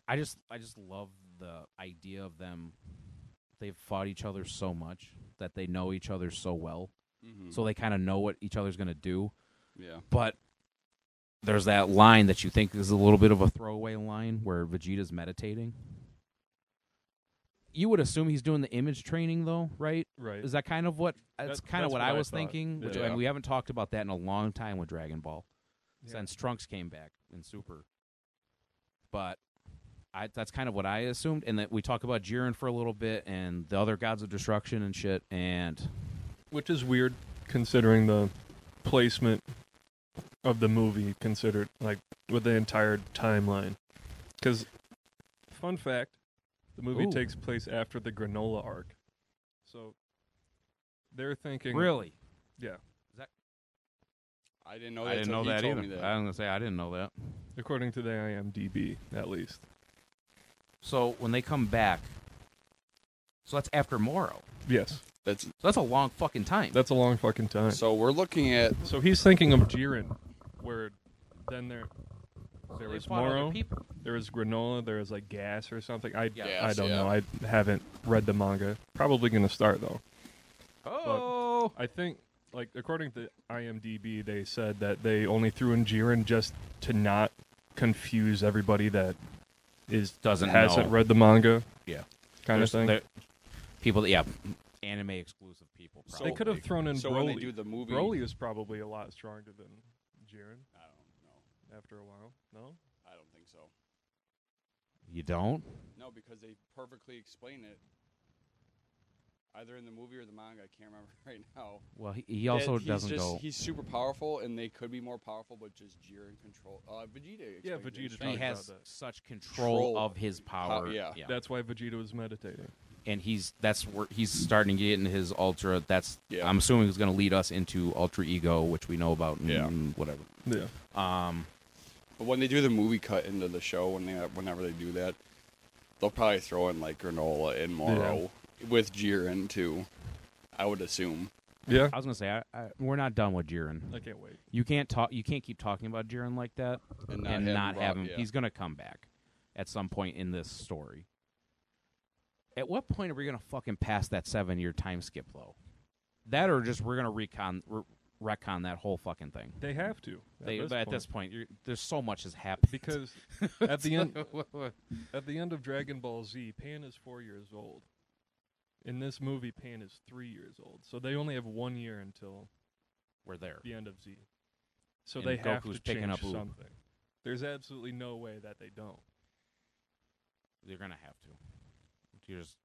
Speaker 3: I just I just love the idea of them. They've fought each other so much that they know each other so well,
Speaker 2: Mhm.
Speaker 3: so they kind of know what each other's gonna do
Speaker 2: yeah.
Speaker 3: but there's that line that you think is a little bit of a throwaway line where Vegeta's meditating. You would assume he's doing the image training though, right?
Speaker 4: right.
Speaker 3: Is that kind of what that's
Speaker 4: That's-
Speaker 3: kind of
Speaker 4: that's
Speaker 3: what,
Speaker 4: what
Speaker 3: I
Speaker 4: I
Speaker 3: was
Speaker 4: thought.
Speaker 3: thinking, which
Speaker 2: Yeah.
Speaker 3: and we haven't talked about that in a long time with Dragon Ball
Speaker 4: Yeah.
Speaker 3: since Trunks came back in Super. But I that's kind of what I assumed and that we talk about Jiren for a little bit and the other gods of destruction and shit and
Speaker 4: Which is weird considering the placement of the movie considered like with the entire timeline. Cuz fun fact, the movie
Speaker 3: Ooh.
Speaker 4: takes place after the granola arc. So they're thinking
Speaker 3: really
Speaker 4: Yeah.
Speaker 2: I didn't know that.
Speaker 3: I didn't
Speaker 2: till
Speaker 3: know
Speaker 2: Oh, he
Speaker 3: that
Speaker 2: told
Speaker 3: either.
Speaker 2: me that.
Speaker 3: I'm going to say I didn't know that.
Speaker 4: According to the IMDb at least.
Speaker 3: So when they come back, so that's after Morrow.
Speaker 4: Yes.
Speaker 2: That's
Speaker 3: So that's a long fucking time.
Speaker 4: That's a long fucking time.
Speaker 2: so we're looking at
Speaker 4: So he's thinking of Jiren where then there there
Speaker 3: They
Speaker 4: was
Speaker 3: fought other
Speaker 4: Moro,
Speaker 3: people.
Speaker 4: there was granola, there was like gas or something. I
Speaker 3: Yeah.
Speaker 4: I
Speaker 2: Yes,
Speaker 4: don't
Speaker 2: yeah.
Speaker 4: know. I haven't read the manga. Probably gonna start though.
Speaker 3: Oh,
Speaker 4: I think, like according to IMDb, they said that they only threw in Jiren just to not confuse everybody that is
Speaker 3: doesn't
Speaker 4: hasn't
Speaker 3: know.
Speaker 4: read the manga.
Speaker 3: Yeah.
Speaker 4: kind of thing.
Speaker 3: people that yeah, anime exclusive people.
Speaker 2: So-
Speaker 3: Probably.
Speaker 4: they could have thrown in
Speaker 2: Oh, so
Speaker 4: Broly.
Speaker 2: when they do the movie.
Speaker 4: Broly is probably a lot stronger than Jiren
Speaker 2: I don't know.
Speaker 4: after a while. No,
Speaker 2: I don't think so.
Speaker 3: You don't?
Speaker 2: No, because they perfectly explain it. Either in the movie or the manga, I can't remember right now.
Speaker 3: Well, he, he also
Speaker 2: That he's
Speaker 3: doesn't
Speaker 2: just,
Speaker 3: go.
Speaker 2: He's super powerful, and they could be more powerful, but just Jiren control. Uh, Vegeta.
Speaker 4: Yeah,
Speaker 2: explains it in
Speaker 4: Vegeta
Speaker 2: Dragon
Speaker 3: He
Speaker 4: talked
Speaker 2: Ball.
Speaker 3: has
Speaker 4: about that.
Speaker 3: such control
Speaker 2: Control.
Speaker 3: of his power.
Speaker 2: yeah.
Speaker 4: that's why Vegeta was meditating.
Speaker 3: and he's that's where he's starting to get into his ultra. That's
Speaker 2: Yeah.
Speaker 3: I'm assuming is going to lead us into ultra ego, which we know about. And,
Speaker 2: Yeah.
Speaker 3: whatever.
Speaker 4: Yeah,
Speaker 3: Um,
Speaker 2: But when they do the movie cut into the show, when they whenever they do that, they'll probably throw in like granola and Moro with Jiren too. I would assume.
Speaker 4: yeah.
Speaker 3: I was gonna say I, I, we're not done with Jiren.
Speaker 4: I can't wait.
Speaker 3: You can't talk. You can't keep talking about Jiren like that
Speaker 2: And
Speaker 3: and
Speaker 2: not have
Speaker 3: not,
Speaker 2: him
Speaker 3: have
Speaker 2: brought-
Speaker 3: him.
Speaker 2: yeah.
Speaker 3: He's gonna come back at some point in this story. At what point are we gonna fucking pass that seven-year time skip though? That or just we're gonna recon re- retcon that whole fucking thing.
Speaker 4: They have to. At
Speaker 3: They,
Speaker 4: this
Speaker 3: but at
Speaker 4: point.
Speaker 3: this point, you're, there's so much has happened.
Speaker 4: because at the end at the end of Dragon Ball Z, Pan is four years old. In this movie, Pan is three years old, so they only have one year until
Speaker 3: we're there.
Speaker 4: the end of Z. So
Speaker 3: And
Speaker 4: they have
Speaker 3: Goku's
Speaker 4: to
Speaker 3: picking
Speaker 4: change
Speaker 3: up Oob.
Speaker 4: something. There's absolutely no way that they don't.
Speaker 3: You're gonna have to. You're just,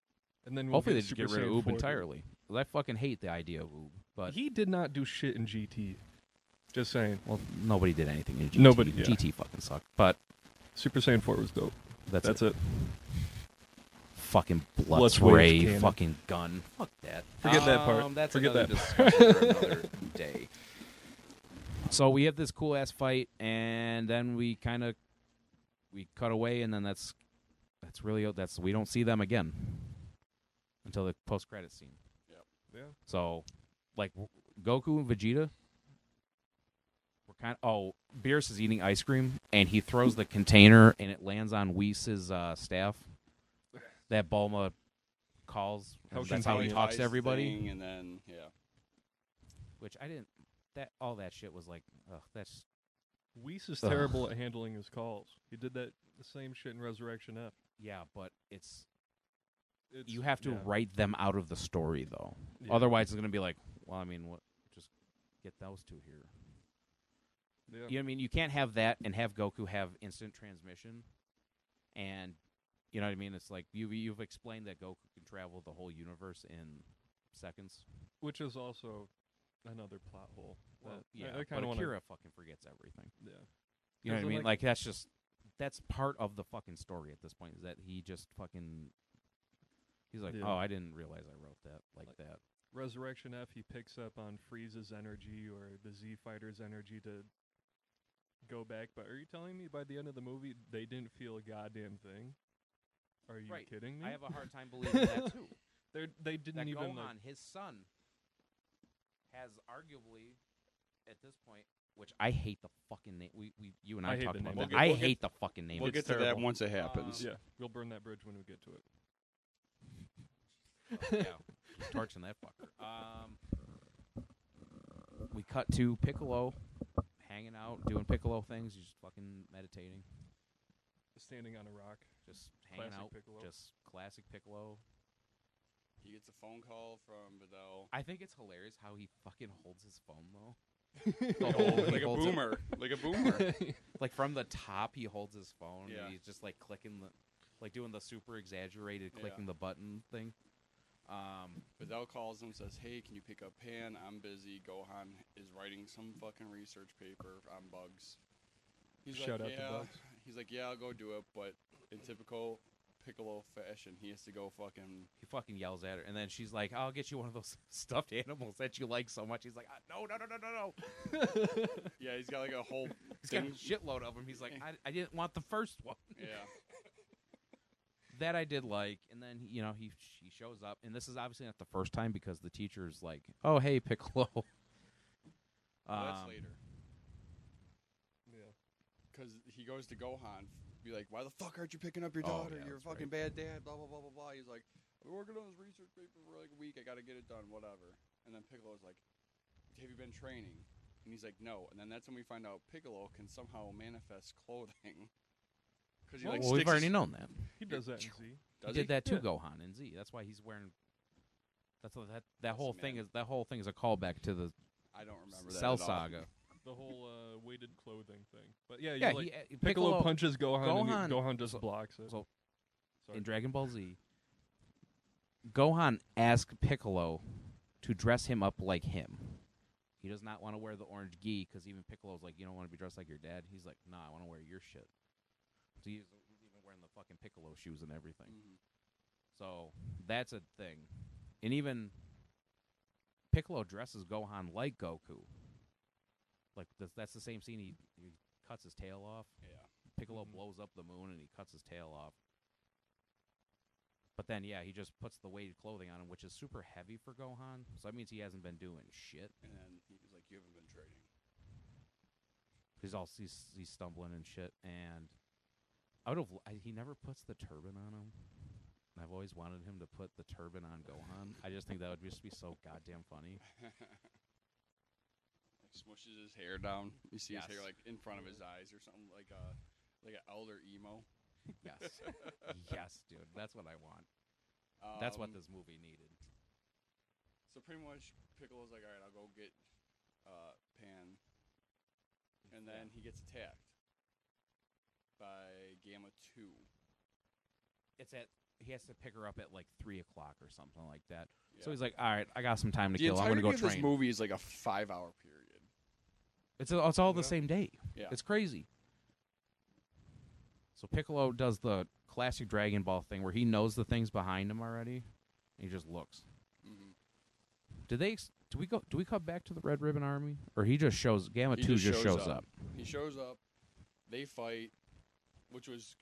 Speaker 4: And then we'll
Speaker 3: hopefully they just
Speaker 4: get Super
Speaker 3: get rid of
Speaker 4: Saiyan
Speaker 3: Oob
Speaker 4: 4 dude.
Speaker 3: entirely. 'Cause I fucking hate the idea of Oob, but
Speaker 4: He did not do shit in GT. Just saying.
Speaker 3: Well, nobody did anything in GT.
Speaker 4: Nobody- yeah.
Speaker 3: GT fucking sucked, but
Speaker 4: Super Saiyan 4 was dope.
Speaker 3: that's,
Speaker 4: That's
Speaker 3: it.
Speaker 4: it.
Speaker 3: Fucking blood
Speaker 4: Blood
Speaker 3: spray,
Speaker 4: wave cannon.
Speaker 3: fucking gun. Fuck that.
Speaker 4: Forget that part.
Speaker 3: Um, that's
Speaker 4: Forget
Speaker 3: another
Speaker 4: that
Speaker 3: discussion for another day. So we have this cool ass fight, and then we kind of we cut away, and then that's that's really that's we don't see them again until the post credit scene.
Speaker 4: Yeah.
Speaker 3: So, like w- Goku and Vegeta, we're kind of. Oh, Beerus is eating ice cream, and he throws the container, and it lands on Whis' uh, staff. That Bulma calls.
Speaker 4: How
Speaker 3: that's how he
Speaker 4: convenient.
Speaker 3: talks
Speaker 2: buys
Speaker 3: to
Speaker 2: the
Speaker 3: everybody.
Speaker 2: thing and then yeah,
Speaker 3: Which I didn't. That all that shit was like, ugh, that's
Speaker 4: Whis is
Speaker 3: Ugh.
Speaker 4: terrible at handling his calls. He did that the same shit in Resurrection F.
Speaker 3: yeah. But it's
Speaker 4: It's-
Speaker 3: you have to
Speaker 4: yeah.
Speaker 3: write them out of the story though.
Speaker 4: Yeah.
Speaker 3: Otherwise, it's gonna be like, well, I mean, what? Just get those two here.
Speaker 4: Yeah.
Speaker 3: You know what I mean? You can't have that and have Goku have instant transmission, and you know what I mean. It's like you you've explained that Goku can travel the whole universe in seconds.
Speaker 4: Which is also another plot hole.
Speaker 3: Well,
Speaker 4: that
Speaker 3: yeah,
Speaker 4: I, I kind
Speaker 3: but
Speaker 4: of want to.
Speaker 3: Akira fucking forgets everything.
Speaker 4: Yeah.
Speaker 3: You know
Speaker 4: Yeah,
Speaker 3: what I
Speaker 4: but,
Speaker 3: mean? Like,
Speaker 4: like-
Speaker 3: that's just that's part of the fucking story at this point. Is that he just fucking he's like,
Speaker 4: Yeah.
Speaker 3: oh, I didn't realize I wrote that like
Speaker 4: Like-
Speaker 3: that.
Speaker 4: Resurrection F, he picks up on Frieza's energy or the Z Fighter's energy to go back. But are you telling me by the end of the movie they didn't feel a goddamn thing? Are you
Speaker 3: Right.
Speaker 4: kidding me?
Speaker 3: I have a hard time believing that too.
Speaker 4: They're, they didn't
Speaker 3: that
Speaker 4: even.
Speaker 3: Gohan,
Speaker 4: like-
Speaker 3: his son, has arguably, at this point, which I hate the fucking name. We, we you and I,
Speaker 4: I hate
Speaker 3: talked
Speaker 4: the
Speaker 3: about
Speaker 4: name.
Speaker 3: that.
Speaker 2: We'll get-
Speaker 3: I
Speaker 2: we'll get-
Speaker 3: hate the fucking name.
Speaker 2: we'll
Speaker 3: It's
Speaker 2: get to that
Speaker 3: terrible.
Speaker 2: once it happens.
Speaker 4: yeah, we'll burn that bridge when we get to it.
Speaker 3: yeah, he's torching that fucker. Um, we cut to Piccolo hanging out, doing Piccolo things, just fucking meditating,
Speaker 4: Standing on a rock.
Speaker 3: just hanging
Speaker 4: Classic
Speaker 3: out,
Speaker 4: Piccolo.
Speaker 3: just classic Piccolo.
Speaker 2: He gets a phone call from Vidal.
Speaker 3: I think it's hilarious how he fucking holds his phone though.
Speaker 2: Like
Speaker 3: whole-
Speaker 2: a,
Speaker 3: he
Speaker 2: like a
Speaker 3: holds it.
Speaker 2: boomer. Like a boomer.
Speaker 3: like from the top he holds his phone
Speaker 2: Yeah.
Speaker 3: and he's just like clicking the like doing the super exaggerated
Speaker 2: Yeah.
Speaker 3: clicking the button thing um
Speaker 2: Vidal calls him and says, Hey, can you pick up Pan? I'm busy. Gohan is writing some fucking research paper on bugs. He's
Speaker 4: Shout out
Speaker 2: like,
Speaker 4: to
Speaker 2: yeah.
Speaker 4: Bugs.
Speaker 2: He's like, Yeah, I'll go do it. But in typical Piccolo fashion, he has to go fucking.
Speaker 3: he fucking yells at her and then she's like i'll get you one of those stuffed animals that you like so much he's like "Ah, no no no no no no
Speaker 2: Yeah, he's got like a whole
Speaker 3: he's got a
Speaker 2: thing.
Speaker 3: shitload of them he's like I, I didn't want the first one
Speaker 2: Yeah.
Speaker 3: that i did like and then you know he she shows up and this is obviously not the first time because the teacher's like oh hey piccolo
Speaker 2: Well, that's
Speaker 3: Um,
Speaker 2: later.
Speaker 4: Yeah.
Speaker 2: because he goes to Gohan, be like, "Why the fuck aren't you picking up your
Speaker 3: Oh,
Speaker 2: daughter?
Speaker 3: yeah,
Speaker 2: You're a
Speaker 3: that's
Speaker 2: fucking bad dad." Blah blah blah blah blah. He's like, "I've been working on this research paper for like a week. I gotta get it done. Whatever." And then Piccolo's like, "Have you been training?" And he's like, "No." And then that's when we find out Piccolo can somehow manifest clothing. Because he like
Speaker 3: well, we've
Speaker 2: sticks his-
Speaker 3: already known that
Speaker 4: He does that in Z.
Speaker 2: Does he?
Speaker 3: he did that to
Speaker 4: Yeah.
Speaker 3: Gohan and Z. That's why he's wearing. That's what that that
Speaker 2: That's
Speaker 3: whole
Speaker 2: the
Speaker 3: thing
Speaker 2: man.
Speaker 3: is. That whole thing is a callback to the
Speaker 2: I don't remember that.
Speaker 3: Cell
Speaker 2: at all.
Speaker 3: Saga.
Speaker 4: The whole uh, weighted clothing thing. But yeah, you
Speaker 3: Yeah,
Speaker 4: like,
Speaker 3: he, uh,
Speaker 4: Piccolo, punches Gohan, and he-
Speaker 3: Gohan-
Speaker 4: Gohan just
Speaker 3: so-
Speaker 4: blocks it.
Speaker 3: so-
Speaker 4: Sorry.
Speaker 3: in Dragon Ball Z. Gohan asked Piccolo to dress him up like him. He does not want to wear the orange gi because even Piccolo's like, you don't want to be dressed like your dad. He's like, nah, I want to wear your shit. So he's he's even wearing the fucking Piccolo shoes and everything.
Speaker 2: Mhm.
Speaker 3: So that's a thing. And even Piccolo dresses Gohan like Goku. Like th- that's the same scene. He, he cuts his tail off.
Speaker 2: Yeah.
Speaker 3: Piccolo
Speaker 4: Mhm.
Speaker 3: blows up the moon and he cuts his tail off. But then, yeah, he just puts the weighted clothing on him, which is super heavy for Gohan. So that means he hasn't been doing shit.
Speaker 2: And then he's like, "You haven't been training."
Speaker 3: He's all he's, he's stumbling and shit. And I would have I, he never puts the turban on him. And I've always wanted him to put the turban on Gohan. I just think that would just be so goddamn funny.
Speaker 2: Like, smushes his hair down. You see his hair
Speaker 3: Yes.
Speaker 2: like
Speaker 3: Mm-hmm.
Speaker 2: in front of his eyes or something like a like an elder emo.
Speaker 3: Yes, yes, dude, that's what I want. That's what
Speaker 2: Um,
Speaker 3: this movie needed.
Speaker 2: So pretty much, Piccolo's like, all right, I'll go get uh, Pan, and then he gets attacked by Gamma Two.
Speaker 3: It's at he has to pick her up at like three o'clock or something like that.
Speaker 2: Yeah.
Speaker 3: So he's like, "All right, I got some time to
Speaker 2: the
Speaker 3: kill. I'm
Speaker 2: entirety
Speaker 3: gonna go
Speaker 2: of
Speaker 3: train."
Speaker 2: this movie is like a five-hour period.
Speaker 3: It's it's all the
Speaker 2: Yeah.
Speaker 3: same day.
Speaker 2: Yeah.
Speaker 3: It's crazy. So Piccolo does the classic Dragon Ball thing where he knows the things behind him already, and he just looks.
Speaker 2: Mhm.
Speaker 3: Do they? ex- Do we go? Do we cut back to the Red Ribbon Army, or he just shows? Gamma
Speaker 2: He
Speaker 3: Two
Speaker 2: just
Speaker 3: just,
Speaker 2: shows
Speaker 3: shows,
Speaker 2: up.
Speaker 3: up.
Speaker 2: He shows up. They fight, which was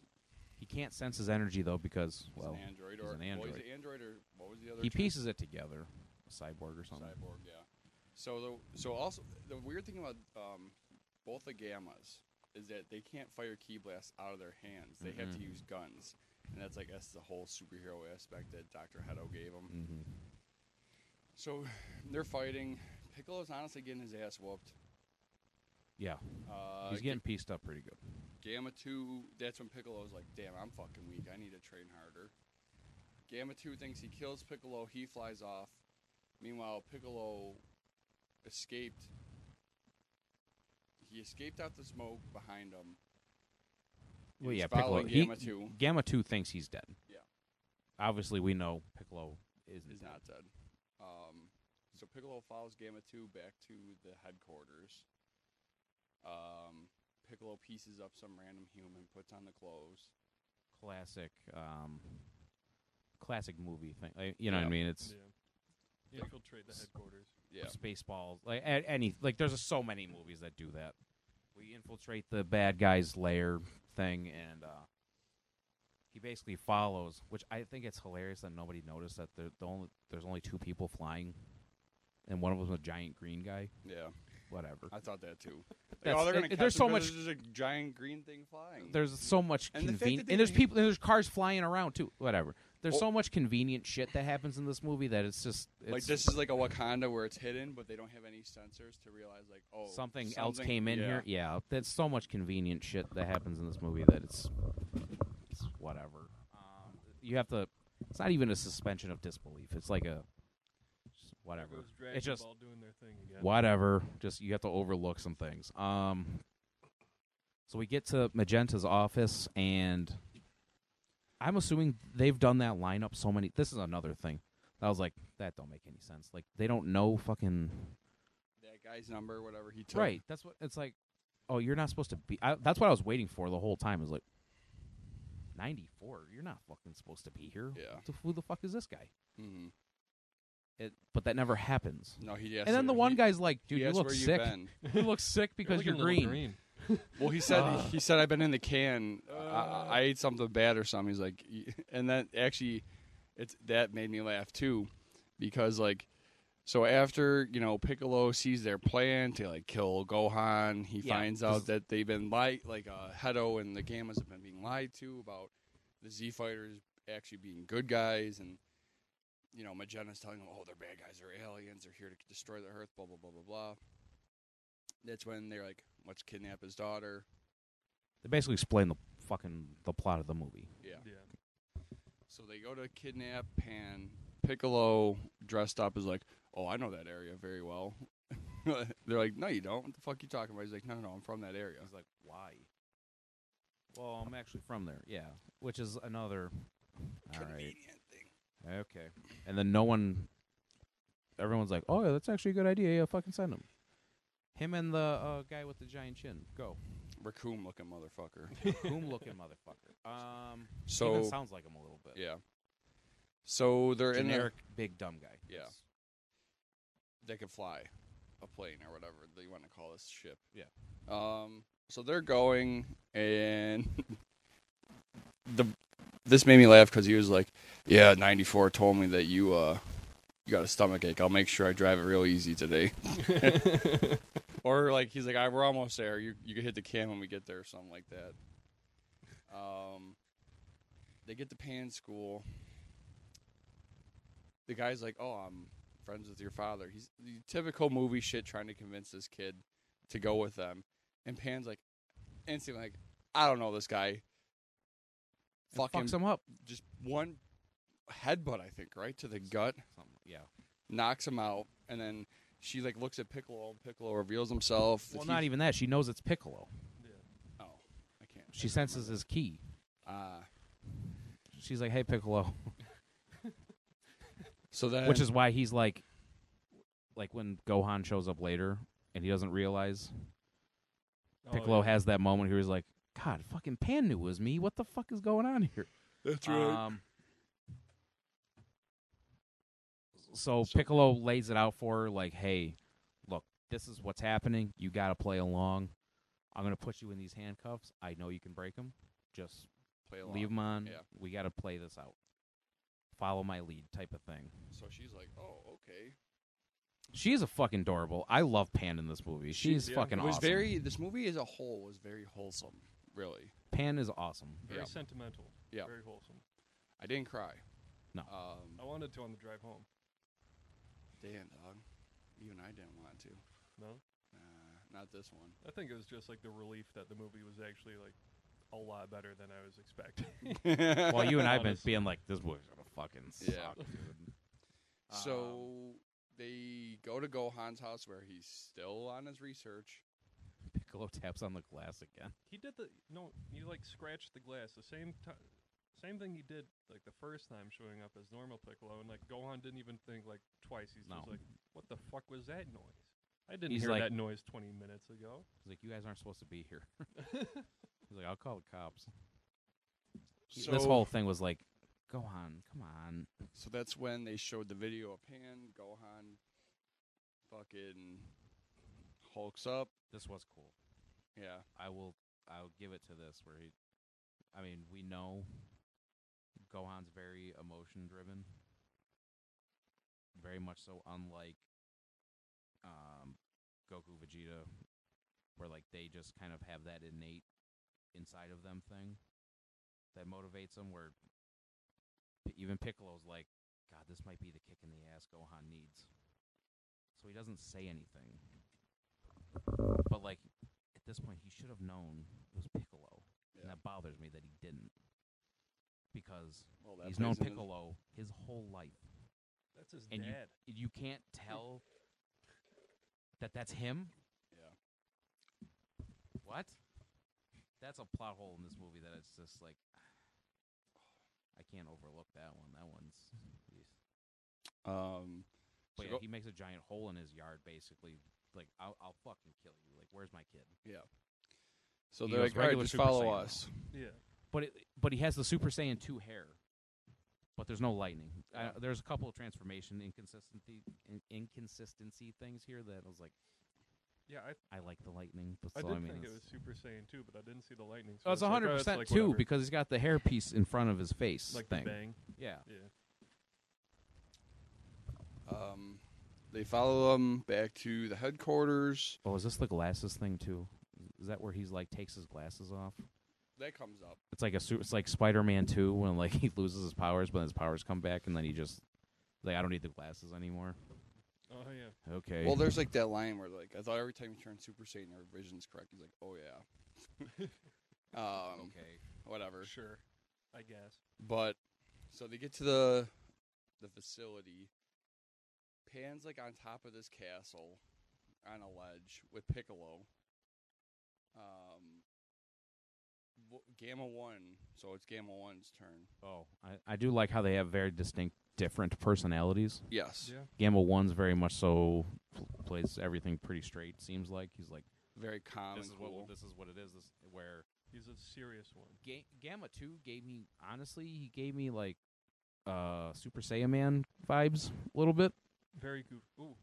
Speaker 3: He can't sense his energy though because
Speaker 2: well,
Speaker 3: well,
Speaker 2: an android
Speaker 3: he's
Speaker 2: or What
Speaker 3: an
Speaker 2: was
Speaker 3: android.
Speaker 2: the android or what was the other?
Speaker 3: He
Speaker 2: term?
Speaker 3: pieces it together, a cyborg or something.
Speaker 2: Cyborg, yeah. So the so also the weird thing about um, both the gammas is that they can't fire key blasts out of their hands. They have to
Speaker 3: Mm-hmm.
Speaker 2: use guns, and that's I guess the whole superhero aspect that Doctor Hedo gave them.
Speaker 6: Mm-hmm.
Speaker 2: So they're fighting. Piccolo's honestly getting his ass whooped.
Speaker 3: Yeah,
Speaker 2: Uh,
Speaker 3: he's getting pieced up pretty good.
Speaker 2: Gamma 2, that's when Piccolo's like, damn, I'm fucking weak. I need to train harder. Gamma 2 thinks he kills Piccolo. He flies off. Meanwhile, Piccolo escaped. He escaped out the smoke behind him.
Speaker 3: Well,
Speaker 2: was
Speaker 3: yeah, Piccolo.
Speaker 2: following Gamma
Speaker 3: he,
Speaker 2: 2
Speaker 3: Gamma Two thinks he's dead.
Speaker 2: Yeah.
Speaker 3: Obviously, we know Piccolo isn't.
Speaker 2: is
Speaker 3: dead.
Speaker 2: not dead. Um, so Piccolo follows Gamma 2 back to the headquarters. Um, Piccolo pieces up some random human, puts on the clothes.
Speaker 3: classic, um, classic movie thing. Like, you know what
Speaker 2: Yeah.
Speaker 3: I mean? It's
Speaker 4: Yeah. Infiltrate the headquarters.
Speaker 2: Yeah.
Speaker 3: Spaceballs. Like a- any. Like there's so many movies that do that. We infiltrate the bad guy's lair thing, and uh, he basically follows. Which I think it's hilarious that nobody noticed that there, the only there's only two people flying, and one of them's a giant green guy.
Speaker 2: Yeah.
Speaker 3: Whatever.
Speaker 2: I thought that too. Like,
Speaker 3: That's-
Speaker 2: oh, they're gonna
Speaker 3: it-
Speaker 2: catch
Speaker 3: there's
Speaker 2: him
Speaker 3: so
Speaker 2: 'cause
Speaker 3: much-
Speaker 2: There's a giant green thing flying.
Speaker 3: There's so much
Speaker 2: And the fact that
Speaker 3: convenient,
Speaker 2: they
Speaker 3: and there's
Speaker 2: didn't-
Speaker 3: people, and there's cars flying around too. Whatever. There's
Speaker 2: Well-
Speaker 3: so much convenient shit that happens in this movie that it's just it's,
Speaker 2: like this is like a Wakanda where it's hidden, but they don't have any sensors to realize like oh
Speaker 3: something, else came in
Speaker 2: yeah.
Speaker 3: here. Yeah, that's so much convenient shit that happens in this movie that it's, it's whatever. Um, you have to. It's not even a suspension of disbelief. It's like a just whatever. It's just
Speaker 4: doing their thing again.
Speaker 3: whatever. Just you have to overlook some things. Um, so we get to Magenta's office, and I'm assuming they've done that lineup so many. This is another thing. I was like, that don't make any sense. Like they don't know fucking
Speaker 2: That guy's number, whatever he took.
Speaker 3: right. That's what it's like. Oh, you're not supposed to be. I, that's what I was waiting for the whole time. Is like. 94. You're not fucking supposed to be here.
Speaker 2: Yeah.
Speaker 3: Who the- Who the fuck is this guy?
Speaker 2: hmm
Speaker 3: It, but that never happens.
Speaker 2: No, he. Asked
Speaker 3: and then
Speaker 2: where-
Speaker 3: the one
Speaker 2: he-
Speaker 3: guy's like,
Speaker 2: he
Speaker 3: "Dude, you
Speaker 2: asked
Speaker 3: look
Speaker 2: where
Speaker 3: sick.
Speaker 2: You been.
Speaker 3: You look sick because you're green."
Speaker 2: Well, he said
Speaker 3: Ah.
Speaker 2: he said I've been in the can. I-
Speaker 3: Uh.
Speaker 2: I, I ate something bad or something. He's like, "Y-" and that actually, it's that made me laugh too, because like, so after you know Piccolo sees their plan to like kill Gohan, he
Speaker 3: Yeah,
Speaker 2: finds
Speaker 3: this
Speaker 2: out
Speaker 3: is-
Speaker 2: that they've been lied like uh, Hedo and the Gammas have been being lied to about the Z fighters actually being good guys and. You know, Magenta's telling them, "Oh, they're bad guys. They're aliens. They're here to destroy the Earth." Blah blah blah blah blah. That's when they're like, "Let's kidnap his daughter."
Speaker 3: They basically explain the fucking the plot of the movie.
Speaker 2: Yeah.
Speaker 4: Yeah.
Speaker 2: So they go to kidnap Pan. Piccolo, dressed up, is like, "Oh, I know that area very well." They're like, "No, you don't. What the fuck you talking about?" He's like, "No, no, no I'm from that area."
Speaker 3: like, why? Well, I'm actually from there. Yeah, which is another. All right.
Speaker 2: Convenient thing.
Speaker 3: Okay. And then no one. Everyone's like, "Oh yeah, that's actually a good idea. Yeah, fucking send him." Him and the uh, guy with the giant chin. Go.
Speaker 2: Raccoon looking motherfucker.
Speaker 3: Boom looking motherfucker. Um. even
Speaker 2: So
Speaker 3: sounds like him a little bit.
Speaker 2: yeah. So they're
Speaker 3: Generic big dumb guy.
Speaker 2: Yeah.
Speaker 3: Yes.
Speaker 2: in. A, they can fly, a plane or whatever they want to call this ship.
Speaker 3: Yeah.
Speaker 2: Um. So they're going, and the this made me laugh because he was like, "Yeah, '94 told me that you uh, you got a stomach ache. I'll make sure I drive it real easy today." or like he's like, "I we're almost there. You you can hit the cam when we get there, or something like that." Um, they get to Pan School. The guy's like, "Oh, I'm friends with your father." He's the typical movie shit, trying to convince this kid to go with them, and Pan's like, instantly like, "I don't know this guy."
Speaker 3: And fucks him up.
Speaker 2: just one headbutt, I think, right to the gut,
Speaker 3: Something. Yeah.
Speaker 2: knocks him out, and then she like looks at Piccolo, and Piccolo reveals himself. that
Speaker 3: Well,
Speaker 2: he's-
Speaker 3: not even that. She knows it's Piccolo.
Speaker 2: Oh, I can't.
Speaker 3: She senses his key.
Speaker 2: Ah,
Speaker 3: She's like, "Hey, Piccolo."
Speaker 2: so then
Speaker 3: which is why he's like like when gohan shows up later and he doesn't realize
Speaker 4: Oh,
Speaker 3: Piccolo
Speaker 4: yeah.
Speaker 3: has that moment where he's like, "God, fucking Pan knew it was me. What the fuck is going on here?"
Speaker 2: That's
Speaker 3: Um, so
Speaker 2: So-
Speaker 3: Piccolo lays it out for her, like, "Hey, look, this is what's happening. You got to play along. I'm gonna put you in these handcuffs. I know you can break them. Just
Speaker 2: Play
Speaker 3: leave 'em
Speaker 2: along.
Speaker 3: leave them on.
Speaker 2: Yeah.
Speaker 3: We got to play this out. Follow my lead, type of thing."
Speaker 2: So she's like, "Oh, okay."
Speaker 3: She's a fucking adorable. I love Pan in this movie. She's
Speaker 4: yeah.
Speaker 3: fucking
Speaker 2: It was
Speaker 3: awesome.
Speaker 2: very. This movie as a whole was very wholesome. Really,
Speaker 3: Pan is awesome.
Speaker 4: Very
Speaker 2: Yeah.
Speaker 4: sentimental.
Speaker 2: Yeah.
Speaker 4: Very wholesome.
Speaker 2: I didn't cry.
Speaker 3: No.
Speaker 4: I
Speaker 2: Um,
Speaker 4: wanted to on the drive home.
Speaker 2: damn dog, you and I didn't want to.
Speaker 4: No,
Speaker 2: Nah, not this one.
Speaker 4: I think it was just like the relief that the movie was actually like a lot better than I was expecting.
Speaker 3: Well, you and I have been
Speaker 4: Honestly.
Speaker 3: being like, this movie's gonna fucking
Speaker 2: Yeah.
Speaker 3: suck, dude.
Speaker 2: So
Speaker 3: Um,
Speaker 2: they go to Gohan's house where he's still on his research.
Speaker 3: Piccolo taps on the glass again.
Speaker 4: he did the no. He like scratched the glass. The same time, same thing he did like the first time showing up as normal Piccolo, and like Gohan didn't even think like twice. He's just
Speaker 3: No.
Speaker 4: like, "What the fuck was that noise? I didn't
Speaker 3: He's
Speaker 4: hear
Speaker 3: like-
Speaker 4: that noise 20 minutes ago."
Speaker 3: He's like, you guys aren't supposed to be here. He's like, I'll call the cops. He-
Speaker 2: So,
Speaker 3: this whole thing was like, go on, come on.
Speaker 2: so that's when they showed the video of Pan Gohan, fucking hulks up.
Speaker 3: This was cool.
Speaker 2: Yeah,
Speaker 3: I will, I'll give it to this where he, I mean, we know Gohan's very emotion driven, very much so unlike um, Goku, Vegeta, where like they just kind of have that innate inside of them thing that motivates them. Where P- even Piccolo's like, God, this might be the kick in the ass Gohan needs. So he doesn't say anything. But like at this point, he should have known it was Piccolo,
Speaker 2: Yeah.
Speaker 3: and that bothers me that he didn't, because
Speaker 2: well, that
Speaker 3: he's
Speaker 2: plays
Speaker 3: known
Speaker 2: into-
Speaker 3: Piccolo his whole life.
Speaker 4: That's his
Speaker 3: And you-
Speaker 4: dad.
Speaker 3: You can't tell that that's him.
Speaker 2: Yeah.
Speaker 3: What? That's a plot hole in this movie that it's just like I can't overlook that one. That one's.
Speaker 2: Um, so
Speaker 3: But yeah,
Speaker 2: Go-
Speaker 3: he makes a giant hole in his yard, basically. Like I'll, I'll fucking kill you. Like, where's my kid?
Speaker 2: so
Speaker 3: he
Speaker 2: they're
Speaker 3: goes
Speaker 2: like, all right,
Speaker 3: regular
Speaker 2: just
Speaker 3: Super
Speaker 2: follow
Speaker 3: Saiyan.
Speaker 2: us.
Speaker 4: yeah.
Speaker 3: But it, but he has the Super Saiyan two hair, but there's no lightning. I, there's a couple of transformation inconsistency in, inconsistency things here that I was like,
Speaker 4: Yeah, I,
Speaker 3: I like the lightning. That's
Speaker 4: I
Speaker 3: all
Speaker 4: did
Speaker 3: I mean.
Speaker 4: think it
Speaker 3: it's-
Speaker 4: was Super Saiyan 2, but I didn't see the lightning.
Speaker 3: Oh,
Speaker 4: I
Speaker 3: it's
Speaker 4: was like,
Speaker 3: hundred
Speaker 4: "Oh,
Speaker 3: percent
Speaker 4: like
Speaker 3: too
Speaker 4: whatever."
Speaker 3: because he's got the hair piece in front of his face
Speaker 4: like
Speaker 3: thing.
Speaker 4: the bang.
Speaker 3: Yeah,
Speaker 4: Yeah.
Speaker 2: Um, they follow him back to the headquarters.
Speaker 3: Oh, is this the glasses thing too? Is that where he's like takes his glasses off?
Speaker 2: That comes up.
Speaker 3: It's like a su- it's like Spider-Man 2 when like he loses his powers, but his powers come back, and then he just like I don't need the glasses anymore.
Speaker 4: Oh yeah.
Speaker 3: Okay.
Speaker 2: Well, there's like that line where like I thought every time you turn Super Saiyan, your vision's correct. He's like, oh yeah. um,
Speaker 3: okay.
Speaker 2: whatever.
Speaker 4: Sure. I guess.
Speaker 2: But so they get to the the facility. Pan's like on top of this castle on a ledge with Piccolo. Um, w- Gamma One. So it's Gamma One's turn.
Speaker 3: Oh, I, I do like how they have very distinct, different personalities.
Speaker 2: Yes.
Speaker 4: Yeah.
Speaker 3: Gamma One's very much so pl- plays everything pretty straight. Seems like he's like
Speaker 2: Very calm and cool.
Speaker 3: this is what it is. This where
Speaker 4: He's a serious one.
Speaker 3: Ga- Gamma Two gave me honestly, he gave me like uh Super Saiyan Man vibes a little bit.
Speaker 4: Very good. Ooh,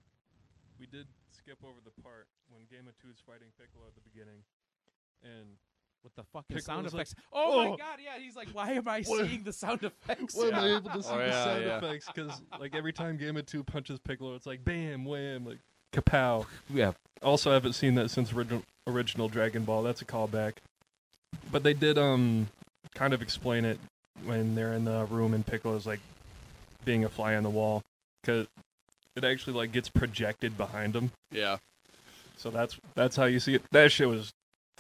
Speaker 4: we did skip over the part when Game of Two is fighting Piccolo at the beginning, and
Speaker 3: With the fucking
Speaker 4: Piccolo
Speaker 3: sound
Speaker 4: was like,
Speaker 3: effects. oh,
Speaker 4: "Oh."
Speaker 3: my god, yeah. He's like, why am I
Speaker 4: What-
Speaker 3: seeing the sound effects?
Speaker 4: wasn't
Speaker 2: Yeah. Oh,
Speaker 4: able to see the
Speaker 2: yeah,
Speaker 4: sound
Speaker 2: yeah.
Speaker 4: effects because like every time Game of Two punches Piccolo, it's like bam, wham, like kapow.
Speaker 3: yeah.
Speaker 4: Also, I haven't seen that since original original Dragon Ball. That's a callback. But they did um kind of explain it when they're in the room and Piccolo's like being a fly on the wall because it actually like gets projected behind him.
Speaker 2: yeah.
Speaker 4: So that's that's how you see it. That shit was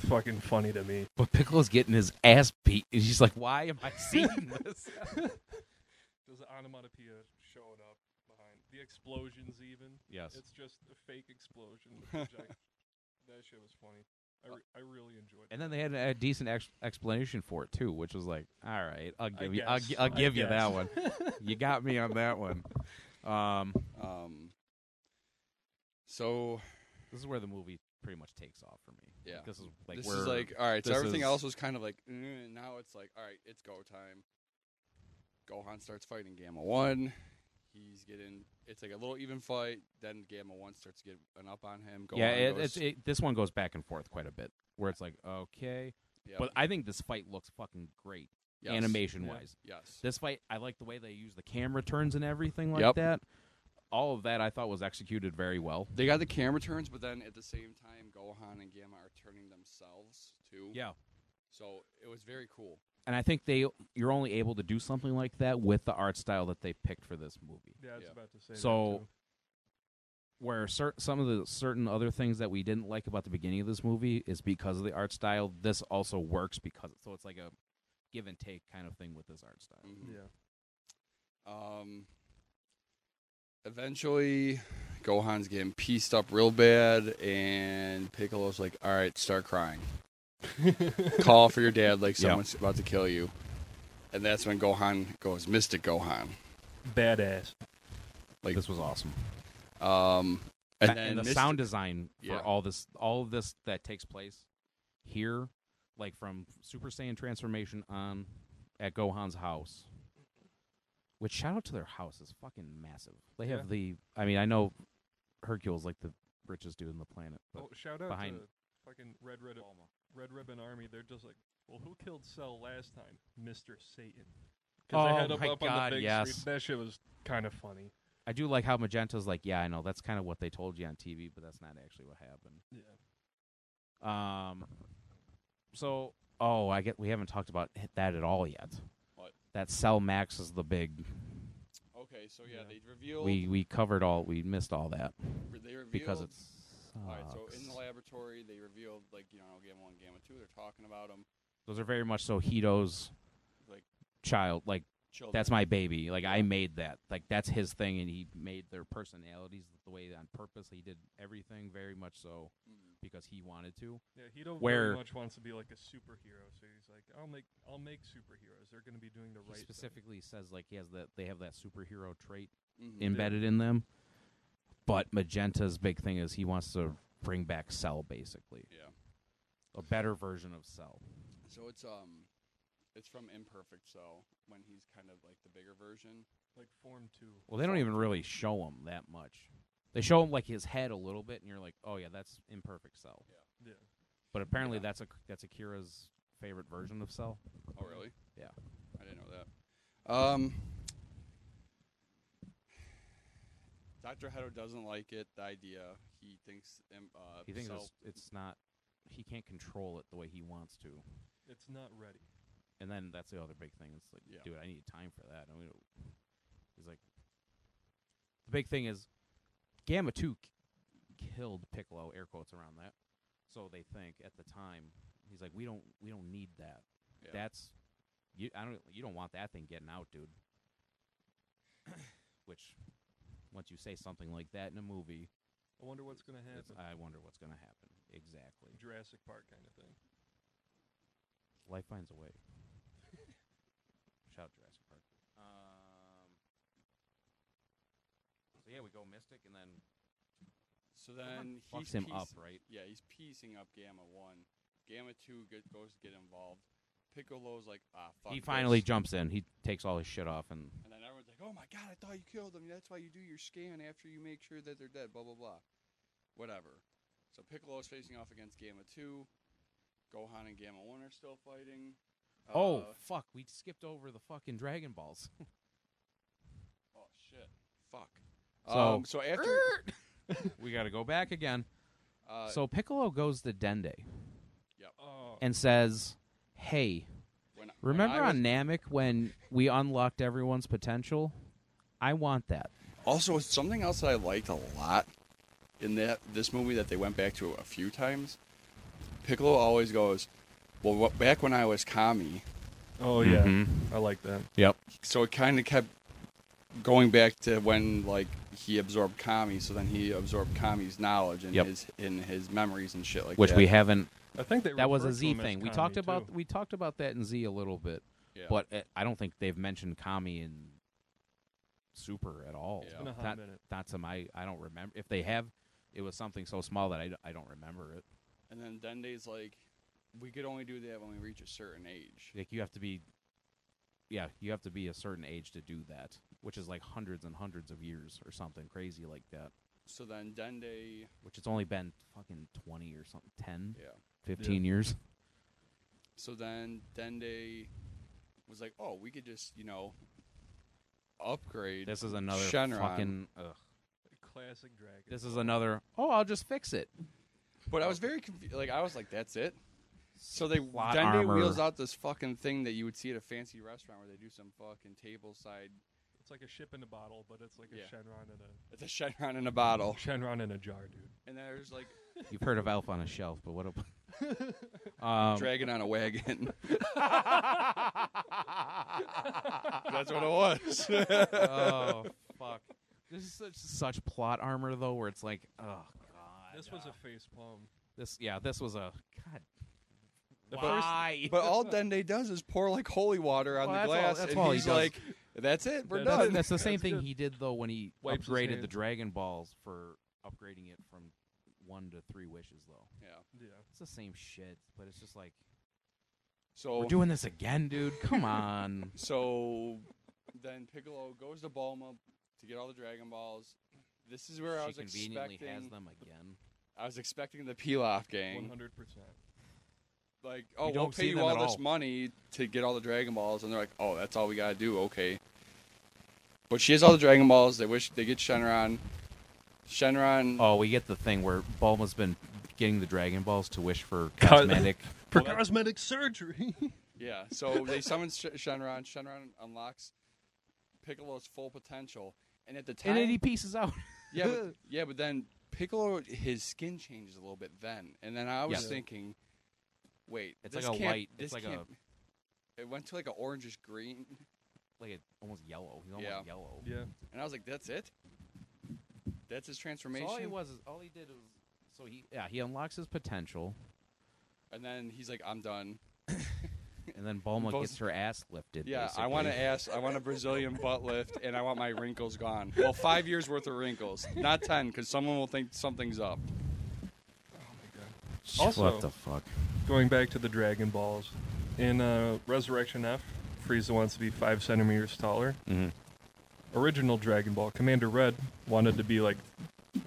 Speaker 4: fucking funny to me.
Speaker 3: But Piccolo's getting his ass beat, and she's like, "Why am I seeing this?"
Speaker 4: Does the onomatopoeia showing up behind the explosions? Even
Speaker 3: yes.
Speaker 4: it's just a fake explosion. which I- that shit was funny. I, re- I really enjoyed. it.
Speaker 3: And then they had a decent ex- explanation for it too, which was like, "All right, I'll
Speaker 4: I
Speaker 3: give you, I'll,
Speaker 4: guess.
Speaker 3: gi- I'll
Speaker 4: I
Speaker 3: give you that
Speaker 4: guess.
Speaker 3: one. you got me on that one." Um,
Speaker 2: Um. So
Speaker 3: this is where the movie pretty much takes off for me.
Speaker 2: Yeah.
Speaker 3: This is like
Speaker 2: this
Speaker 3: where
Speaker 2: is like all right. So
Speaker 3: this
Speaker 2: everything
Speaker 3: is-
Speaker 2: else was kind of like "Eh," and now it's like all right, it's go time. Gohan starts fighting Gamma One. He's getting it's like a little even fight. Then Gamma One starts to get an up on him. Gohan
Speaker 3: yeah, it,
Speaker 2: goes,
Speaker 3: it's it, this one goes back and forth quite a bit, where it's like okay,
Speaker 2: yep,
Speaker 3: but I think this fight looks fucking great,
Speaker 2: yes,
Speaker 3: animation wise.
Speaker 2: Yes.
Speaker 3: This fight, I like the way they use the camera turns and everything like
Speaker 2: Yep.
Speaker 3: that. All of that I thought was executed very well.
Speaker 2: They got the camera turns, but then at the same time, Gohan and Gamma are turning themselves too.
Speaker 3: Yeah,
Speaker 2: So it was very cool.
Speaker 3: and I think they you're only able to do something like that with the art style that they picked for this movie.
Speaker 4: Yeah, I was
Speaker 2: Yeah.
Speaker 4: about to say. that,
Speaker 3: So-
Speaker 4: too.
Speaker 3: where cer- some of the certain other things that we didn't like about the beginning of this movie is because of the art style. This also works because so it's like a give and take kind of thing with this art style.
Speaker 2: Mhm.
Speaker 4: yeah,
Speaker 2: Um, eventually, Gohan's getting pieced up real bad, and Piccolo's like, "All right, start crying. Call for your dad, like someone's about to kill you." And that's when Gohan goes Mystic Gohan.
Speaker 4: badass.
Speaker 2: Like-
Speaker 3: this was awesome,
Speaker 2: Um, and,
Speaker 3: and,
Speaker 2: then
Speaker 3: the
Speaker 2: Mystic-
Speaker 3: sound design for
Speaker 2: Yeah.
Speaker 3: all this, all of this that takes place here, like from Super Saiyan transformation on at Gohan's house. Which shout out to their house is fucking massive. They
Speaker 4: Yeah.
Speaker 3: have the, I mean, I know Hercule's like the richest dude on the planet, but
Speaker 4: Oh, shout out
Speaker 3: behind-
Speaker 4: to fucking Red Ribbon, Red Ribbon Army. They're just like, well, who killed Cell last time? Mr. Satan. Because
Speaker 3: Oh
Speaker 4: they had up,
Speaker 3: my
Speaker 4: up on
Speaker 3: God,
Speaker 4: the big
Speaker 3: yes.
Speaker 4: screen. That shit was kind of funny.
Speaker 3: I do like how Magenta's like, yeah, I know that's kind of what they told you on TV, but that's not actually what happened.
Speaker 4: Yeah.
Speaker 3: Um, so oh, I get we haven't talked about hit that at all yet.
Speaker 2: What?
Speaker 3: That Cell Max is the big.
Speaker 2: okay, so yeah,
Speaker 4: Yeah.
Speaker 2: they revealed
Speaker 3: We we covered all we missed all that
Speaker 2: they revealed
Speaker 3: because it's. uh,
Speaker 2: all right. So in the laboratory, they revealed like you know Gamma One, Gamma Two. They're talking about them.
Speaker 3: Those are very much so Hito's
Speaker 2: Like-
Speaker 3: child. Like
Speaker 2: Children.
Speaker 3: that's my baby. Like I made that. Like that's his thing, and he made their personalities the way on purpose. He did everything very much so
Speaker 2: Mhm.
Speaker 3: because he wanted to.
Speaker 4: Yeah, he don't
Speaker 3: Where-
Speaker 4: very much wants to be like a superhero, so he's like, I'll make I'll make superheroes. They're gonna be doing the
Speaker 3: He
Speaker 4: right thing."
Speaker 3: specifically says like he has that they have that superhero trait
Speaker 2: Mhm.
Speaker 3: embedded in them. But Magenta's big thing is he wants to bring back Cell basically.
Speaker 2: Yeah.
Speaker 3: A better version of Cell.
Speaker 2: So it's um, it's from Imperfect. So when he's kind of like the bigger version.
Speaker 4: Like form two.
Speaker 3: Well, they don't even really show him that much. They show him like his head a little bit and you're like, "Oh yeah, that's imperfect Cell."
Speaker 4: Yeah.
Speaker 3: But apparently
Speaker 2: Yeah.
Speaker 3: that's a that's Akira's favorite version of Cell.
Speaker 2: Oh really?
Speaker 3: Mm-hmm. Yeah.
Speaker 2: I didn't know that. Um, Doctor Hedo doesn't like it. The idea he thinks im- uh,
Speaker 3: He thinks
Speaker 2: Cell-
Speaker 3: it's, it's not he can't control it the way he wants to.
Speaker 4: It's not ready.
Speaker 3: And then that's the other big thing. It's like,
Speaker 2: Yeah.
Speaker 3: dude, I need time for that. And we don't. He's like, the big thing is, Gamma Two k- killed Piccolo. Air quotes around that. So they think at the time, he's like, we don't, we don't need that.
Speaker 2: Yeah.
Speaker 3: That's, you, I don't, you don't want that thing getting out, dude. Which, once you say something like that in a movie,
Speaker 4: I wonder what's gonna
Speaker 3: it's,
Speaker 4: happen.
Speaker 3: I wonder what's gonna happen. Exactly.
Speaker 4: Jurassic Park kind of thing.
Speaker 3: Life finds a way. Shout Jurassic Park. Um, so yeah, we go Mystic, and then
Speaker 2: so then he's
Speaker 3: fucks him up,
Speaker 2: piece-
Speaker 3: right?
Speaker 2: Yeah, he's piecing up Gamma One. Gamma Two get, goes to get involved. Piccolo's like, ah, fuck.
Speaker 3: he finally
Speaker 2: this."
Speaker 3: jumps in. He takes all his shit off, and
Speaker 2: And then everyone's like, "Oh my god, I thought you killed them. That's why you do your scan after you make sure that they're dead." Blah blah blah, whatever. So Piccolo's facing off against Gamma Two. Gohan and Gamma One are still fighting.
Speaker 3: oh
Speaker 2: Uh,
Speaker 3: fuck, we skipped over the fucking Dragon Balls.
Speaker 2: oh shit! Fuck.
Speaker 3: So-
Speaker 2: um, so after
Speaker 3: we got to go back again.
Speaker 2: uh,
Speaker 3: so Piccolo goes to Dende
Speaker 4: Oh.
Speaker 3: and says, "Hey,
Speaker 2: when, when
Speaker 3: remember
Speaker 2: I
Speaker 3: on
Speaker 2: was-
Speaker 3: Namek when we unlocked everyone's potential? I want that."
Speaker 2: also something else that I liked a lot in that this movie that they went back to a few times. Piccolo always goes, "Well, wha- back when I was Kami."
Speaker 4: oh yeah.
Speaker 3: Mm-hmm.
Speaker 4: I like that.
Speaker 2: so it kind of kept going back to when like he absorbed Kami, so then he absorbed Kami's knowledge and
Speaker 3: Yep.
Speaker 2: his in his memories and shit like
Speaker 3: Which
Speaker 2: that.
Speaker 3: we haven't.
Speaker 4: I think they
Speaker 3: That was a
Speaker 4: referred to
Speaker 3: Z
Speaker 4: him as
Speaker 3: thing. We
Speaker 4: Kami,
Speaker 3: talked about.
Speaker 4: too.
Speaker 3: We talked about that in Z a little bit.
Speaker 2: yeah.
Speaker 3: But uh, I don't think they've mentioned Kami and Super at all.
Speaker 2: Yeah.
Speaker 4: It's been a hot
Speaker 3: Not,
Speaker 4: minute.
Speaker 3: not to my, I don't remember if they have. It was something so small that I, d- I don't remember it.
Speaker 2: And then Dende's like, we could only do that when we reach a certain age.
Speaker 3: Like you have to be, yeah, you have to be a certain age to do that, which is like hundreds and hundreds of years or something crazy like that.
Speaker 2: So then Dende,
Speaker 3: Which it's only been fucking twenty or something, 10,
Speaker 2: yeah.
Speaker 3: 15 years.
Speaker 2: So then Dende was like, oh, we could just, you know, upgrade.
Speaker 3: This is another
Speaker 2: Shenron.
Speaker 3: fucking. Ugh.
Speaker 4: Classic dragon.
Speaker 3: This is another. Oh, I'll just fix it.
Speaker 2: But I was very confused. Like I was like, that's it. So they
Speaker 3: Plot
Speaker 2: Dende
Speaker 3: armor.
Speaker 2: wheels out this fucking thing that you would see at a fancy restaurant where they do some fucking table side.
Speaker 4: It's like a ship in a bottle, but it's like
Speaker 2: a
Speaker 4: a
Speaker 2: Yeah.
Speaker 4: Shenron in
Speaker 2: It's a Shenron in a bottle,
Speaker 4: a Shenron in a jar, dude.
Speaker 2: and there's like
Speaker 3: You've heard of Elf on a Shelf, but what about? um,
Speaker 2: dragon on a wagon. That's what it was.
Speaker 3: oh fuck! This is such, such plot armor though, where it's like, oh god.
Speaker 4: This was
Speaker 3: uh,
Speaker 4: a face palm.
Speaker 3: this yeah. This was a god.
Speaker 2: The first-
Speaker 3: Why?
Speaker 2: but all Dende does is pour like holy water on
Speaker 3: Well,
Speaker 2: the
Speaker 3: that's all-
Speaker 2: glass,
Speaker 3: that's
Speaker 2: and
Speaker 3: all he
Speaker 2: he's
Speaker 3: does.
Speaker 2: like, "That's it, we're
Speaker 4: That's-
Speaker 3: that's,
Speaker 2: done."
Speaker 3: that's the same
Speaker 4: That's
Speaker 3: thing
Speaker 4: good.
Speaker 3: he did though when he
Speaker 4: Wipes his
Speaker 3: upgraded the
Speaker 4: hand.
Speaker 3: Dragon Balls for upgrading it from one to three wishes though.
Speaker 2: yeah.
Speaker 4: Yeah.
Speaker 3: It's the same shit, but it's just like
Speaker 2: So Oh.
Speaker 3: we're doing this again, dude. Come on.
Speaker 2: so then Piccolo goes to Bulma to get all the Dragon Balls. This is where I
Speaker 3: she
Speaker 2: was
Speaker 3: conveniently
Speaker 2: expecting.
Speaker 3: has them again.
Speaker 2: I was expecting the Pilaf gang.
Speaker 4: 100%.
Speaker 2: like, oh, we'll
Speaker 3: don't
Speaker 2: pay
Speaker 3: see
Speaker 2: you
Speaker 3: them
Speaker 2: all
Speaker 3: at
Speaker 2: this
Speaker 3: all.
Speaker 2: money to get all the Dragon Balls, and they're like, oh, that's all we gotta do, okay. But she has all the Dragon Balls. They wish they get Shenron. Shenron.
Speaker 3: Oh, we get the thing where Bulma's been getting the Dragon Balls to wish for
Speaker 4: Cut.
Speaker 3: cosmetic.
Speaker 4: For
Speaker 2: Well, that-
Speaker 4: cosmetic surgery.
Speaker 2: Yeah. So they summon Sh- Shenron. Shenron unlocks Piccolo's full potential, and at the time,
Speaker 3: and then he pieces out.
Speaker 2: yeah, but, yeah, but then Piccolo, his skin changes a little bit then, and then I was
Speaker 3: Yeah.
Speaker 2: thinking, wait,
Speaker 3: It's
Speaker 2: this
Speaker 3: like a
Speaker 2: can't-
Speaker 3: light-
Speaker 2: This
Speaker 3: it's like a-
Speaker 2: can't, It went to like an orangish green,
Speaker 3: like a, almost yellow. He's almost
Speaker 2: Yeah.
Speaker 3: yellow.
Speaker 4: yeah.
Speaker 2: and I was like, that's it. That's his
Speaker 3: So
Speaker 2: transformation.
Speaker 3: all he was is all he did was so he yeah he unlocks his potential
Speaker 2: And then he's like, "I'm done."
Speaker 3: and then Bulma
Speaker 2: Both-
Speaker 3: gets her ass lifted.
Speaker 2: Yeah, I want to
Speaker 3: basically.
Speaker 2: ask. I want a Brazilian butt lift, and I want my wrinkles gone. Well, five years worth of wrinkles, not ten, because someone will think something's up.
Speaker 4: Also-
Speaker 3: what the fuck?
Speaker 4: Going back to the Dragon Balls. In uh, Resurrection F, Frieza wants to be 5 centimeters taller.
Speaker 3: Mhm.
Speaker 4: Original Dragon Ball, Commander Red wanted to be like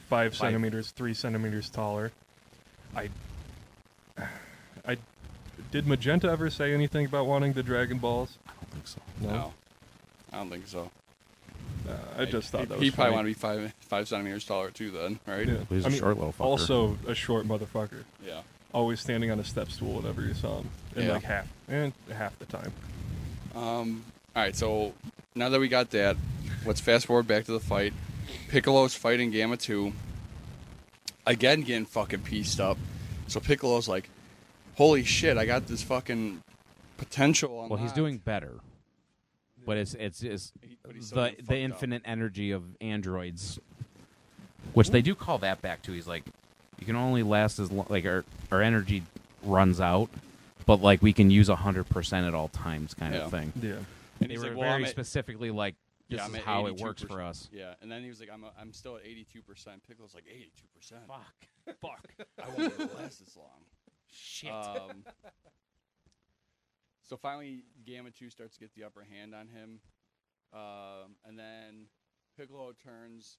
Speaker 4: 5 centimeters, 3 centimeters taller. I. I. Did Magenta ever say anything about wanting the Dragon Balls?
Speaker 3: I don't think so.
Speaker 2: No, I don't think so.
Speaker 4: Uh, I just thought
Speaker 2: he,
Speaker 4: that was
Speaker 2: he probably
Speaker 4: funny.
Speaker 2: want to be five five centimeters taller too. Then, right?
Speaker 4: Yeah.
Speaker 3: He's
Speaker 4: I
Speaker 3: a
Speaker 4: mean,
Speaker 3: short little fucker.
Speaker 4: Also, a short motherfucker.
Speaker 2: Yeah.
Speaker 4: Always standing on a step stool whenever you saw him. And
Speaker 2: Yeah.
Speaker 4: like half, and half the time.
Speaker 2: Um. All right. So now that we got that, let's fast forward back to the fight. Piccolo's fighting Gamma Two. Again, getting fucking pieced up. So Piccolo's like, "Holy shit! I got this fucking potential." Unlocked.
Speaker 3: Well, he's doing better, but it's it's, it's
Speaker 2: He- but he's still
Speaker 3: the
Speaker 2: getting fucked
Speaker 3: the
Speaker 2: up.
Speaker 3: infinite energy of androids, which they do call that back to. He's like, you can only last as long like our our energy runs out, but like we can use hundred percent at all times, kind
Speaker 2: Yeah.
Speaker 3: of thing.
Speaker 4: Yeah.
Speaker 2: And
Speaker 3: they
Speaker 2: he's
Speaker 3: were
Speaker 2: like, "Well, I'm
Speaker 3: very
Speaker 2: at-
Speaker 3: specifically like, this
Speaker 2: Yeah, I'm
Speaker 3: is
Speaker 2: at
Speaker 3: how it works
Speaker 2: 82%.
Speaker 3: for us.
Speaker 2: Yeah, and then he was like, "I'm a, I'm still at 82 percent." Piccolo's like, "82 percent?
Speaker 3: Fuck. Uh,
Speaker 4: Fuck.
Speaker 2: I won't be able to last this long."
Speaker 3: Shit.
Speaker 2: Um, so finally, Gamma Two starts to get the upper hand on him, um, and then Piccolo turns.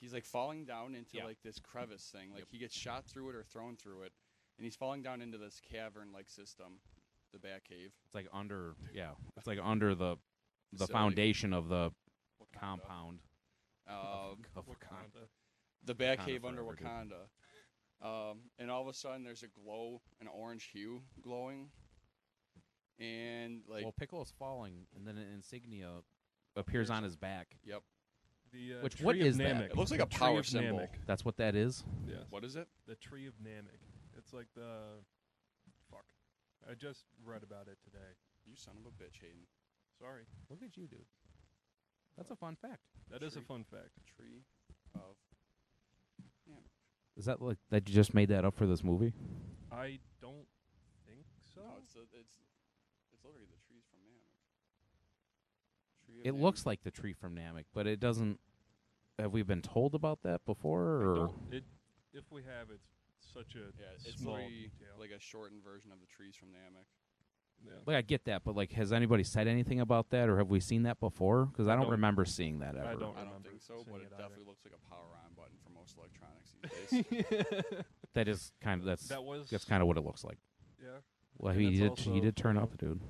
Speaker 2: He's like falling down into
Speaker 3: Yeah.
Speaker 2: like this crevice thing. Like he gets shot through it or thrown through it, and he's falling down into this cavern-like system, the Bat Cave.
Speaker 3: it's like under yeah. It's like under the the
Speaker 2: Facility.
Speaker 3: foundation of the
Speaker 2: Wakanda.
Speaker 3: compound.
Speaker 2: Uh,
Speaker 3: of Wakanda.
Speaker 2: the Bat
Speaker 3: Wakanda
Speaker 2: Cave under
Speaker 3: forever,
Speaker 2: Wakanda. Um, and all of a sudden, there's a glow, an orange hue glowing, and like,
Speaker 3: well, Piccolo's falling, and then an insignia appears on his back.
Speaker 2: yep,
Speaker 4: The, uh,
Speaker 3: Which- what
Speaker 4: tree of
Speaker 3: is that?
Speaker 4: Namek.
Speaker 2: It looks like
Speaker 4: The
Speaker 2: a
Speaker 4: tree
Speaker 2: power
Speaker 4: of
Speaker 2: symbol.
Speaker 4: Namek.
Speaker 3: That's what that is.
Speaker 4: Yes.
Speaker 2: what is it?
Speaker 4: The tree of Namek. It's like the. Fuck. I just read about it today.
Speaker 2: You son of a bitch, Hayden.
Speaker 4: Sorry.
Speaker 3: Look at you, dude. That's a fun fact.
Speaker 4: that is
Speaker 2: Tree.
Speaker 4: a fun fact.
Speaker 2: Tree of
Speaker 3: Is that like that you just made that up for this movie?
Speaker 4: I don't think so.
Speaker 2: no, it's the, it's it's literally the trees from Namek. Tree of
Speaker 3: It
Speaker 2: Namek.
Speaker 3: looks like the tree from Namek, but it doesn't. have we been told about that before? Or
Speaker 4: Don't- it- if we have, it's such a
Speaker 2: Yeah, it's
Speaker 4: small
Speaker 2: literally
Speaker 4: detail.
Speaker 2: like a shortened version of the trees from the Namek.
Speaker 4: Yeah.
Speaker 3: like I get that, but like has anybody said anything about that, or have we seen that before? Because I don't
Speaker 4: don't-
Speaker 3: remember seeing that ever.
Speaker 4: I don't
Speaker 2: I don't
Speaker 4: remember
Speaker 2: think so,
Speaker 4: seeing
Speaker 2: but
Speaker 4: it
Speaker 2: it
Speaker 4: either.
Speaker 2: definitely looks like a power on button for most electronics these days.
Speaker 3: That is kind of that's
Speaker 4: that was
Speaker 3: that's kind of what it looks like.
Speaker 4: yeah.
Speaker 3: Well,
Speaker 4: And
Speaker 3: he did
Speaker 4: it's
Speaker 3: he
Speaker 4: also,
Speaker 3: did turn
Speaker 4: you know,
Speaker 3: up, dude.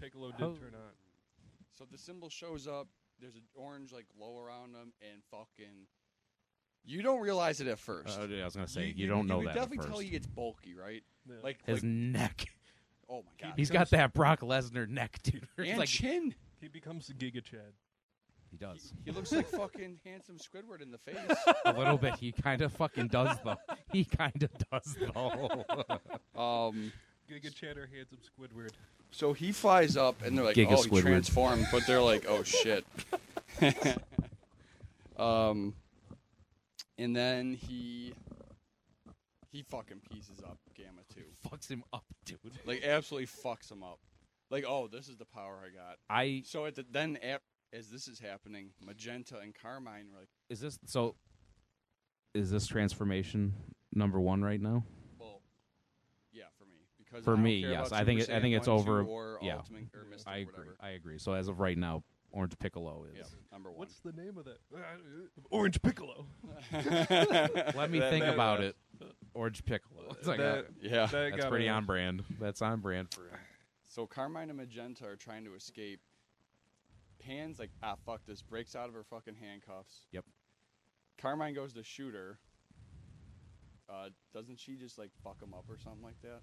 Speaker 4: Piccolo did
Speaker 3: How-
Speaker 4: turn on.
Speaker 2: so the symbol shows up. There's an orange like glow around them, and fucking, you don't realize it at first.
Speaker 3: Uh, yeah, I was gonna say you, don't know
Speaker 2: you
Speaker 3: that.
Speaker 2: can
Speaker 3: at
Speaker 2: definitely tell
Speaker 3: first.
Speaker 2: he gets bulky, right?
Speaker 4: Yeah.
Speaker 2: Like,
Speaker 3: His
Speaker 2: like
Speaker 3: neck.
Speaker 2: oh my god,
Speaker 3: He's got that Brock Lesnar neck, dude. It's
Speaker 2: and
Speaker 3: like
Speaker 2: chin.
Speaker 4: he becomes Giga Chad.
Speaker 3: he does
Speaker 2: He looks like fucking handsome Squidward in the face.
Speaker 3: a little bit. He kind of fucking does though. He kind of does though.
Speaker 2: Um,
Speaker 4: Giga Chad or handsome Squidward.
Speaker 2: so he flies up, and they're like,
Speaker 3: Giga
Speaker 2: "Oh, he
Speaker 3: Squidward.
Speaker 2: transformed," but they're like, "Oh shit." um, and then he he fucking pieces up Gamma too.
Speaker 3: Fucks him up, dude.
Speaker 2: like absolutely fucks him up. Like, oh, this is the power I got.
Speaker 3: I
Speaker 2: So at the, then, ap- as this is happening, Magenta and Carmine were like,
Speaker 3: is this so? Is this transformation number one right now?
Speaker 2: well, yeah, for me because
Speaker 3: For
Speaker 2: I don't
Speaker 3: me,
Speaker 2: care
Speaker 3: yes,
Speaker 2: about
Speaker 3: I think
Speaker 2: Super
Speaker 3: it- I think
Speaker 2: Saiyan
Speaker 3: it's
Speaker 2: 1,
Speaker 3: over-
Speaker 2: 2, Or
Speaker 3: yeah.
Speaker 2: Ultimate, or Mystic,
Speaker 3: I
Speaker 2: or
Speaker 3: agree.
Speaker 2: whatever.
Speaker 3: I agree. So as of right now, Orange Piccolo is.
Speaker 2: Yeah, number one.
Speaker 4: What's the name of that? Uh, Orange Piccolo.
Speaker 3: Let me
Speaker 2: That-
Speaker 3: think
Speaker 2: that-
Speaker 3: about it. Orange Piccolo. It's like,
Speaker 4: that,
Speaker 3: uh,
Speaker 2: Yeah.
Speaker 4: that
Speaker 3: that's
Speaker 4: got
Speaker 3: pretty
Speaker 4: a-
Speaker 3: on brand. That's on brand for him.
Speaker 2: So Carmine and Magenta are trying to escape. Pan's like, ah, fuck this. Breaks out of her fucking handcuffs.
Speaker 3: Yep.
Speaker 2: Carmine goes to shoot her. Uh, doesn't she just like fuck him up or something like that?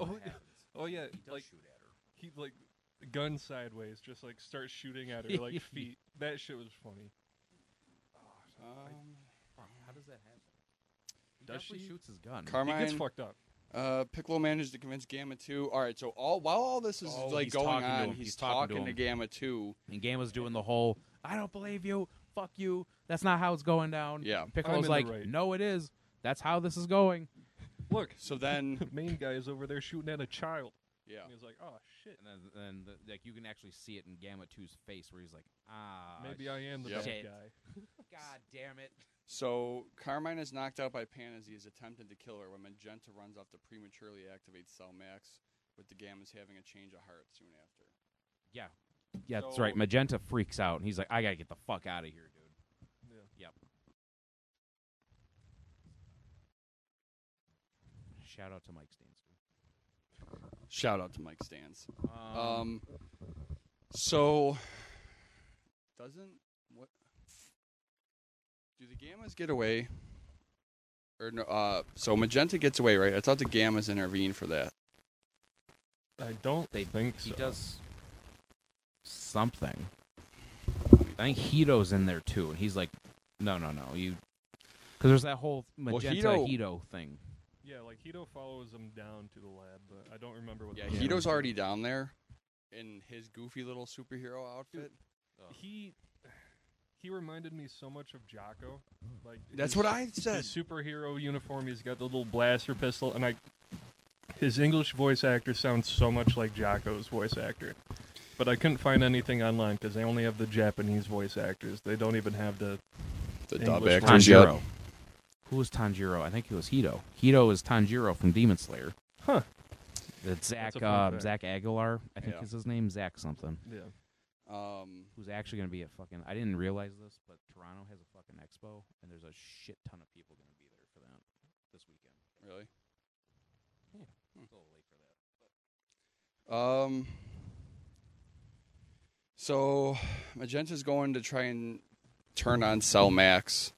Speaker 4: Oh, yeah. oh yeah, like he like gun sideways, just like starts shooting at her like feet. That shit was funny.
Speaker 2: Um,
Speaker 3: How does that happen? He
Speaker 4: Does
Speaker 3: definitely
Speaker 4: she?
Speaker 3: shoots his gun.
Speaker 4: he
Speaker 2: Carmine,
Speaker 4: gets fucked up.
Speaker 2: uh, Piccolo managed to convince Gamma Two. All right, so all while all this is
Speaker 3: Oh,
Speaker 2: like
Speaker 3: he's
Speaker 2: going
Speaker 3: talking to
Speaker 2: on,
Speaker 3: him.
Speaker 2: he's,
Speaker 3: He's talking
Speaker 2: talking, to,
Speaker 3: to him.
Speaker 2: Gamma Two.
Speaker 3: and Game was doing the whole, I don't believe you. Fuck you. That's not how it's going down.
Speaker 2: Yeah.
Speaker 3: And Piccolo's
Speaker 4: I'm
Speaker 3: like,
Speaker 4: in the right.
Speaker 3: no, it is. That's how this is going.
Speaker 4: Look,
Speaker 2: So then,
Speaker 4: the main guy is over there shooting at a child.
Speaker 2: yeah,
Speaker 4: And he's like, oh shit,
Speaker 3: And then, then the, like you can actually see it in Gamma 2's face where he's like, ah,
Speaker 4: maybe I am the
Speaker 2: Yep.
Speaker 4: bad
Speaker 3: shit.
Speaker 4: guy.
Speaker 3: God damn it.
Speaker 2: so Carmine is knocked out by Pan as he is attempting to kill her when Magenta runs off to prematurely activate Cell Max, with the Gammas having a change of heart soon after.
Speaker 3: Yeah. Yeah, that's
Speaker 2: So-
Speaker 3: right. Magenta freaks out and he's like, I gotta get the fuck out of here, dude.
Speaker 4: Yeah.
Speaker 3: Shout out to Mike Stansky.
Speaker 2: Shout out to Mike Stans.
Speaker 3: Um,
Speaker 2: Um, so doesn't what do the gammas get away? Or no, uh, so magenta gets away, right? I thought the gammas intervened for that.
Speaker 4: I don't
Speaker 3: They-
Speaker 4: think
Speaker 3: he
Speaker 4: so.
Speaker 3: does something. I think Hito's in there too, and he's like, no, no, no, you. Because there's that whole magenta
Speaker 2: Hito-
Speaker 3: Hito thing.
Speaker 4: Yeah, like Hito follows him down to the lab, but I don't remember what.
Speaker 2: Yeah,
Speaker 4: the lab
Speaker 2: Hito's
Speaker 4: is.
Speaker 2: already down there in his goofy little superhero outfit.
Speaker 4: He he reminded me so much of Jocko. Like
Speaker 2: That's
Speaker 4: his-
Speaker 2: what I said.
Speaker 4: His superhero uniform. He's got the little blaster pistol, and I. His English voice actor sounds so much like Jocko's voice actor, but I couldn't find anything online because they only have the Japanese voice actors. They don't even have the.
Speaker 2: The
Speaker 4: dub
Speaker 2: dub
Speaker 4: English actors
Speaker 2: actors yet.
Speaker 3: Tanjiro. Who was Tanjiro? I think it was Hito. Hito is Tanjiro from Demon Slayer.
Speaker 4: Huh.
Speaker 3: That's Zach
Speaker 4: That's a fun
Speaker 3: uh,
Speaker 4: fact.
Speaker 3: Zach Aguilar, I think
Speaker 2: Yeah.
Speaker 3: is his name. Zach something.
Speaker 4: Yeah.
Speaker 2: Um,
Speaker 3: Who's actually gonna be at fucking? I didn't realize this, but Toronto has a fucking expo, and there's a shit ton of people gonna be there for that this weekend.
Speaker 2: really?
Speaker 4: Hmm.
Speaker 3: It's a little late for that.
Speaker 2: Um. So, Magenta's going to try and turn on Cell Max.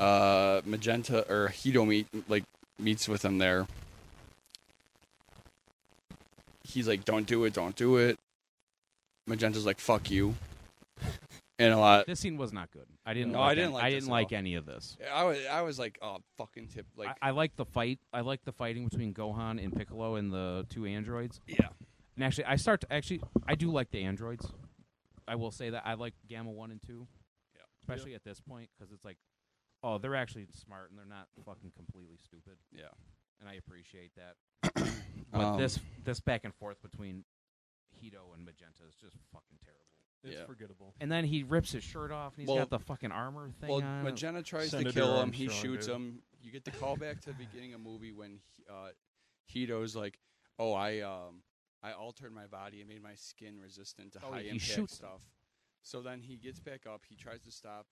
Speaker 2: Uh, Magenta or Hito meet like meets with him there. He's like, "Don't do it! Don't do it!" Magenta's like, "Fuck you." And a lot.
Speaker 3: This scene was not good. I didn't.
Speaker 2: No,
Speaker 3: like
Speaker 2: I didn't
Speaker 3: any-
Speaker 2: like
Speaker 3: I
Speaker 2: this
Speaker 3: didn't
Speaker 2: at
Speaker 3: like
Speaker 2: all.
Speaker 3: any of this.
Speaker 2: I was, I was like, "Oh, fucking tip!" Like,
Speaker 3: I, I like the fight. I like the fighting between Gohan and Piccolo and the two androids.
Speaker 2: yeah,
Speaker 3: And actually, I start to actually I do like the androids. I will say that I like Gamma One and Two.
Speaker 2: Yeah.
Speaker 3: Especially at this point because it's like, oh, they're actually smart and they're not fucking completely stupid,
Speaker 2: yeah.
Speaker 3: and I appreciate that. But
Speaker 2: Um,
Speaker 3: this this back and forth between Hito and Magenta is just fucking terrible.
Speaker 4: It's
Speaker 2: Yeah.
Speaker 4: forgettable.
Speaker 3: And then he rips his shirt off, and he's
Speaker 2: Well-
Speaker 3: got the fucking armor thing
Speaker 2: Well,
Speaker 3: on.
Speaker 2: when Jenna tries
Speaker 4: Senator
Speaker 2: to kill him, he
Speaker 4: Armstrong,
Speaker 2: shoots
Speaker 4: dude.
Speaker 2: him. You get the callback to the beginning of movie when he- uh, Hito's like, "Oh, I um, I altered my body and made my skin resistant to
Speaker 3: Oh,
Speaker 2: high
Speaker 3: he
Speaker 2: impact
Speaker 3: shoots him.
Speaker 2: stuff." So then he gets back up. He tries to stop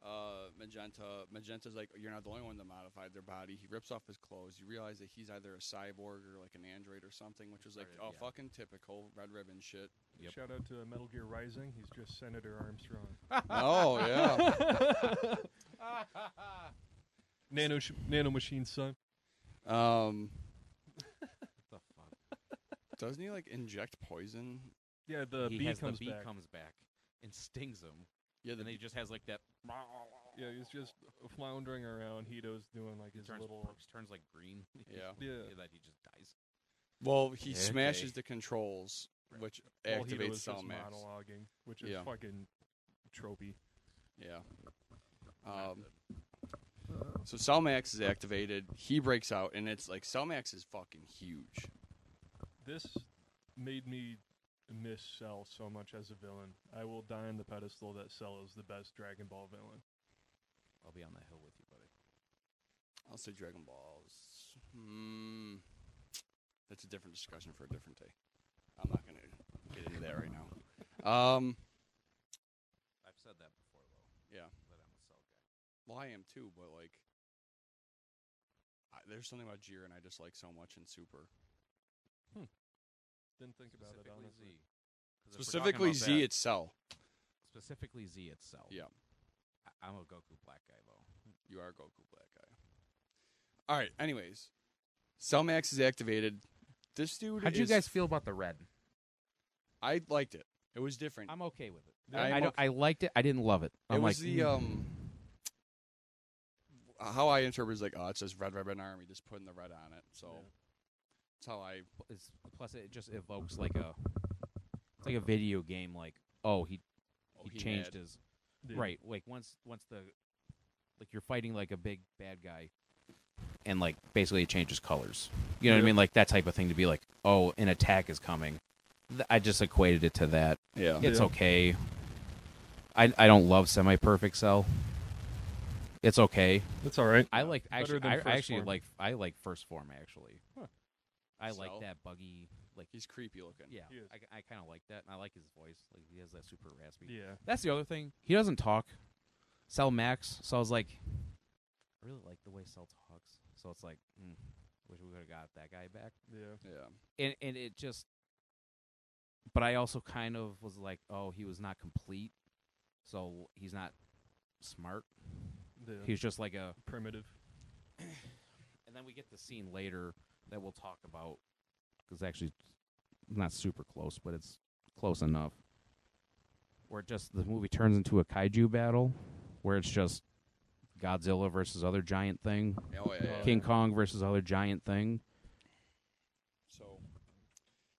Speaker 2: uh, Magenta. Magenta's like, "You're not the only one that modified their body." He rips off his clothes. You realize that he's either a cyborg or like an android or something, which was like,
Speaker 6: Right,
Speaker 2: "Oh,
Speaker 6: yeah.
Speaker 2: fucking typical red ribbon shit."
Speaker 6: Yep.
Speaker 4: Shout out to Metal Gear Rising. He's just Senator Armstrong.
Speaker 2: oh yeah.
Speaker 4: Nano sh- Nano Machine son.
Speaker 2: Um,
Speaker 3: What the fuck?
Speaker 2: doesn't he like inject poison?
Speaker 4: Yeah, the
Speaker 3: he
Speaker 4: bee
Speaker 3: has
Speaker 4: comes
Speaker 3: the bee
Speaker 4: back.
Speaker 3: comes back and stings him,
Speaker 2: Yeah,
Speaker 3: and
Speaker 2: the
Speaker 3: then he just has like that.
Speaker 4: yeah, he's just floundering around. Hito's doing like
Speaker 3: He
Speaker 4: his
Speaker 3: turns
Speaker 4: little.
Speaker 3: turns like green.
Speaker 2: Yeah.
Speaker 4: Yeah.
Speaker 3: that he just dies.
Speaker 2: Well, he
Speaker 3: Okay.
Speaker 2: smashes the controls,
Speaker 4: Right.
Speaker 2: which
Speaker 4: While Hito
Speaker 2: activates
Speaker 4: is just
Speaker 2: cell max.
Speaker 4: monologuing, which is
Speaker 2: Yeah.
Speaker 4: fucking tropey.
Speaker 2: Yeah. Um, so cell max is activated. He breaks out, and it's like cell max is fucking huge.
Speaker 4: This made me miss Cell so much as a villain. I will die on the pedestal that Cell is the best Dragon Ball villain.
Speaker 3: I'll be on the hill with you, buddy.
Speaker 2: I'll say Dragon Balls. Hmm. That's a different discussion for a different day. I'm not gonna get into that right now. Um.
Speaker 3: I've said that before though.
Speaker 2: Yeah.
Speaker 3: That I'm a cell guy.
Speaker 2: Well, I am too, but like, I, there's something about Jiren I dislike so much in Super.
Speaker 4: Didn't think about it honestly.
Speaker 3: Z. 'Cause if we're talking
Speaker 2: Specifically,
Speaker 3: about
Speaker 2: Z.
Speaker 3: that-
Speaker 2: It's Cell.
Speaker 3: specifically Z itself.
Speaker 2: Yeah.
Speaker 3: I- I'm a Goku black guy though.
Speaker 2: You are Goku Black Guy. All right. Anyways, Cell Max is activated. This dude.
Speaker 3: How do you
Speaker 2: is-
Speaker 3: guys feel about the red?
Speaker 2: I liked it. It was different.
Speaker 3: I'm okay with it.
Speaker 2: Yeah, I'm
Speaker 3: I, don't,
Speaker 2: okay.
Speaker 3: I liked it. I didn't love it.
Speaker 2: it
Speaker 3: I'm
Speaker 2: was
Speaker 3: like,
Speaker 2: the
Speaker 3: mm.
Speaker 2: um. How I interpret is like, oh, it says Red Ribbon Army, just putting the red on it. So
Speaker 4: Yeah.
Speaker 2: that's how I.
Speaker 3: It's, plus it just evokes like a it's like a video game. Like oh he
Speaker 2: Oh,
Speaker 3: he, changed
Speaker 2: mad.
Speaker 3: his
Speaker 4: Yeah.
Speaker 3: right. Like once once the like you're fighting like a big bad guy, and like basically it changes colors. You know what
Speaker 4: Yeah.
Speaker 3: I mean? Like that type of thing to be like oh an attack is coming. Th- I just equated it to that.
Speaker 2: Yeah.
Speaker 3: It's
Speaker 4: Yeah.
Speaker 3: okay. I I don't love semi perfect cell. It's okay.
Speaker 4: That's all right.
Speaker 3: I like
Speaker 4: Better
Speaker 3: actually.
Speaker 4: than
Speaker 3: I, I
Speaker 4: first
Speaker 3: actually
Speaker 4: form.
Speaker 3: like. I like first form actually.
Speaker 4: Huh.
Speaker 3: I
Speaker 2: Cell?
Speaker 3: like that buggy. Like
Speaker 2: He's creepy looking.
Speaker 3: yeah,
Speaker 4: He is.
Speaker 3: I, I kind of like that, and I like his voice. Like he has that super raspy.
Speaker 4: Yeah.
Speaker 3: That's the other thing. He doesn't talk. Cell Max. So I was like, I really like the way Cell talks. So it's like, mm, wish we could have got that guy back.
Speaker 4: Yeah.
Speaker 2: Yeah.
Speaker 3: And and it just. But I also kind of was like, oh, he was not complete. So he's not smart.
Speaker 4: Yeah.
Speaker 3: He was just like a
Speaker 4: primitive.
Speaker 3: and then we get the scene later that we'll talk about because actually it's not super close, but it's close enough. Where just the movie turns into a kaiju battle, where it's just Godzilla versus other giant thing,
Speaker 2: Oh yeah. yeah.
Speaker 3: King Kong versus other giant thing.
Speaker 2: So,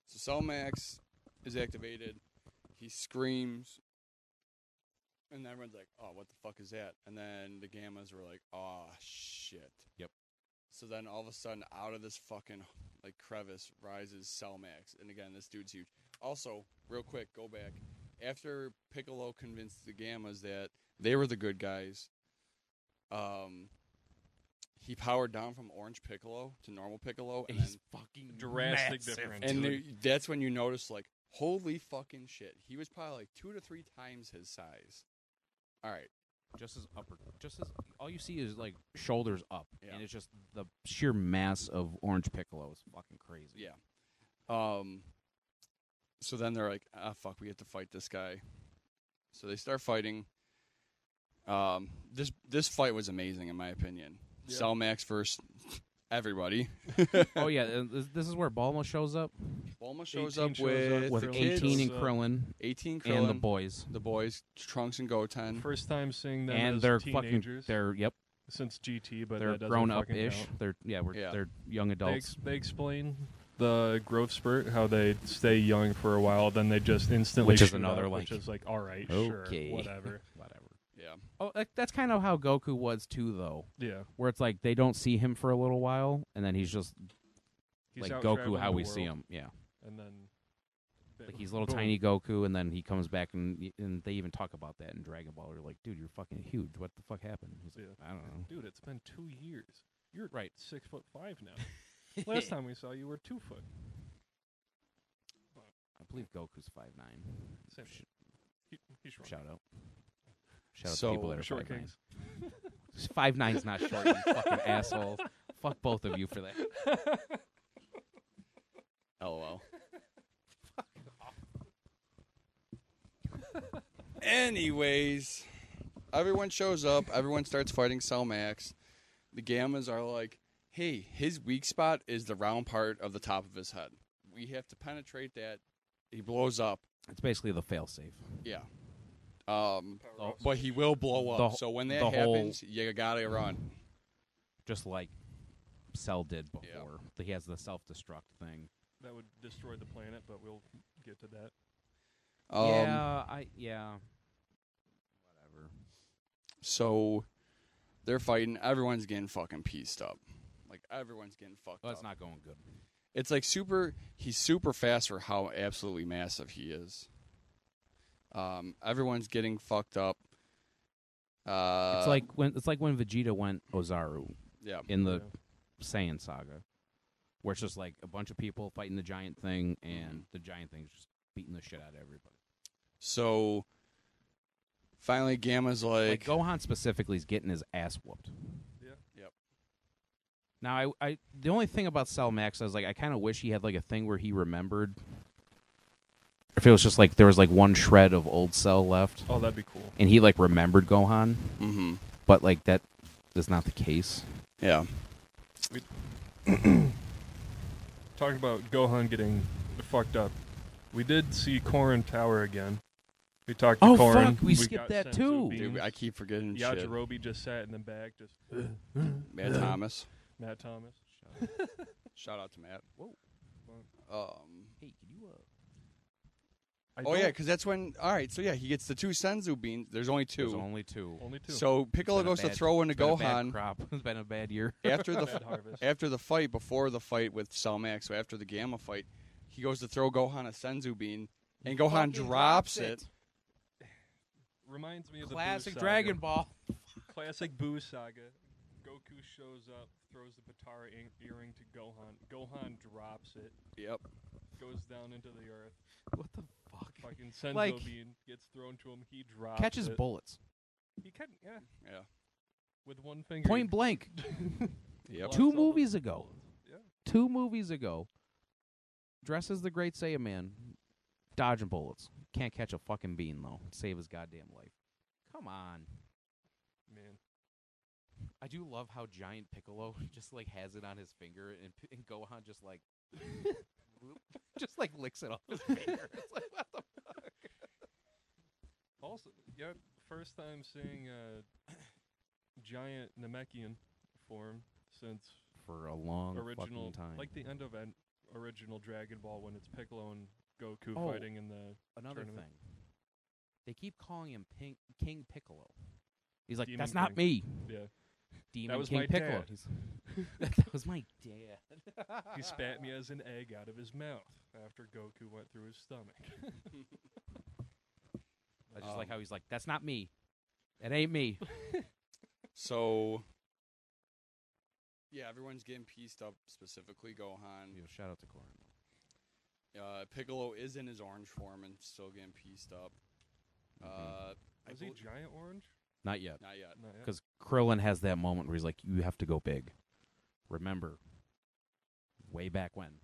Speaker 2: so Cell Max is activated. He screams, and everyone's like, "Oh, what the fuck is that?" And then the Gammas were like, "Oh shit."
Speaker 3: Yep.
Speaker 2: So then all of a sudden, out of this fucking like crevice rises Cell Max, and again, this dude's huge. Also, real quick, go back. After Piccolo convinced the Gammas that they were the good guys, um, he powered down from Orange Piccolo to normal Piccolo, and then
Speaker 3: He's fucking
Speaker 4: Drastic
Speaker 3: massive,
Speaker 4: difference.
Speaker 3: dude.
Speaker 2: and there- that's when you notice, like, holy fucking shit. He was probably like two to three times his size. All right.
Speaker 3: just his upper, just his all you see is like shoulders up,
Speaker 2: Yeah.
Speaker 3: and it's just the sheer mass of Orange Piccolo is fucking crazy.
Speaker 2: Yeah. Um. So then they're like, ah, fuck, we have to fight this guy. So they start fighting. Um. This this fight was amazing, in my opinion.
Speaker 4: Yeah.
Speaker 2: Cell Max versus everybody.
Speaker 3: oh yeah, and this, this is where Balma shows up
Speaker 2: Bulma shows
Speaker 4: 18
Speaker 2: up
Speaker 4: shows up,
Speaker 2: with,
Speaker 3: with
Speaker 2: the
Speaker 4: Krillin
Speaker 2: kids,
Speaker 3: eighteen and
Speaker 4: shows up.
Speaker 3: Krillin
Speaker 2: 18
Speaker 3: and the
Speaker 2: Krillin,
Speaker 3: boys.
Speaker 2: the boys, Trunks and Goten.
Speaker 4: First time seeing them
Speaker 3: and
Speaker 4: as
Speaker 3: they're fucking
Speaker 4: teenagers
Speaker 3: they're yep
Speaker 4: since GT, but
Speaker 3: they're
Speaker 4: that doesn't
Speaker 3: grown up
Speaker 4: fucking
Speaker 3: ish
Speaker 4: count.
Speaker 3: they're yeah we're
Speaker 2: Yeah.
Speaker 3: they're young
Speaker 4: They,
Speaker 3: adults
Speaker 4: ex- they explain the growth spurt, how they stay young for a while, then they just instantly
Speaker 3: Which is
Speaker 4: shoot
Speaker 3: another,
Speaker 4: up,
Speaker 3: like,
Speaker 4: which is like all right,
Speaker 3: okay.
Speaker 4: sure, whatever.
Speaker 3: whatever
Speaker 2: Yeah.
Speaker 3: oh that, that's kind of how Goku was too though
Speaker 4: Yeah,
Speaker 3: where it's like they don't see him for a little while and then he's just
Speaker 4: He's
Speaker 3: like
Speaker 4: out
Speaker 3: Goku
Speaker 4: traveling
Speaker 3: how
Speaker 4: the
Speaker 3: we see
Speaker 4: world,
Speaker 3: him yeah
Speaker 4: and then
Speaker 3: Like he's little tiny Goku, and then he comes back, and y- and they even talk about that in Dragon Ball. They're like, "Dude, you're fucking huge. What the fuck happened?" He's like, "I don't know."
Speaker 4: Dude, it's been two years. You're
Speaker 3: Right.
Speaker 4: six foot five now. Last time we saw you were two foot.
Speaker 3: I believe Goku's five nine.
Speaker 4: Same thing. He, he's wrong.
Speaker 3: Shout out. Shout out
Speaker 2: So,
Speaker 3: to people that are
Speaker 4: Short
Speaker 3: five nine.
Speaker 4: kings.
Speaker 3: Five nine's not short, you fucking assholes. Fuck both of you for that.
Speaker 2: LOL. Anyways, everyone shows up. Everyone starts fighting Cell Max. The Gammas are like, hey, his weak spot is the round part of the top of his head. We have to penetrate that. He blows up.
Speaker 3: It's basically the failsafe.
Speaker 2: Yeah. Um, but he will blow
Speaker 3: The
Speaker 2: up.
Speaker 3: wh-
Speaker 2: so when that
Speaker 3: the whole-
Speaker 2: happens, you gotta run.
Speaker 3: Just like Cell did
Speaker 2: Yeah.
Speaker 3: before. That He has the self destruct thing.
Speaker 4: That would destroy the planet, but we'll get to that.
Speaker 2: Um,
Speaker 3: yeah, I yeah. Whatever.
Speaker 2: So they're fighting. Everyone's getting fucking pieced up. Like everyone's getting fucked
Speaker 3: Well,
Speaker 2: up.
Speaker 3: it's not going good.
Speaker 2: It's like super. He's super fast for how absolutely massive he is. Um, everyone's getting fucked up. Uh,
Speaker 3: it's like when it's like when Vegeta went Ozaru
Speaker 2: yeah,
Speaker 3: in the
Speaker 4: Yeah.
Speaker 3: Saiyan saga, where it's just like a bunch of people fighting the giant thing, and the giant thing's just beating the shit out of everybody.
Speaker 2: so. Finally, Gamma's
Speaker 3: Like
Speaker 2: like,
Speaker 3: Gohan specifically is getting his ass whooped.
Speaker 4: Yeah.
Speaker 2: Yep.
Speaker 3: Now I, I the only thing about Cell Max I was like I kind of wish he had like a thing where he remembered. If it was just like there was like one shred of old Cell left,
Speaker 4: Oh, that'd be cool.
Speaker 3: and he like remembered Gohan,
Speaker 2: mm-hmm,
Speaker 3: but like that is not the case.
Speaker 2: yeah,
Speaker 4: Talking about Gohan getting fucked up. We did see Corrin Tower again. We talked to
Speaker 3: Oh,
Speaker 4: Corrin.
Speaker 3: fuck, we skipped
Speaker 4: got
Speaker 3: that
Speaker 4: Senzu
Speaker 3: too.
Speaker 4: beans.
Speaker 2: dude, I keep forgetting shit.
Speaker 4: Yajirobe just sat in the back, just
Speaker 2: Matt Thomas,
Speaker 4: Matt Thomas.
Speaker 2: shout out to Matt.
Speaker 3: Whoa.
Speaker 2: Um,
Speaker 3: Hey, can you? Uh,
Speaker 4: I
Speaker 2: oh yeah,
Speaker 4: don't-
Speaker 2: because that's when. All right, so yeah, he gets the two Senzu beans. There's only two.
Speaker 3: There's only two.
Speaker 4: only two.
Speaker 2: So Piccolo
Speaker 3: been a
Speaker 2: goes to
Speaker 3: bad-
Speaker 2: throw into
Speaker 3: It's been a bad
Speaker 2: Gohan
Speaker 3: crop. It's been a bad year.
Speaker 2: after the
Speaker 4: Bad harvest.
Speaker 2: after the fight, before the fight with Salmax, so after the Gamma fight, he goes to throw Gohan a Senzu bean, and Gohan
Speaker 4: fucking
Speaker 2: drops
Speaker 4: drops
Speaker 2: it.
Speaker 4: Reminds me of
Speaker 3: Classic
Speaker 4: the Buu
Speaker 3: Dragon
Speaker 4: saga.
Speaker 3: Ball.
Speaker 4: Classic Boo saga. Goku shows up, throws the Patara in- earring to Gohan. Gohan drops it,
Speaker 2: Yep.
Speaker 4: goes down into the earth.
Speaker 3: What the fuck?
Speaker 4: Fucking Senzo
Speaker 3: Like-
Speaker 4: bean gets thrown to him. He drops
Speaker 3: Catches
Speaker 4: it.
Speaker 3: bullets.
Speaker 4: He can, yeah,
Speaker 2: Yeah.
Speaker 4: with one finger.
Speaker 3: Point blank.
Speaker 2: Yep.
Speaker 3: Two
Speaker 4: Lots of
Speaker 3: movies ago.
Speaker 4: Yeah.
Speaker 3: Two movies ago. Dresses the great Saiyan man, dodging bullets. Can't catch a fucking bean though. Save his goddamn life. Come on.
Speaker 4: Man,
Speaker 3: I do love how giant Piccolo just like has it on his finger, and, P- and Gohan just like, just like licks it off his finger. It's like what the fuck.
Speaker 4: Also, yeah, first time seeing a giant Namekian form since
Speaker 3: For a long fucking
Speaker 4: original,
Speaker 3: time.
Speaker 4: like the end of an original Dragon Ball when it's Piccolo and Goku
Speaker 3: Oh.
Speaker 4: fighting in the
Speaker 3: another
Speaker 4: tournament.
Speaker 3: thing. They keep calling him Pink, King Piccolo. He's like,
Speaker 4: Demon
Speaker 3: that's not
Speaker 4: King."
Speaker 3: me.
Speaker 4: yeah.
Speaker 3: Demon
Speaker 4: was
Speaker 3: King
Speaker 4: my
Speaker 3: Piccolo.
Speaker 4: dad.
Speaker 3: He's, that was my dad.
Speaker 4: He spat me as an egg out of his mouth after Goku went through his stomach.
Speaker 3: I just like
Speaker 2: Um,
Speaker 3: how he's like, that's not me. That ain't me.
Speaker 2: So. Yeah, everyone's getting pieced up, specifically Gohan.
Speaker 3: shout out to Corn.
Speaker 2: Uh, Piccolo is in his orange form and still getting pieced up. Uh, I
Speaker 4: Mm-hmm. Was he
Speaker 2: bel-
Speaker 4: giant orange?
Speaker 3: Not yet.
Speaker 2: Not yet.
Speaker 4: Not yet.
Speaker 3: Because Krillin has that moment where he's like, you have to go big. Remember, way back when,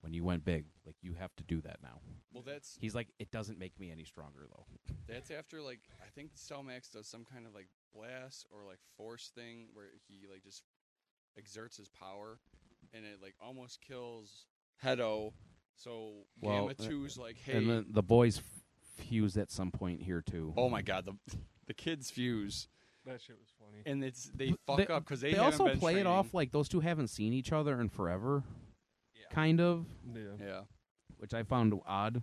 Speaker 3: when you went big, like, you have to do that now.
Speaker 2: Well, that's
Speaker 3: He's like, it doesn't make me any stronger, though.
Speaker 2: that's after like I think Cell Max does some kind of like blast or like force thing where he like just exerts his power, and it like almost kills Hedo. So
Speaker 3: Well,
Speaker 2: Gamma
Speaker 3: uh,
Speaker 2: Two's like, hey,
Speaker 3: And then the boys f- fused at some point here, too.
Speaker 2: oh my god, the the kids fuse,
Speaker 4: That shit was funny.
Speaker 2: and it's they fuck
Speaker 3: But they-
Speaker 2: up 'cause up because they,
Speaker 3: they
Speaker 2: haven't
Speaker 3: also
Speaker 2: been
Speaker 3: play it off
Speaker 2: training.
Speaker 3: like those two haven't seen each other in forever,
Speaker 2: Yeah.
Speaker 3: kind of,
Speaker 4: Yeah.
Speaker 2: yeah.
Speaker 3: which I found odd.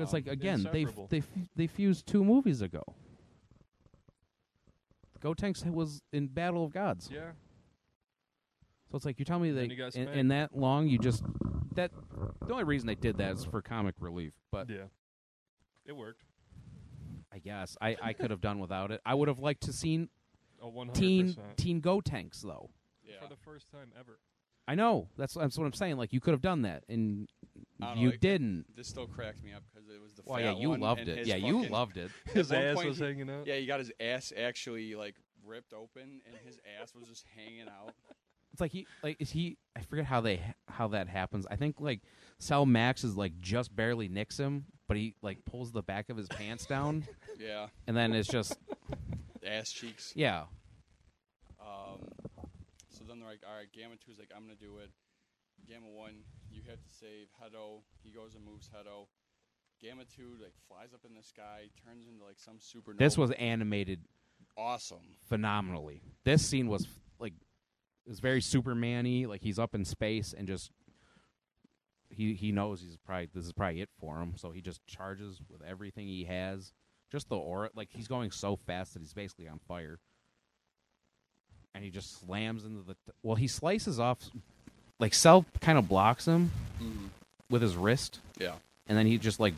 Speaker 3: It's like
Speaker 2: Um,
Speaker 3: again, they f-
Speaker 4: inseparable.
Speaker 3: they f- they fused two movies ago. Gotenks was in Battle of Gods.
Speaker 4: Yeah.
Speaker 3: So it's like you're telling me
Speaker 4: Then
Speaker 3: they
Speaker 4: you got
Speaker 3: in,
Speaker 4: spanked.
Speaker 3: in that long you just that the only reason they did that is for comic relief. But
Speaker 4: Yeah. It worked.
Speaker 3: I guess I, I could have done without it. I would have liked to seen
Speaker 4: A 100%.
Speaker 3: teen teen go tanks though.
Speaker 2: Yeah.
Speaker 4: For the first time ever.
Speaker 3: I know that's that's what I'm saying. Like you could have done that and
Speaker 2: I don't know,
Speaker 3: you
Speaker 2: it-
Speaker 3: didn't.
Speaker 2: This still cracked me up because it was the.
Speaker 3: Well,
Speaker 2: fat
Speaker 3: yeah, you
Speaker 2: one
Speaker 3: loved
Speaker 2: and
Speaker 3: it.
Speaker 2: his
Speaker 3: Yeah, you
Speaker 2: fucking-
Speaker 3: loved it.
Speaker 4: His
Speaker 2: one
Speaker 4: ass
Speaker 2: point
Speaker 4: was
Speaker 2: he-
Speaker 4: hanging out.
Speaker 2: Yeah, he got his ass actually like ripped open, and his ass was just hanging out.
Speaker 3: It's like he like is he I forget how they how that happens. I think like Sal Max is like just barely nicks him, but he like pulls the back of his pants down
Speaker 2: Yeah,
Speaker 3: and then it's just
Speaker 2: ass cheeks.
Speaker 3: yeah.
Speaker 2: Um, so then they're like, all right, Gamma 2 is like, I'm going to do it. Gamma 1, you have to save Hedo. He goes and moves Hedo. Gamma 2 like flies up in the sky, turns into like some supernova.
Speaker 3: This was animated
Speaker 2: awesome.
Speaker 3: phenomenally. This scene was like it was very Superman-y. Like he's up in space and just he he knows he's probably this is probably it for him. So he just charges with everything he has. Just the aura, like he's going so fast that he's basically on fire. And he just slams into the t- well. He slices off, like Cell kind of blocks him with his wrist.
Speaker 2: Yeah.
Speaker 3: And then he just like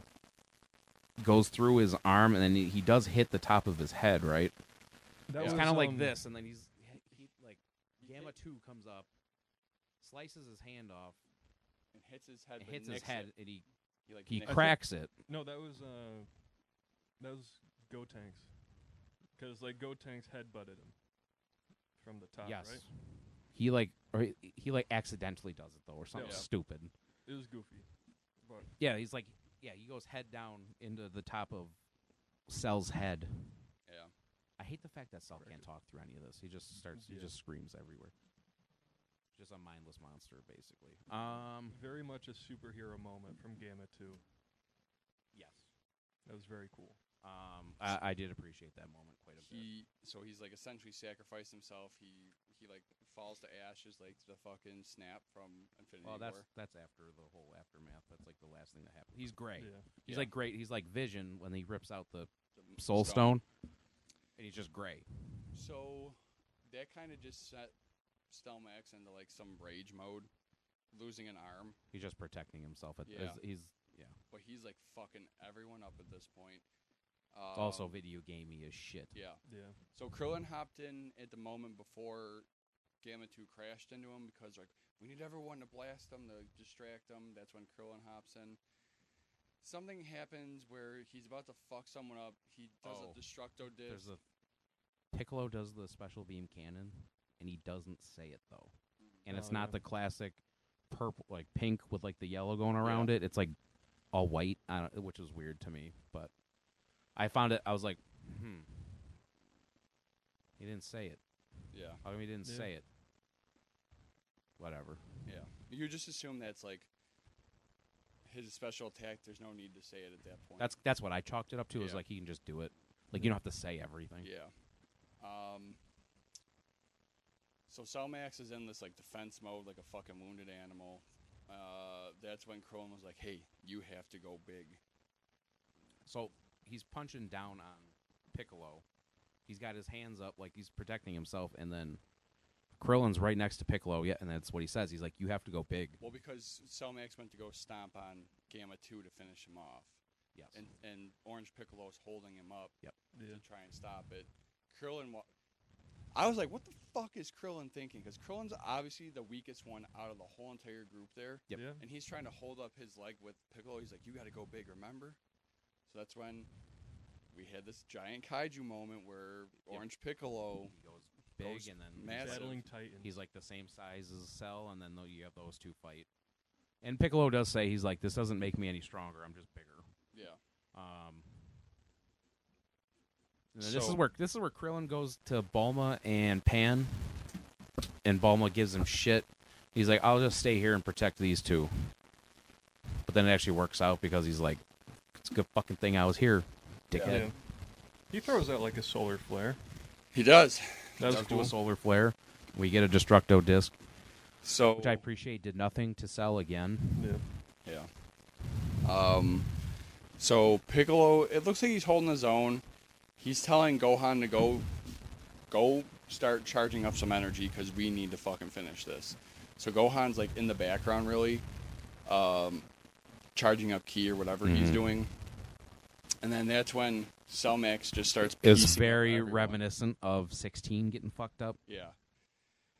Speaker 3: goes through his arm, and then he, he does hit the top of his head, right?
Speaker 4: That
Speaker 3: it's
Speaker 4: was,
Speaker 3: kind of like
Speaker 4: um,
Speaker 3: this, and then he's he, he like Gamma Two comes up, slices his hand off,
Speaker 2: And hits his head.
Speaker 3: and
Speaker 2: but
Speaker 3: hits his
Speaker 2: nicks
Speaker 3: head,
Speaker 2: It.
Speaker 3: and he
Speaker 2: He, like,
Speaker 3: he
Speaker 2: nicks it.
Speaker 3: cracks it.
Speaker 4: No, that was uh, that was Go Tanks, because like Go Tanks headbutted him from the top.
Speaker 3: yes,
Speaker 4: right?
Speaker 3: he like or he, he like accidentally does it though, or something
Speaker 4: Yeah.
Speaker 3: stupid.
Speaker 4: it was goofy. But
Speaker 3: Yeah, he's like yeah, he goes head down into the top of Cell's head.
Speaker 2: Yeah.
Speaker 3: I hate the fact that Cell can't talk through any of this. He just starts. He
Speaker 4: Yeah.
Speaker 3: just screams everywhere. Just a mindless monster, basically. Um.
Speaker 4: very much a superhero moment from Gamma Two.
Speaker 3: Yes.
Speaker 4: That was very cool.
Speaker 3: Um. I, I did appreciate that moment quite a bit.
Speaker 2: He, so he's like essentially sacrificed himself. He, he like falls to ashes like the fucking snap from Infinity
Speaker 3: Well, Oh, that's
Speaker 2: War.
Speaker 3: that's after the whole aftermath. That's like the last thing that happened. He's great.
Speaker 4: Yeah.
Speaker 3: He's
Speaker 2: Yeah.
Speaker 3: like great. He's like Vision when he rips out the
Speaker 2: The
Speaker 3: Soul Stone, and he's just great.
Speaker 2: So that kind of just set Stelmax into like some rage mode, losing an arm.
Speaker 3: He's just protecting himself. At
Speaker 2: Yeah.
Speaker 3: as- he's yeah.
Speaker 2: But he's like fucking everyone up at this point. Um,
Speaker 3: It's also video gamey as shit.
Speaker 2: yeah.
Speaker 4: Yeah,
Speaker 2: So Krillin hopped in at the moment before Gamma Two crashed into him because like we need everyone to blast them to distract them. That's when Krillin hops in. Something happens where he's about to fuck someone up. He does
Speaker 3: Oh.
Speaker 2: a destructo disc.
Speaker 3: There's a Piccolo does the special beam cannon, and he doesn't say it though, and it's
Speaker 4: Oh,
Speaker 3: not
Speaker 4: yeah.
Speaker 3: the classic purple like pink with like the yellow going around it. It's like all white, I don't, which is weird to me. But I found it. I was like, hmm. He didn't say it.
Speaker 2: yeah,
Speaker 3: How come he didn't
Speaker 4: Yeah.
Speaker 3: say it? Whatever.
Speaker 2: yeah. You just assume that's like his special attack. There's no need to say it at that point.
Speaker 3: That's that's what I chalked it up to. Is
Speaker 2: Yeah.
Speaker 3: like he can just do it. Like you don't have to say everything.
Speaker 2: Yeah. Um. So Salmax is in this like defense mode, like a fucking wounded animal. Uh, that's when Krillin was like, "Hey, you have to go big."
Speaker 3: So he's punching down on Piccolo. He's got his hands up like he's protecting himself, and then Krillin's right next to Piccolo. Yeah, and that's what he says. He's like, "You have to go big."
Speaker 2: Well, because Salmax went to go stomp on Gamma Two to finish him off,
Speaker 3: Yes.
Speaker 2: and and Orange Piccolo is holding him up
Speaker 4: yeah.
Speaker 2: to try and stop it. Krillin, wa- I was like, "What the fuck is Krillin thinking?" Because Krillin's obviously the weakest one out of the whole entire group there.
Speaker 3: Yep.
Speaker 4: Yeah.
Speaker 2: and he's trying to hold up his leg with Piccolo. He's like, "You got to go big, remember?" So that's when we had this giant kaiju moment where Orange Piccolo,
Speaker 3: he goes big,
Speaker 2: Goes
Speaker 3: and then he's
Speaker 2: massive.
Speaker 3: like-
Speaker 4: Battling Titan.
Speaker 3: he's like the same size as Cell, and then tho- you have those two fight. And Piccolo does say he's like, "This doesn't make me any stronger. I'm just bigger."
Speaker 2: yeah,
Speaker 3: Um, and then this is
Speaker 4: So-
Speaker 3: where this is where Krillin goes to Bulma and Pan, and Bulma gives him shit. He's like, "I'll just stay here and protect these two. But then it actually works out because he's like, "It's a good fucking thing I was here, dickhead."
Speaker 4: Yeah. He throws out like a solar flare.
Speaker 2: he does.
Speaker 4: That was
Speaker 3: Let's do
Speaker 4: cool.
Speaker 3: a solar flare. We get a destructo disc,
Speaker 2: So
Speaker 3: which I appreciate. Did nothing to sell again.
Speaker 4: Yeah.
Speaker 2: yeah. Um, so Piccolo, it looks like he's holding his own. He's telling Gohan to go, go start charging up some energy because we need to fucking finish this. So Gohan's like in the background, really, um, charging up Key or whatever he's
Speaker 3: Mm-hmm.
Speaker 6: Mhm.
Speaker 2: doing. And then that's when Cellmax just starts.
Speaker 6: It's
Speaker 2: piecing up
Speaker 3: very
Speaker 2: everyone.
Speaker 3: reminiscent of 16 getting fucked up.
Speaker 2: Yeah.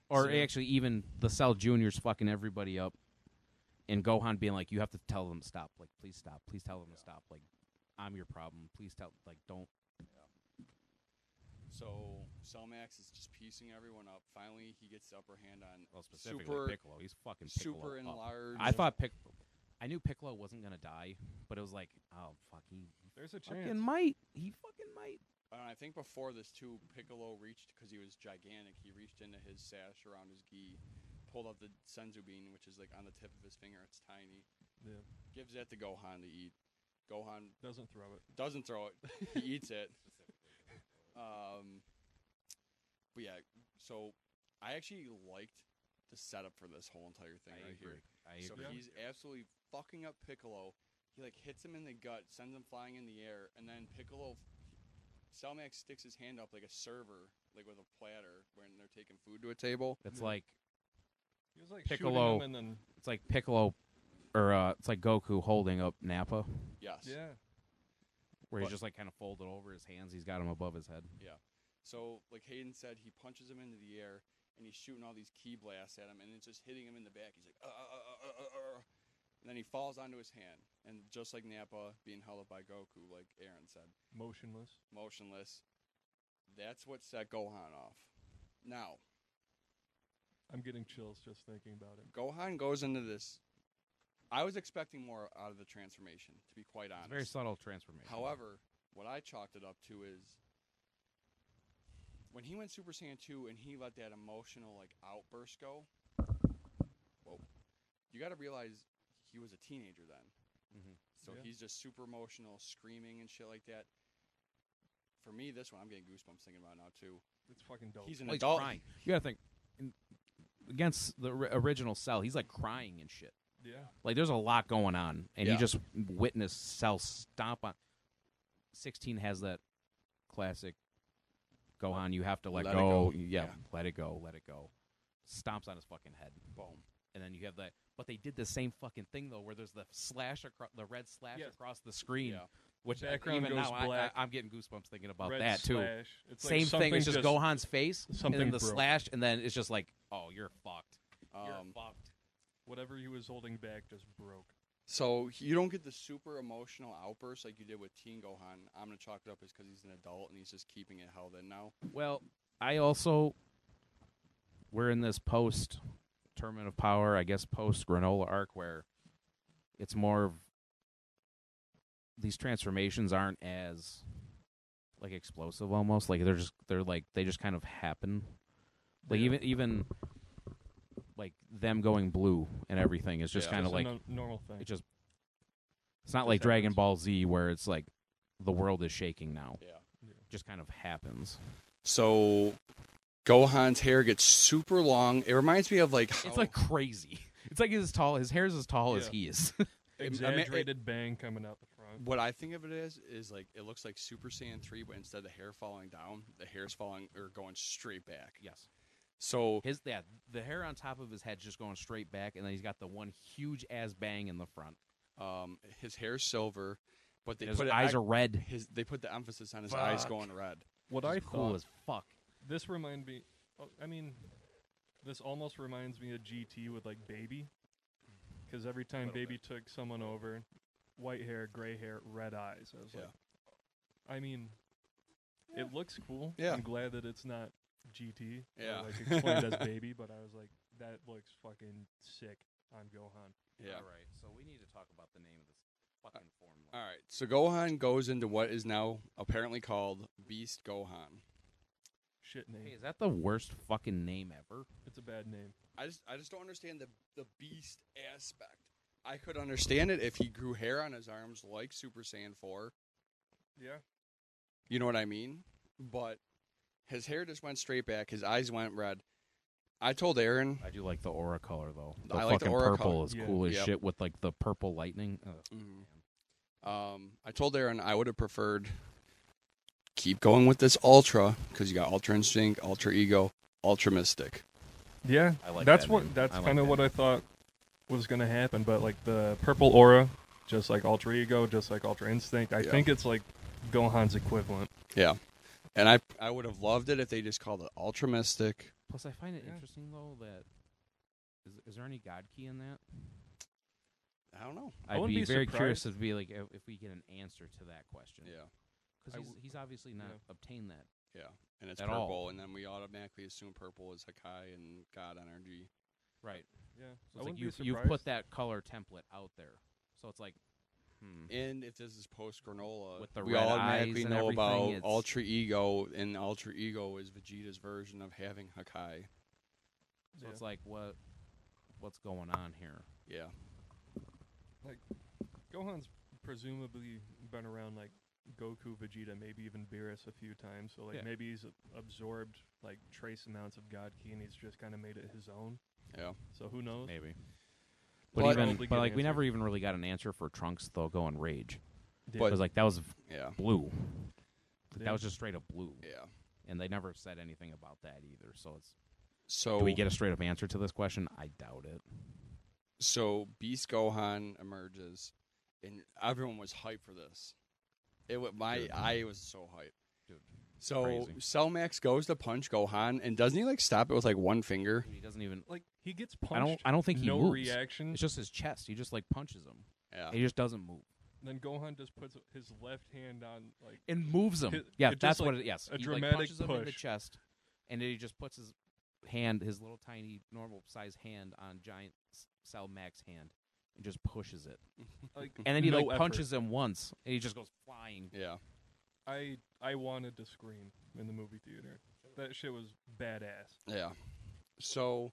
Speaker 3: Or
Speaker 2: So-
Speaker 3: actually, even the Cell Juniors fucking everybody up. And Gohan being like, you have to tell them to stop. Like, please stop. Please tell them to stop. Like, I'm your problem. Please tell. Like, don't.
Speaker 2: So Cellmax is just piecing everyone up. Finally, he gets the upper hand on
Speaker 3: Well, specifically
Speaker 2: Super-
Speaker 3: Piccolo. He's fucking Piccolo
Speaker 2: super
Speaker 3: up.
Speaker 2: enlarged.
Speaker 3: I thought Pic. I knew Piccolo wasn't gonna die, but it was like, oh fuck, he
Speaker 4: There's a chance.
Speaker 3: fucking might. He fucking might.
Speaker 2: And Uh, I think before this too, Piccolo reached because he was gigantic. He reached into his sash around his gi, pulled out the senzu bean, which is like on the tip of his finger. It's tiny.
Speaker 4: Yeah.
Speaker 2: Gives that to Gohan to eat. Gohan
Speaker 4: Doesn't throw it.
Speaker 2: doesn't throw it. He eats it. Um, but yeah, so I actually liked the setup for this whole entire thing
Speaker 3: I
Speaker 2: right here.
Speaker 3: agree. I
Speaker 2: So
Speaker 3: agree.
Speaker 4: Yeah.
Speaker 2: he's absolutely fucking up Piccolo. He like hits him in the gut, sends him flying in the air, and then Piccolo, Salmax sticks his hand up like a server, like with a platter when they're taking food to a table.
Speaker 3: It's
Speaker 4: Yeah.
Speaker 3: like
Speaker 4: He was like
Speaker 3: Piccolo.
Speaker 4: shooting him and then
Speaker 3: it's like Piccolo, or uh, it's like Goku holding up Nappa,
Speaker 2: Yes.
Speaker 4: yeah.
Speaker 3: where
Speaker 2: But-
Speaker 3: he's just like kind of folded over his hands. He's got him above his head.
Speaker 2: So like Hayden said, he punches him into the air, and he's shooting all these key blasts at him, and it's just hitting him in the back. He's like, uh, uh, uh, uh, uh, uh," and then he falls onto his hand, and just like Nappa being held up by Goku, like Aaron said.
Speaker 4: Motionless.
Speaker 2: motionless. That's what set Gohan off. Now,
Speaker 4: I'm getting chills just thinking about it.
Speaker 2: Gohan goes into this. I was expecting more out of the transformation, to be quite
Speaker 3: It's a very
Speaker 2: honest.
Speaker 3: subtle transformation.
Speaker 2: However, what I chalked it up to is when he went Super Saiyan 2 and he let that emotional like outburst go. Whoa. You got to realize he was a teenager then.
Speaker 3: Mhm.
Speaker 2: So
Speaker 4: Yeah.
Speaker 2: he's just super emotional, screaming and shit like that. For me, this one I'm getting goosebumps thinking about it now too.
Speaker 4: It's fucking dope.
Speaker 2: He's an
Speaker 3: Well, oh, he's
Speaker 2: adult.
Speaker 3: crying. You gotta think in- against the ri- original Cell. He's like crying and shit.
Speaker 4: yeah.
Speaker 3: Like there's a lot going on, and
Speaker 2: Yeah.
Speaker 3: you just witness Cell stomp on. Sixteen has that classic Gohan. You have to let,
Speaker 2: Let it
Speaker 3: go.
Speaker 2: go.
Speaker 3: Yeah,
Speaker 2: Yeah.
Speaker 3: let it go. Let it go. Stomps on his fucking head,
Speaker 2: Boom.
Speaker 3: and then you have that. But they did the same fucking thing though, where there's the slash across the red slash
Speaker 4: Yes.
Speaker 3: across the screen,
Speaker 2: Yeah.
Speaker 3: which I-
Speaker 4: Background
Speaker 3: even
Speaker 4: goes
Speaker 3: now
Speaker 4: black.
Speaker 3: I, I, I'm getting goosebumps thinking about
Speaker 4: Red
Speaker 3: that too.
Speaker 4: slash. It's like
Speaker 3: Same thing. It's
Speaker 4: something
Speaker 3: just, Gohan's face,
Speaker 4: something
Speaker 3: and then the
Speaker 4: broke.
Speaker 3: slash, and then it's just like, oh, you're fucked. You're
Speaker 2: Um,
Speaker 3: fucked.
Speaker 4: Whatever he was holding back just broke.
Speaker 2: So you don't get the super emotional outburst like you did with Teen Gohan. I'm gonna chalk it up is because he's an adult and he's just keeping it held in now.
Speaker 3: Well, I also we're in this post tournament of power, I guess post granola arc where it's more of these transformations aren't as like explosive almost. Like they're just they're like they just kind of happen. Like
Speaker 4: Yeah.
Speaker 3: even even like them going blue and everything is just
Speaker 2: Yeah.
Speaker 3: kind of
Speaker 4: Just a
Speaker 3: like
Speaker 4: no- normal thing.
Speaker 3: it just it's not
Speaker 4: Just
Speaker 3: like Dragon
Speaker 4: happens.
Speaker 3: Ball Z where it's like the world is shaking now.
Speaker 2: Yeah.
Speaker 3: just kind of happens.
Speaker 2: So Gohan's hair gets super long. It reminds me of like how,
Speaker 3: It's like crazy. It's like he's as tall. His hair's as tall as
Speaker 4: Yeah.
Speaker 3: he is.
Speaker 4: Exaggerated bang coming out the front.
Speaker 2: what I think of it as is like it looks like Super Saiyan 3, but instead of the hair falling down, the hair's falling or going straight back.
Speaker 3: yes.
Speaker 2: So
Speaker 3: His yeah, the hair on top of his head just going straight back, and then he's got the one huge ass bang in the front.
Speaker 2: um, his hair's silver, but they
Speaker 3: And his
Speaker 2: put it-
Speaker 3: eyes
Speaker 2: I-
Speaker 3: are red.
Speaker 2: his they put the emphasis on his eyes
Speaker 4: Fuck.
Speaker 2: going red.
Speaker 4: What
Speaker 3: He's
Speaker 4: I
Speaker 3: cool
Speaker 4: thought
Speaker 3: as fuck.
Speaker 4: this remind me. oh, I mean, this almost reminds me of GT with like Baby, because every time
Speaker 2: Little
Speaker 4: Baby took someone over, white hair, gray hair, red eyes. I was
Speaker 2: Yeah.
Speaker 4: like, I mean, it looks cool.
Speaker 2: Yeah.
Speaker 4: I'm glad that it's not GT. or,
Speaker 2: Yeah.
Speaker 4: like explained as Baby, but I was like, that looks fucking sick on Gohan.
Speaker 2: Yeah. Uh,
Speaker 3: right. So we need to talk about the name of this fucking formula.
Speaker 2: All right, so Gohan goes into what is now apparently called Beast Gohan.
Speaker 4: Shit
Speaker 3: Hey,
Speaker 4: name.
Speaker 3: is that the worst fucking name ever?
Speaker 4: It's a bad name.
Speaker 2: I just I just don't understand the the beast aspect. I could understand it if he grew hair on his arms like Super Saiyan 4.
Speaker 4: Yeah.
Speaker 2: You know what I mean? But his hair just went straight back. His eyes went red. I told Aaron.
Speaker 3: I do like the aura color though. The
Speaker 2: I
Speaker 3: fucking
Speaker 2: like the aura
Speaker 3: purple
Speaker 2: color.
Speaker 3: is
Speaker 4: Yeah.
Speaker 3: cool as
Speaker 2: Yep.
Speaker 3: shit with like the purple lightning. Ugh.
Speaker 2: Mhm. Um, I told Aaron I would have preferred keep going with this Ultra because you got Ultra Instinct, Ultra Ego, Ultra Mystic.
Speaker 4: Yeah,
Speaker 6: I like
Speaker 4: that's
Speaker 6: that
Speaker 4: what
Speaker 6: name.
Speaker 4: that's
Speaker 6: I like
Speaker 4: kind of
Speaker 6: that
Speaker 4: what
Speaker 6: name.
Speaker 4: I thought was gonna happen. But like the purple aura, just like Ultra Ego, just like Ultra Instinct, I
Speaker 2: Yeah.
Speaker 4: think it's like Gohan's equivalent.
Speaker 2: And I I would have loved it if they just called it Ultra Mystic.
Speaker 3: Plus, I find it
Speaker 4: Yeah.
Speaker 3: interesting though that is, is there any God key in that?
Speaker 2: I don't know.
Speaker 4: I
Speaker 3: I'd
Speaker 4: wouldn't
Speaker 3: be,
Speaker 4: be
Speaker 3: very curious to be like if, if we get an answer to that question.
Speaker 2: Yeah,
Speaker 3: because
Speaker 4: I
Speaker 3: he's,
Speaker 4: w-
Speaker 3: he's obviously not
Speaker 4: yeah.
Speaker 3: obtained that.
Speaker 2: yeah. And it's
Speaker 3: At
Speaker 2: purple,
Speaker 3: all.
Speaker 2: and then we automatically assume purple is Hakai and God energy.
Speaker 3: Right.
Speaker 4: Yeah,
Speaker 3: So it's like you you put that color template out there. So it's like, hmm.
Speaker 2: And if this is post granola,
Speaker 3: With the
Speaker 2: we
Speaker 3: red
Speaker 2: automatically
Speaker 3: eyes and
Speaker 2: know
Speaker 3: everything,
Speaker 2: about
Speaker 3: it's-
Speaker 2: Ultra Ego, and Ultra Ego is Vegeta's version of having Hakai.
Speaker 3: So it's like what what's going on here?
Speaker 2: Yeah,
Speaker 4: Gohan's presumably been around like Goku, Vegeta, maybe even Beerus a few times. So like
Speaker 3: Yeah.
Speaker 4: maybe he's absorbed like trace amounts of God Ki, and he's just kind of made it his own.
Speaker 2: yeah.
Speaker 4: So who knows?
Speaker 3: Maybe. But,
Speaker 2: But-
Speaker 3: even
Speaker 4: Probably
Speaker 3: but
Speaker 4: get
Speaker 3: like we
Speaker 4: answered.
Speaker 3: never even really got an answer for Trunks though going rage.
Speaker 4: Yeah.
Speaker 2: But-
Speaker 3: It was like that was
Speaker 2: Yeah,
Speaker 3: blue. Like,
Speaker 4: Yeah.
Speaker 3: That was just straight up blue.
Speaker 2: yeah.
Speaker 3: And they never said anything about that either. So it's
Speaker 2: So
Speaker 3: do
Speaker 4: Oh.
Speaker 3: we get a straight up answer to this question? I doubt it.
Speaker 2: so Beast Gohan emerges, and everyone was hyped for this. It wa- my
Speaker 3: Dude.
Speaker 2: I was so hyped.
Speaker 3: Dude,
Speaker 2: So
Speaker 3: crazy.
Speaker 2: Cell Max goes to punch Gohan, and doesn't he like stop it with like one finger?
Speaker 3: He doesn't even
Speaker 4: like he gets
Speaker 3: I
Speaker 4: punched.
Speaker 3: don't I don't think he
Speaker 4: no
Speaker 3: moves.
Speaker 4: reaction.
Speaker 3: It's just his chest. He just like punches him.
Speaker 2: Yeah,
Speaker 3: He just doesn't move.
Speaker 4: then Gohan just puts his left hand on like
Speaker 3: and moves him.
Speaker 4: It-
Speaker 3: yeah,
Speaker 4: it just,
Speaker 3: that's
Speaker 4: like,
Speaker 3: what it. Yes,
Speaker 4: a
Speaker 3: he
Speaker 4: dramatic
Speaker 3: like punches him in the
Speaker 4: push.
Speaker 3: chest, and then he just puts his hand, his little tiny normal size hand, on giant S- Cell Max hand, and just pushes it.
Speaker 4: like
Speaker 3: And then he
Speaker 4: no
Speaker 3: like
Speaker 4: effort.
Speaker 3: punches him once, and he just goes flying.
Speaker 2: yeah.
Speaker 4: I I wanted to scream in the movie theater. That shit was badass.
Speaker 2: Yeah. So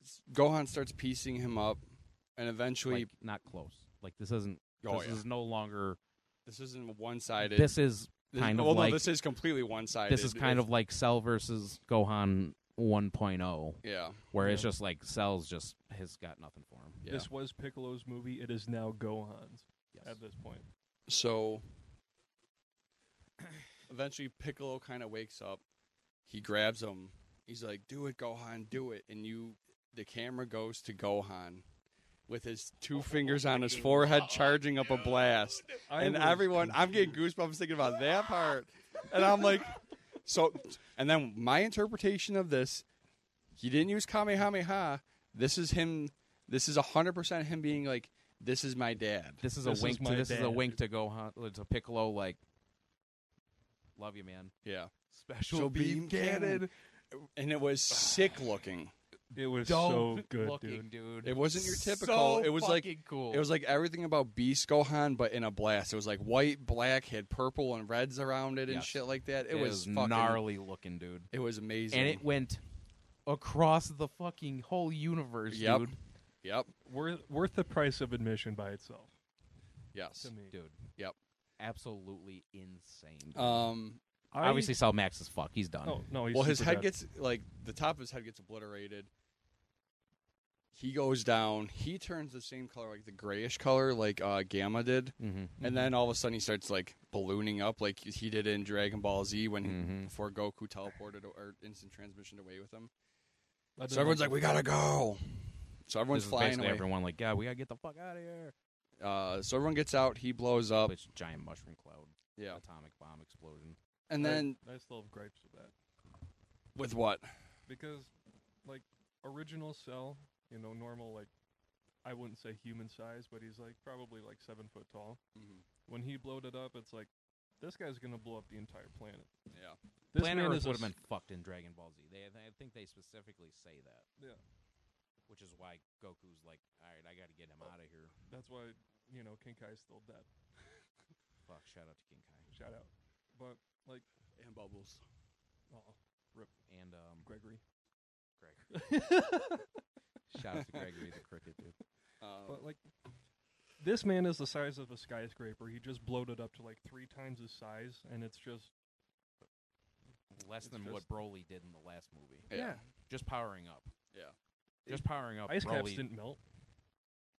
Speaker 2: s- Gohan starts piecing him up, and eventually,
Speaker 3: Like not close. Like this isn't.
Speaker 2: oh
Speaker 3: this
Speaker 2: yeah,
Speaker 3: is no longer.
Speaker 2: this isn't one-sided.
Speaker 3: This is kind of
Speaker 2: well,
Speaker 3: like
Speaker 2: no, this is completely one-sided.
Speaker 3: this is kind
Speaker 2: It's-
Speaker 3: of like Cell versus Gohan 1.0,
Speaker 2: yeah,
Speaker 3: where it's
Speaker 4: Yeah.
Speaker 3: just like Cell's just has got nothing for him.
Speaker 2: yeah.
Speaker 4: This was Piccolo's movie. It is now Gohan's
Speaker 3: Yes.
Speaker 4: at this point.
Speaker 2: So eventually, Piccolo kind of wakes up. He grabs him. He's like, "Do it, Gohan, do it!" And you, the camera goes to Gohan. With his two fingers on his forehead, charging up a blast.
Speaker 4: I
Speaker 2: and
Speaker 4: was
Speaker 2: everyone, I'm
Speaker 4: confused.
Speaker 2: getting goosebumps thinking about that part. And I'm like, so, and then my interpretation of this, he didn't use Kamehameha. This is him, this is 100% him being like, this is my dad.
Speaker 3: This is a
Speaker 4: This is
Speaker 3: wink.
Speaker 4: my
Speaker 3: to, this is a
Speaker 4: dad.
Speaker 3: wink to Gohan to Piccolo. Like, love you, man.
Speaker 2: Yeah.
Speaker 3: Special
Speaker 2: So beam cannon. And it was sick looking.
Speaker 4: It was
Speaker 3: Dope
Speaker 4: so good,
Speaker 3: looking,
Speaker 4: dude.
Speaker 3: dude.
Speaker 2: It wasn't your
Speaker 3: So
Speaker 2: typical. it was like,
Speaker 3: fucking cool.
Speaker 2: it was like everything about Beast Gohan, but in a blast. It was like white, black, had purple and reds around it and
Speaker 3: Yes.
Speaker 2: shit like that. It,
Speaker 3: It
Speaker 2: was, fucking,
Speaker 3: gnarly looking, dude.
Speaker 2: It was amazing.
Speaker 3: And it went across the fucking whole universe,
Speaker 2: Yep.
Speaker 3: dude.
Speaker 2: yep.
Speaker 4: Worth worth the price of admission by itself
Speaker 2: Yes.
Speaker 4: to me.
Speaker 3: Dude.
Speaker 2: Yep.
Speaker 3: Absolutely insane. dude.
Speaker 2: Um,
Speaker 4: I-
Speaker 3: Obviously, Cell Max is fuck. He's done.
Speaker 4: Oh no, he's
Speaker 2: well, his
Speaker 4: super
Speaker 2: head
Speaker 4: dead.
Speaker 2: gets like the top of his head gets obliterated. He goes down. He turns the same color, like the grayish color, like uh, Gamma did,
Speaker 3: Mm-hmm.
Speaker 2: and then all of a sudden he starts like ballooning up, like he did in Dragon Ball Z when
Speaker 3: Mhm.
Speaker 2: before Goku teleported or instant transmission away with him.
Speaker 4: I
Speaker 2: So
Speaker 4: don't
Speaker 2: everyone's
Speaker 4: know.
Speaker 2: like, "We gotta go!" So everyone's
Speaker 3: This is
Speaker 2: flying
Speaker 3: basically
Speaker 2: away.
Speaker 3: everyone like, yeah, we gotta get the fuck out of here.
Speaker 2: Uh, so everyone gets out. He blows up.
Speaker 3: Which giant mushroom cloud,
Speaker 2: yeah,
Speaker 3: atomic bomb explosion.
Speaker 2: and
Speaker 4: I-
Speaker 2: then
Speaker 4: I, still have gripes with that
Speaker 2: with what?
Speaker 4: because, like, original Cell, you know, normal like, I wouldn't say human size, but he's like probably like seven foot tall. When he blowed it up, it's like this guy's gonna blow up the entire planet.
Speaker 2: Yeah,
Speaker 4: This
Speaker 3: Planet
Speaker 4: man
Speaker 3: Earth
Speaker 4: is a
Speaker 3: would have
Speaker 4: s-
Speaker 3: been fucked in Dragon Ball Z. They, I think they specifically say that.
Speaker 4: Yeah.
Speaker 3: Which is why Goku's like, all right, I got to get him out of here.
Speaker 4: That's why you know King Kai's still dead.
Speaker 3: Fuck, shout out to King Kai.
Speaker 4: Shout out, but like,
Speaker 2: and bubbles.
Speaker 4: oh,
Speaker 3: And um,
Speaker 4: Gregory.
Speaker 3: Greg. shout out to Gregory the Cricket, dude.
Speaker 2: Uh,
Speaker 4: But like, this man is the size of a skyscraper. He just blowed it up to like three times his size, and it's just
Speaker 3: Less
Speaker 4: It's
Speaker 3: than what
Speaker 4: just-
Speaker 3: Broly did in the last movie.
Speaker 2: Yeah.
Speaker 3: Just powering up.
Speaker 2: Yeah.
Speaker 3: Just powering up.
Speaker 4: ice caps
Speaker 3: Broly
Speaker 4: didn't melt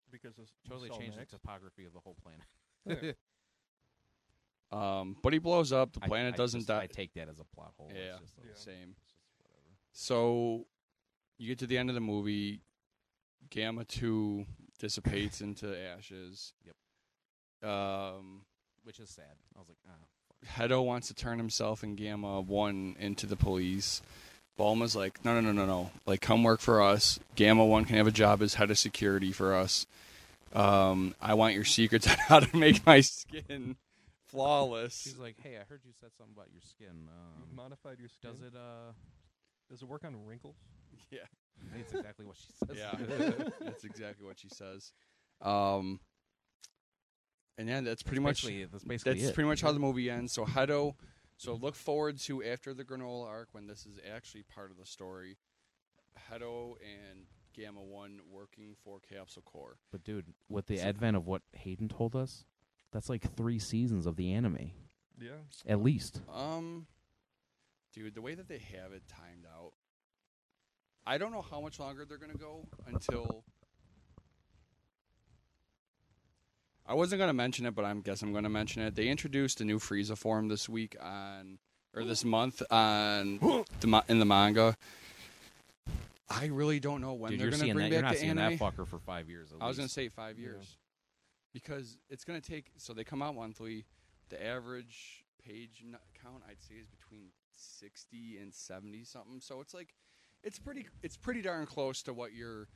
Speaker 4: because it's
Speaker 3: Uh, totally
Speaker 4: Cell
Speaker 3: changed
Speaker 4: Max.
Speaker 3: the topography of the whole planet.
Speaker 4: Yeah.
Speaker 2: Um, but he blows up. The
Speaker 3: I-
Speaker 2: planet
Speaker 3: I
Speaker 2: doesn't
Speaker 3: just-
Speaker 2: die.
Speaker 3: I take that as a plot hole.
Speaker 2: Yeah.
Speaker 3: It's just a-
Speaker 4: Yeah.
Speaker 2: Same.
Speaker 3: it's just whatever.
Speaker 2: So you get to the end of the movie, Gamma 2 dissipates into ashes. Yep. Um,
Speaker 3: Which is sad. I was like, ah,
Speaker 2: Hedo wants to turn himself and Gamma 1 into the police. Balma's like, no, no, no, no, no. Like, come work for us. Gamma 1 can have a job as head of security for us. Um, I want your secrets on how to make my skin flawless.
Speaker 3: she's like, hey, I heard you said something about your skin. Um,
Speaker 4: modified your skin.
Speaker 3: does it? Uh,
Speaker 4: Does it work on wrinkles?
Speaker 2: Yeah.
Speaker 3: I think it's exactly what she says.
Speaker 2: Yeah, that's exactly what she says. Um, and yeah, that's pretty much
Speaker 3: Basically, that's basically
Speaker 2: that's
Speaker 3: it.
Speaker 2: pretty much how the movie ends. So Hedo, so look forward to after the granola arc when this is actually part of the story. Hedo and Gamma One working for Capsule Core.
Speaker 3: But dude, with the advent of what Hayden told us, that's like three seasons of the anime,
Speaker 4: Yeah.
Speaker 3: at least.
Speaker 2: Um, dude, the way that they have it timed out, I don't know how much longer they're gonna go until. I wasn't gonna mention it, but I'm guess I'm gonna mention it. They introduced a new Frieza form this week on, or this month on the ma- in the manga. I really don't know when
Speaker 3: dude,
Speaker 2: they're
Speaker 3: you're
Speaker 2: gonna
Speaker 3: seeing
Speaker 2: bring
Speaker 3: that. You're
Speaker 2: back
Speaker 3: not
Speaker 2: the
Speaker 3: seeing
Speaker 2: anime.
Speaker 3: that fucker for five years. At
Speaker 2: I was
Speaker 3: least.
Speaker 2: gonna say five
Speaker 4: Yeah.
Speaker 2: years, because it's gonna take. So they come out monthly. The average page n- count I'd say is between sixty and seventy something. So it's like, it's pretty. It's pretty darn close to what your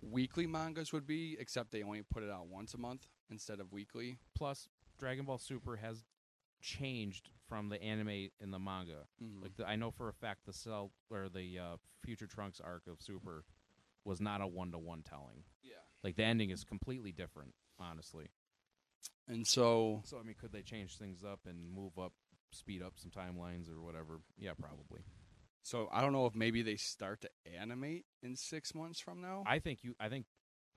Speaker 2: weekly mangas would be, except they only put it out once a month instead of weekly.
Speaker 3: Plus, Dragon Ball Super has changed from the anime and the manga. Like the, I know for a fact the cell or the uh, future Trunks arc of Super was not a one to one telling.
Speaker 2: yeah.
Speaker 3: Like the ending is completely different, honestly.
Speaker 2: And so
Speaker 3: So I mean, could they change things up and move up, speed up some timelines or whatever? Yeah, probably.
Speaker 2: so I don't know if maybe they start to animate in six months from now.
Speaker 3: I think you. I think,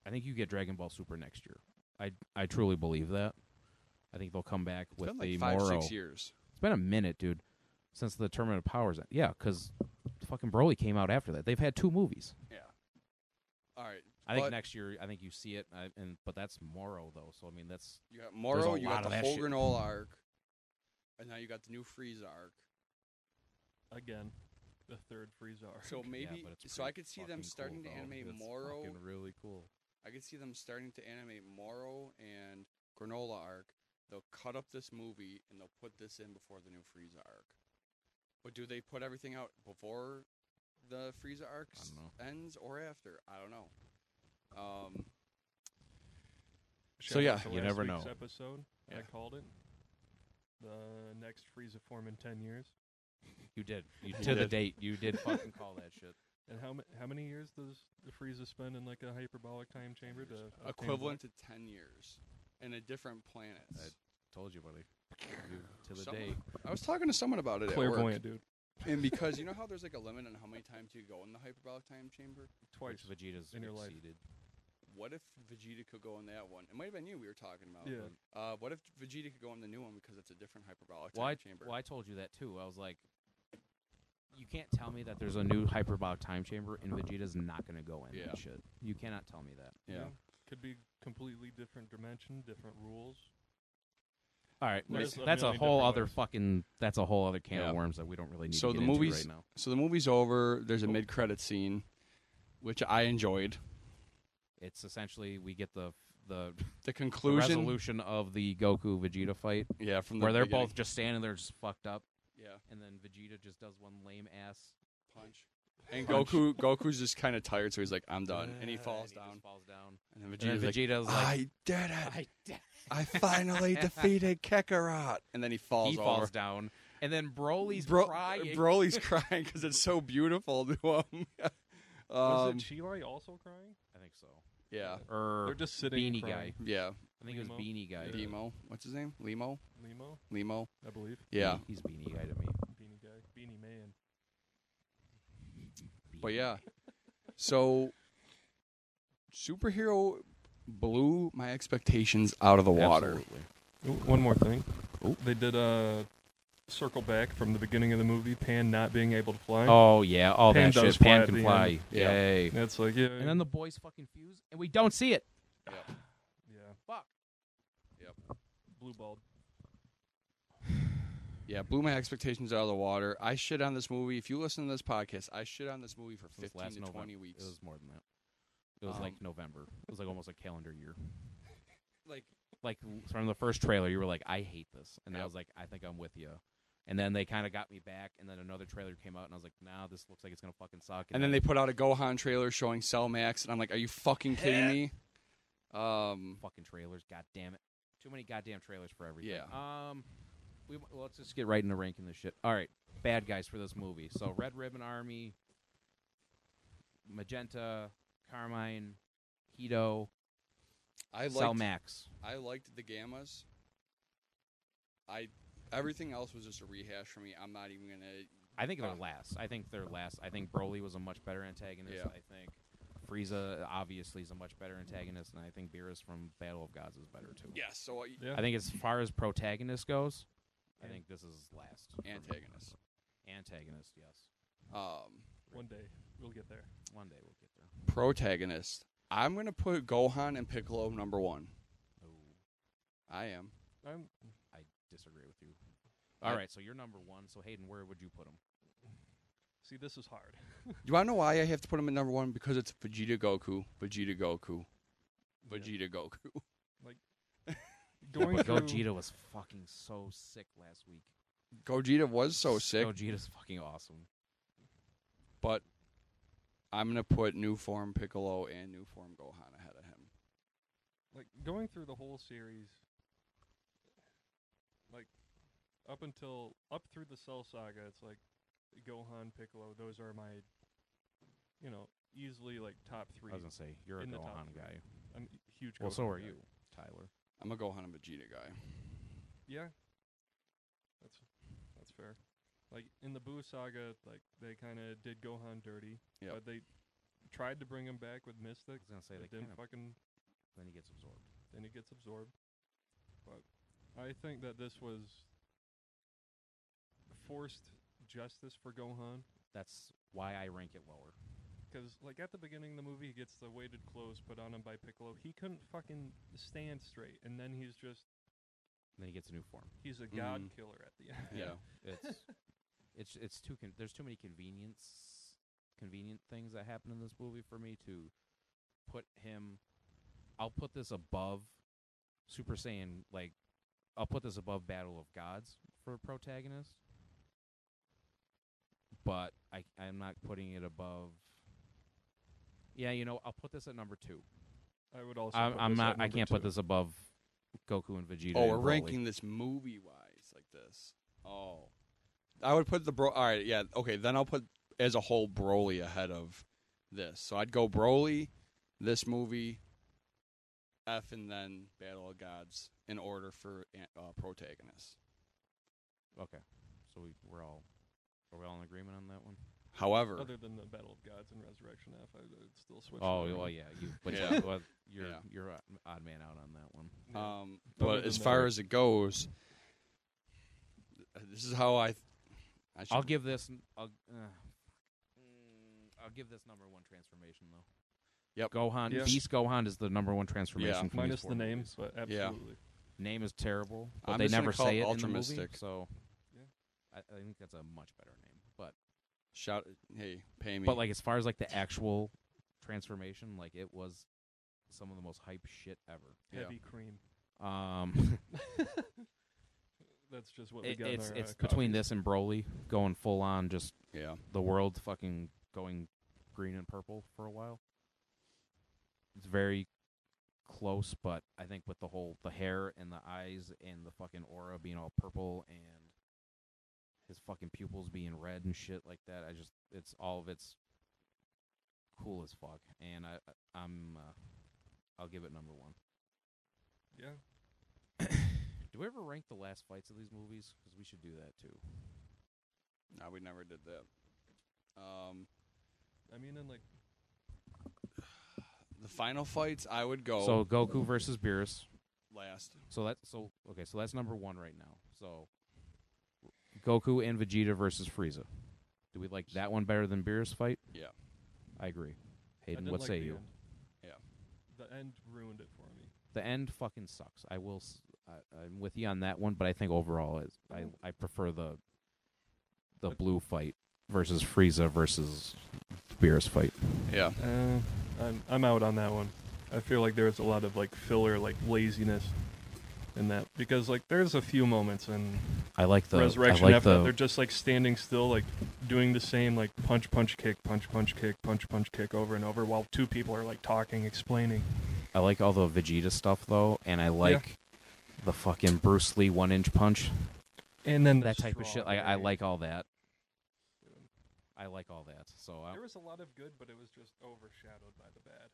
Speaker 3: I think you get Dragon Ball Super next year. I I truly believe that. I think they'll come back
Speaker 2: it's
Speaker 3: with
Speaker 2: been
Speaker 3: the
Speaker 2: like five
Speaker 3: Moro.
Speaker 2: six years.
Speaker 3: It's been a minute, dude, since the Tournament of Powers. uh, Yeah, because fucking Broly came out after that. They've had two movies.
Speaker 2: All right.
Speaker 3: I think
Speaker 2: But-
Speaker 3: next year, I think you see it, I, and but that's Moro though. So I mean, that's
Speaker 2: You got Moro,
Speaker 3: a
Speaker 2: you
Speaker 3: lot
Speaker 2: got
Speaker 3: of
Speaker 2: the
Speaker 3: that
Speaker 2: whole
Speaker 3: shit.
Speaker 2: granola arc, and now you got the new Frieza arc.
Speaker 4: Again, the third Frieza arc.
Speaker 2: So maybe,
Speaker 3: but it's
Speaker 2: so I
Speaker 3: pretty
Speaker 2: could see
Speaker 3: fucking
Speaker 2: them starting
Speaker 3: cool,
Speaker 2: to
Speaker 3: though.
Speaker 2: animate
Speaker 3: That's
Speaker 2: Moro.
Speaker 3: fucking really cool.
Speaker 2: I could see them starting to animate Moro and granola arc. They'll cut up this movie and they'll put this in before the new Frieza arc. But do they put everything out before the Frieza arc
Speaker 3: I don't know.
Speaker 2: ends or after? I don't know. Um,
Speaker 4: Shout
Speaker 2: So
Speaker 4: out
Speaker 2: yeah,
Speaker 4: to
Speaker 3: you
Speaker 4: last
Speaker 3: never
Speaker 4: week's
Speaker 3: know.
Speaker 4: Episode, I
Speaker 2: Yeah.
Speaker 4: called it the next Frieza form in ten years.
Speaker 3: You did. You
Speaker 2: You
Speaker 3: to the
Speaker 2: did.
Speaker 3: date. You did fucking call that shit.
Speaker 4: And how ma- how many years does the Frieza spend in like a hyperbolic time chamber to obtain black-
Speaker 2: equivalent to 10 years in a different planet.
Speaker 3: I- Told you, buddy. You, to the
Speaker 2: Someone-
Speaker 3: date.
Speaker 2: I was talking to someone about it. At work.
Speaker 4: Clairvoyant, dude.
Speaker 2: and because you know how there's like a limit on how many times you go in the hyperbolic time chamber.
Speaker 4: Twice.
Speaker 3: Which Vegeta's
Speaker 4: in your life.
Speaker 3: exceeded.
Speaker 2: What if Vegeta could go in that one? It might have been you we were talking about.
Speaker 4: Yeah.
Speaker 2: Uh, what if Vegeta could go in the new one because it's a different hyperbolic
Speaker 3: Well I,
Speaker 2: time chamber?
Speaker 3: well, I told you that too. I was like, you can't tell me that there's a new hyperbolic time chamber and Vegeta's not going to go in
Speaker 2: Yeah.
Speaker 3: that shit. You cannot tell me that.
Speaker 2: Yeah.
Speaker 4: Could be completely different dimension, different rules.
Speaker 3: All right,
Speaker 4: There's
Speaker 3: that's,
Speaker 4: a
Speaker 3: that's a
Speaker 4: million
Speaker 3: whole
Speaker 4: different
Speaker 3: other
Speaker 4: ways.
Speaker 3: fucking. That's a whole other can
Speaker 2: Yeah.
Speaker 3: of worms that we don't really need.
Speaker 2: So
Speaker 3: to
Speaker 2: the
Speaker 3: get into
Speaker 2: movies-
Speaker 3: right now.
Speaker 2: So the movie's over. There's a
Speaker 4: Cool.
Speaker 2: mid-credit scene, which I enjoyed.
Speaker 3: It's essentially we get the the,
Speaker 2: The
Speaker 3: the
Speaker 2: conclusion.
Speaker 3: resolution of the Goku Vegeta fight
Speaker 2: yeah, from the
Speaker 3: where they're
Speaker 2: beginning.
Speaker 3: both just standing there just fucked up,
Speaker 2: yeah
Speaker 3: and then Vegeta just does one lame ass.
Speaker 2: punch. And
Speaker 3: Punch.
Speaker 2: Goku, Goku's just kind of tired, so he's like, "I'm done," and he
Speaker 3: Uh,
Speaker 2: falls
Speaker 3: and he
Speaker 2: down.
Speaker 3: just falls down.
Speaker 2: And then
Speaker 3: And
Speaker 2: Vegeta's
Speaker 3: then
Speaker 2: like,
Speaker 3: Vegeta's like,
Speaker 2: "I did it!
Speaker 3: I did
Speaker 2: I finally defeated Kakarot!" And then he falls.
Speaker 3: he
Speaker 2: over.
Speaker 3: falls down, and then Broly's
Speaker 2: Bro-
Speaker 3: crying.
Speaker 2: Broly's crying because it's so beautiful to him.
Speaker 4: Was
Speaker 2: um,
Speaker 4: it Chiroi also crying?
Speaker 3: I think so.
Speaker 2: yeah,
Speaker 3: Or
Speaker 4: They're just sitting.
Speaker 3: er, Beanie
Speaker 4: crying.
Speaker 2: yeah.
Speaker 3: I think it was
Speaker 4: Limo?
Speaker 3: Beanie Guy.
Speaker 4: Yeah.
Speaker 2: Limo, what's his name? Limo,
Speaker 4: Limo,
Speaker 2: Limo.
Speaker 4: I believe.
Speaker 2: Yeah,
Speaker 3: he's Beanie Guy to me.
Speaker 4: Beanie guy. Beanie man.
Speaker 2: but yeah. So, superhero blew my expectations out of the water.
Speaker 3: Absolutely.
Speaker 4: Ooh, One more thing. They did a circle back from the beginning of the movie, Pan not being able to fly.
Speaker 3: Oh yeah, all
Speaker 4: Pan
Speaker 3: that
Speaker 4: does
Speaker 3: shit.
Speaker 4: fly
Speaker 3: Pan
Speaker 4: at
Speaker 3: can
Speaker 4: the
Speaker 3: fly.
Speaker 2: Yeah.
Speaker 3: Yay!
Speaker 4: And it's like, yeah.
Speaker 3: And then the boys fucking fuse, and we don't see it.
Speaker 4: yeah.
Speaker 3: Fuck.
Speaker 4: Blue ball.
Speaker 2: Yeah, blew my expectations out of the water. I shit on this movie. If you listen to this podcast, I shit on this movie for
Speaker 3: It was
Speaker 2: 15 to 20
Speaker 3: November.
Speaker 2: weeks.
Speaker 3: It was more than that. It was like
Speaker 2: Um,
Speaker 3: November. It was like almost a calendar year.
Speaker 2: like
Speaker 3: Like w- from the first trailer, you were like, "I hate this," and I
Speaker 2: Yep.
Speaker 3: was like, "I think I'm with you." And then they kind of got me back, and then another trailer came out, and I was like, "Nah, this looks like it's gonna fucking suck."
Speaker 2: And then they put out a Gohan trailer showing Cell Max, and I'm like, are you fucking kidding me? Um,
Speaker 3: fucking trailers. God damn it! Too many goddamn trailers for everything.
Speaker 2: Yeah.
Speaker 3: Um, we w- well, let's just get right into ranking this shit. All right, bad guys for this movie. So Red Ribbon Army, Magenta, Carmine, Hito,
Speaker 2: I
Speaker 3: Cell
Speaker 2: liked,
Speaker 3: Max.
Speaker 2: I liked the Gammas. I everything else was just a rehash for me. I'm not even gonna.
Speaker 3: I think they're
Speaker 2: Uh,
Speaker 3: last. I think they're last. I think Broly was a much better antagonist.
Speaker 2: Yeah.
Speaker 3: I think Frieza obviously is a much better antagonist, and I think Beerus from Battle of Gods is better too.
Speaker 2: Yeah, so I,
Speaker 4: Yeah.
Speaker 3: I think as far as protagonist goes, I
Speaker 4: Yeah.
Speaker 3: think this is last. for me.
Speaker 2: antagonist.
Speaker 3: Antagonist, yes.
Speaker 2: Um,
Speaker 4: One day we'll get there.
Speaker 3: One day we'll get there.
Speaker 2: protagonist. I'm gonna put Gohan and Piccolo number one.
Speaker 3: No,
Speaker 2: I am.
Speaker 4: I'm
Speaker 3: I disagree with you. All
Speaker 2: I-
Speaker 3: right, so you're number one. So Hayden, where would you put him?
Speaker 4: see. This is hard.
Speaker 2: Do I know why I have to put him at number one? Because it's Vegeta Goku. Vegeta Goku. Vegeta Goku.
Speaker 4: Going
Speaker 3: But
Speaker 4: through,
Speaker 3: Gogeta was fucking so sick last week.
Speaker 2: Gogeta was so
Speaker 3: S-
Speaker 2: sick,
Speaker 3: Gogeta's fucking awesome.
Speaker 2: but I'm gonna put new form Piccolo and new form Gohan ahead of him.
Speaker 4: like going through the whole series, like up until up through the Cell Saga, it's like Gohan, Piccolo. Those are my, you know, easily like top three.
Speaker 3: I was gonna say you're a
Speaker 4: In the top
Speaker 3: Gohan
Speaker 4: three.
Speaker 3: guy.
Speaker 4: I'm a huge.
Speaker 3: Well,
Speaker 4: Gohan
Speaker 3: so are
Speaker 4: guy.
Speaker 3: you, Tyler.
Speaker 2: I'm a Gohan and Vegeta guy.
Speaker 4: Yeah. That's that's fair. Like in the Boo saga, like they kind of did Gohan dirty,
Speaker 2: Yep.
Speaker 4: but they tried to bring him back with
Speaker 3: I
Speaker 4: Mystic.
Speaker 3: was gonna say
Speaker 4: They
Speaker 3: they
Speaker 4: didn't
Speaker 3: kind of.
Speaker 4: fucking.
Speaker 3: Then he gets absorbed.
Speaker 4: Then he gets absorbed. But I think that this was forced justice for Gohan
Speaker 3: That's why I rank it lower.
Speaker 4: because, like at the beginning of the movie, he gets the weighted clothes put on him by Piccolo. He couldn't fucking stand straight, and then he's just
Speaker 3: And then he gets a new form.
Speaker 4: he's a god
Speaker 2: Mhm.
Speaker 4: killer at the end.
Speaker 2: Yeah.
Speaker 3: It's it's it's too con- there's too many convenience convenient things that happen in this movie for me to put him I'll put this above Super Saiyan like I'll put this above Battle of Gods for a protagonist. But I I'm not putting it above Yeah, you know, I'll put this at number 2.
Speaker 4: I would also.
Speaker 3: I'm,
Speaker 4: put
Speaker 3: I'm
Speaker 4: this at
Speaker 3: not I
Speaker 4: number
Speaker 3: can't
Speaker 4: two.
Speaker 3: put this above Goku and Vegeta.
Speaker 2: Oh,
Speaker 3: and
Speaker 2: we're
Speaker 3: Broly.
Speaker 2: ranking this movie wise like this. Oh. I would put the bro. All right, yeah, okay. Then I'll put as a whole Broly ahead of this. So I'd go Broly, this movie, F, and then Battle of Gods in order for an- uh, protagonists.
Speaker 3: Okay. So we we're all are we all in agreement on that one?
Speaker 2: However,
Speaker 4: Other than the Battle of Gods and Resurrection F, I would still switch.
Speaker 3: Oh
Speaker 4: them
Speaker 3: well,
Speaker 4: around.
Speaker 3: yeah, you, but
Speaker 2: Yeah.
Speaker 3: you- well, you're
Speaker 2: Yeah.
Speaker 3: you're a- odd man out on that one.
Speaker 4: Yeah.
Speaker 2: Um,
Speaker 4: Other
Speaker 2: but
Speaker 4: than
Speaker 2: as
Speaker 4: that-
Speaker 2: far as it goes, this is how I. I should,
Speaker 3: I'll give this. n- I'll, uh, mm, I'll give this number one transformation though.
Speaker 2: Yep.
Speaker 3: Gohan.
Speaker 4: Yeah.
Speaker 3: Beast Gohan is the number one transformation.
Speaker 2: Yeah.
Speaker 3: from these
Speaker 4: Minus
Speaker 3: four
Speaker 4: the name,
Speaker 3: movies.
Speaker 4: but absolutely.
Speaker 3: Name is terrible, but
Speaker 2: I'm
Speaker 3: they
Speaker 2: just gonna
Speaker 3: never
Speaker 2: call it
Speaker 3: say it in the movie.
Speaker 2: Ultramystic.
Speaker 3: So,
Speaker 4: Yeah.
Speaker 3: I, I think that's a much better name. But
Speaker 2: shout. Hey, pay me.
Speaker 3: but like as far as like the actual transformation, like it was some of the most hype shit ever.
Speaker 2: Yeah.
Speaker 4: Heavy cream.
Speaker 3: Um,
Speaker 4: That's just what we
Speaker 3: it,
Speaker 4: got. in
Speaker 3: it's
Speaker 4: our,
Speaker 3: it's
Speaker 4: uh,
Speaker 3: between
Speaker 4: copies.
Speaker 3: this and Broly going full on just
Speaker 2: yeah,
Speaker 3: the world fucking going green and purple for a while. It's very close, but I think with the whole the hair and the eyes and the fucking aura being all purple and his fucking pupils being red and shit like that, I just it's all of it's cool as fuck, and I I- I'm uh, I'll give it number one.
Speaker 4: Yeah.
Speaker 3: Do we ever rank the last fights of these movies? Because we should do that too.
Speaker 2: no, we never did that. Um,
Speaker 4: I mean, in like
Speaker 2: the final fights, I would go
Speaker 3: So Goku versus Beerus.
Speaker 2: last.
Speaker 3: So that's so okay. So that's number one right now. So Goku and Vegeta versus Frieza. Do we like that one better than Beerus fight?
Speaker 2: Yeah.
Speaker 3: I agree.
Speaker 4: I
Speaker 3: Hayden,
Speaker 4: didn't
Speaker 3: what
Speaker 4: like
Speaker 3: say
Speaker 4: the
Speaker 3: you?
Speaker 4: End.
Speaker 2: Yeah.
Speaker 4: The end ruined it for me.
Speaker 3: The end fucking sucks. I will. s- I, I'm with you on that one, but I think overall, is I I prefer the the blue fight versus Frieza versus Beerus fight.
Speaker 2: Yeah.
Speaker 4: Uh, I'm I'm out on that one. I feel like there's a lot of like filler, like laziness in that because like there's a few moments in
Speaker 3: I like the
Speaker 4: Resurrection
Speaker 3: I like
Speaker 4: after that, they're
Speaker 3: the
Speaker 4: just like standing still, like doing the same like punch, punch, kick, punch, punch, kick, punch, punch, kick over and over while two people are like talking, explaining.
Speaker 3: I like all the Vegeta stuff though, and I like the fucking Bruce Lee one inch punch.
Speaker 4: And then the
Speaker 3: that type of shit.
Speaker 4: straw,
Speaker 3: Like I
Speaker 4: right?
Speaker 3: like all that. I like all that. So I,
Speaker 4: There was a lot of good, but it was just overshadowed by the bad.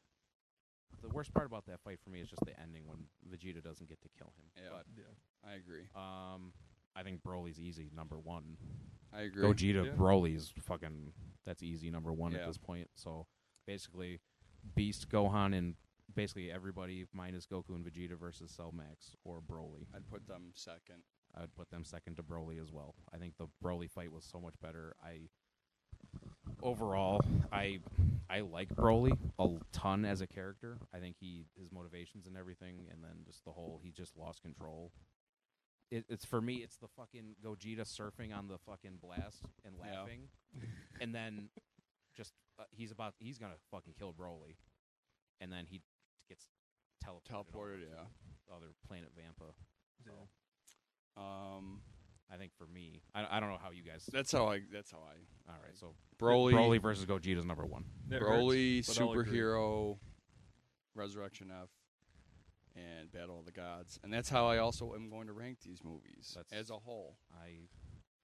Speaker 3: the worst part about that fight for me is just the ending when Vegeta doesn't get to kill him.
Speaker 2: Yeah.
Speaker 4: Yeah.
Speaker 2: I agree.
Speaker 3: But um, I think Broly's easy number one.
Speaker 2: I agree.
Speaker 3: Gogeta
Speaker 4: Yeah.
Speaker 3: Broly's fucking that's easy number one
Speaker 2: Yeah.
Speaker 3: at this point. So basically, Beast Gohan and basically everybody minus Goku and Vegeta versus Cell Max or Broly.
Speaker 2: I'd put them second.
Speaker 3: I would put them second to Broly as well. I think the Broly fight was so much better. I overall, I I like Broly a l- ton as a character. I think he his motivations and everything, and then just the whole he just lost control. It, it's for me, it's the fucking Gogeta surfing on the fucking blast and
Speaker 2: Yeah.
Speaker 3: laughing, and then just uh, he's about he's gonna fucking kill Broly, and then he gets teleported, over
Speaker 2: Teleported,
Speaker 3: to
Speaker 2: yeah.
Speaker 3: the other planet Vampa. So.
Speaker 2: Um,
Speaker 3: I think for me, I, I don't know how you guys.
Speaker 2: that's how I. That's how I.
Speaker 3: all right, so
Speaker 2: Broly.
Speaker 3: Broly versus Gogeta's number one.
Speaker 4: That hurts,
Speaker 2: Broly,
Speaker 4: but I'll agree.
Speaker 2: superhero, Resurrection F, and Battle of the Gods, and that's how I also am going to rank these movies
Speaker 3: That's-
Speaker 2: as a whole.
Speaker 3: I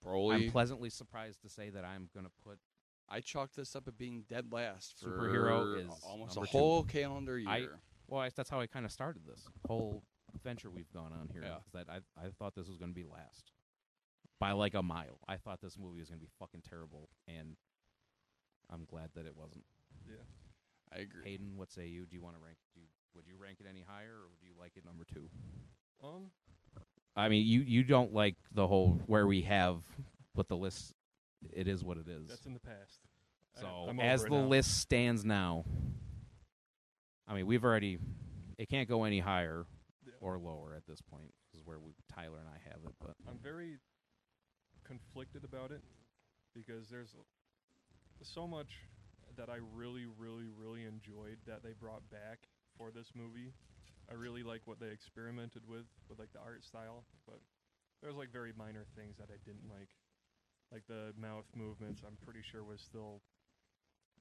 Speaker 3: I'm
Speaker 2: Broly,
Speaker 3: pleasantly surprised to say that I'm gonna put.
Speaker 2: I chalked this up at being dead last for
Speaker 3: Superhero
Speaker 2: a-
Speaker 3: is
Speaker 2: almost a
Speaker 3: number two.
Speaker 2: whole calendar year.
Speaker 3: I- Well, I, that's how I kind of started this whole venture we've gone on here.
Speaker 2: Yeah.
Speaker 3: is That I I thought this was gonna be last by like a mile. I thought this movie was gonna be fucking terrible, and I'm glad that it wasn't.
Speaker 2: I agree.
Speaker 3: Hayden, what say you? Do you want to rank? Do you, would you rank it any higher, or would you like it number two?
Speaker 4: Um,
Speaker 3: I mean, you you don't like the whole where we have, but the list, it is what it is.
Speaker 4: that's in the past. I-
Speaker 3: So
Speaker 4: I'm
Speaker 3: as
Speaker 4: over it
Speaker 3: the
Speaker 4: now.
Speaker 3: list stands now, I mean, we've already it can't go any higher
Speaker 4: Yeah.
Speaker 3: or lower at this point. This is where we, Tyler and I have it, but
Speaker 4: I'm very conflicted about it because there's so much that I really, really, really enjoyed that they brought back for this movie. I really like what they experimented with, with like the art style, but there's like very minor things that I didn't like. Like the mouth movements, I'm pretty sure was still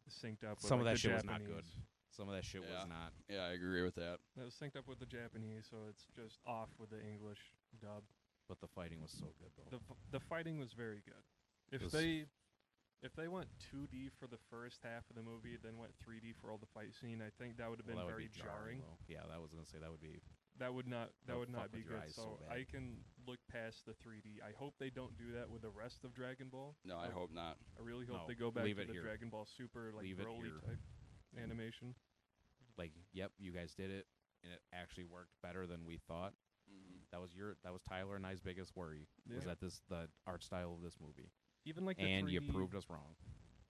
Speaker 4: synced up with
Speaker 3: Some of
Speaker 4: like,
Speaker 3: that
Speaker 4: the
Speaker 3: shit was not
Speaker 4: Japanese.
Speaker 3: good. some of that shit
Speaker 2: Yeah.
Speaker 3: was not.
Speaker 2: yeah, I agree with that.
Speaker 4: That was synced up with the Japanese, so it's just off with the English dub.
Speaker 3: But the fighting was so good though.
Speaker 4: the f- the fighting was very good. If
Speaker 3: Yes.
Speaker 4: they if they went 2D for the first half of the movie, then went 3D for all the fight scene, I think that would have been
Speaker 3: Well, that would
Speaker 4: very
Speaker 3: be jarring. though. Yeah, that was gonna say that would be.
Speaker 4: That would not that
Speaker 3: That'll
Speaker 4: would
Speaker 3: fuck
Speaker 4: not be
Speaker 3: with your
Speaker 4: good.
Speaker 3: eyes
Speaker 4: So,
Speaker 3: so bad.
Speaker 4: I can look past the 3D. I hope they don't do that with the rest of Dragon Ball.
Speaker 2: No, I
Speaker 3: Oh.
Speaker 4: I-
Speaker 2: hope not.
Speaker 4: I really hope
Speaker 3: No,
Speaker 4: they go back
Speaker 3: leave
Speaker 4: to
Speaker 3: it
Speaker 4: the
Speaker 3: here.
Speaker 4: Dragon Ball Super like
Speaker 3: Leave it
Speaker 4: Broly
Speaker 3: here.
Speaker 4: type animation.
Speaker 3: like, yep, you guys did it, and it actually worked better than we thought. That was your that was Tyler and I's biggest worry was
Speaker 4: Mm-hmm. Yeah.
Speaker 3: that this the art style of this movie,
Speaker 4: Even like the
Speaker 3: and
Speaker 4: 3D
Speaker 3: you proved us wrong.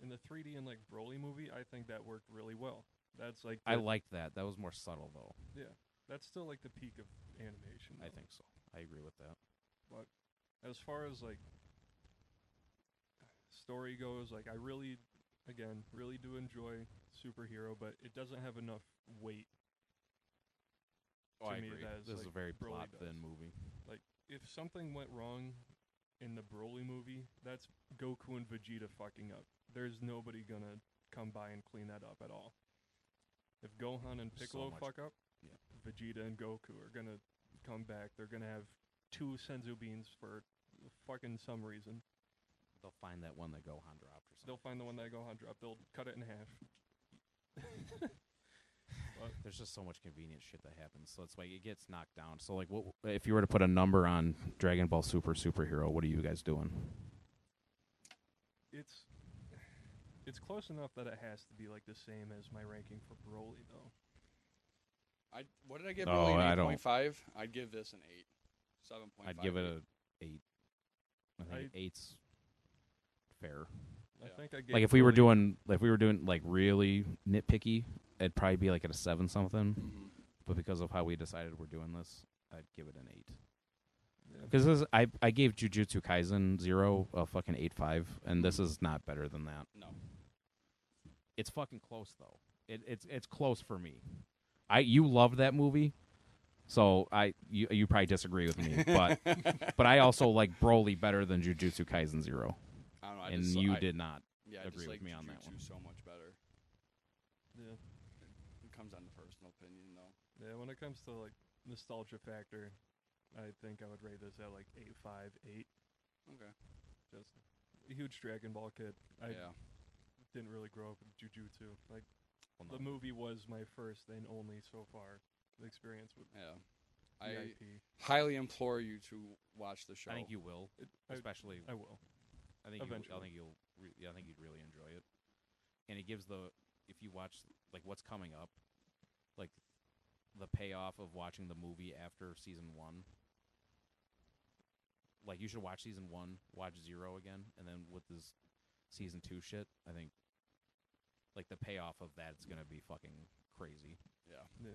Speaker 4: in the 3D and like Broly movie, I think that worked really well. That's like
Speaker 3: I
Speaker 4: the-
Speaker 3: liked that. That was more subtle though.
Speaker 4: that's still like the peak of animation.
Speaker 3: I
Speaker 4: though.
Speaker 3: think so. I agree with that.
Speaker 4: as far as like story goes, like I really, again, really do enjoy superhero, but it doesn't have enough weight.
Speaker 3: Oh,
Speaker 4: to
Speaker 3: I
Speaker 4: me,
Speaker 3: agree.
Speaker 4: that is,
Speaker 3: This is a
Speaker 4: like,
Speaker 3: very
Speaker 4: Broly
Speaker 3: plot thin
Speaker 4: does.
Speaker 3: movie.
Speaker 4: If something went wrong in the Broly movie, that's Goku and Vegeta fucking up. There's nobody gonna come by and clean that up at all. If Gohan and
Speaker 3: So
Speaker 4: Piccolo
Speaker 3: much-
Speaker 4: fuck up,
Speaker 3: yeah.
Speaker 4: Vegeta and Goku are gonna come back. They're gonna have two Senzu beans for fucking some reason.
Speaker 3: They'll find that one that Gohan dropped or something.
Speaker 4: They'll find the one that Gohan dropped. They'll cut it in half.
Speaker 3: There's just so much convenient shit that happens, so it's like it gets knocked down. So like, what if you were to put a number on Dragon Ball Super superhero? What are you guys doing?
Speaker 4: it's it's close enough that it has to be like the same as my ranking for Broly though.
Speaker 2: I what did I give
Speaker 3: Oh,
Speaker 2: Broly?
Speaker 3: I
Speaker 2: An eight
Speaker 3: don't-
Speaker 2: point five. I'd give this an eight. Seven point
Speaker 3: I'd give it a eight. I think eight's fair.
Speaker 4: I
Speaker 2: Yeah.
Speaker 4: think I gave
Speaker 3: Like if we were
Speaker 4: Broly-
Speaker 3: doing, like if we were doing like really nitpicky, it'd probably be like at a seven something.
Speaker 2: Mhm.
Speaker 3: But because of how we decided we're doing this, I'd give it an eight. because this is, I I gave Jujutsu Kaisen zero a fucking eight five, and this is not better than that.
Speaker 2: No.
Speaker 3: It's fucking close though. It, it's it's close for me. I you loved that movie, so I you you probably disagree with me, but but I also like Broly better than Jujutsu Kaisen zero,
Speaker 2: I don't know. I
Speaker 3: and
Speaker 2: just,
Speaker 3: you
Speaker 2: I,
Speaker 3: did not.
Speaker 2: yeah, I
Speaker 3: agree
Speaker 2: just
Speaker 3: with
Speaker 2: like
Speaker 3: me on that one.
Speaker 2: Jujutsu so much better.
Speaker 4: Yeah.
Speaker 2: It comes down to personal opinion, though.
Speaker 4: Yeah, when it comes to like nostalgia factor, I think I would rate this at like eight five eight.
Speaker 2: Okay.
Speaker 4: Just a huge Dragon Ball kid. I
Speaker 2: yeah.
Speaker 4: didn't really grow up with Jujutsu. Like
Speaker 6: Well,
Speaker 4: the movie was my first and only so far experience with
Speaker 2: Yeah.
Speaker 4: the
Speaker 2: I
Speaker 4: IP.
Speaker 2: highly implore you to watch the show.
Speaker 3: I think you will,
Speaker 4: It- I,
Speaker 3: especially
Speaker 4: I will.
Speaker 3: I think you, I
Speaker 4: Eventually.
Speaker 3: think you'll re- yeah, I think you'd really enjoy it, and it gives the if you watch like what's coming up, like the payoff of watching the movie after season one. Like you should watch season one, watch zero again, and then with this season two shit, I think like the payoff of that is gonna be fucking crazy.
Speaker 4: Yeah.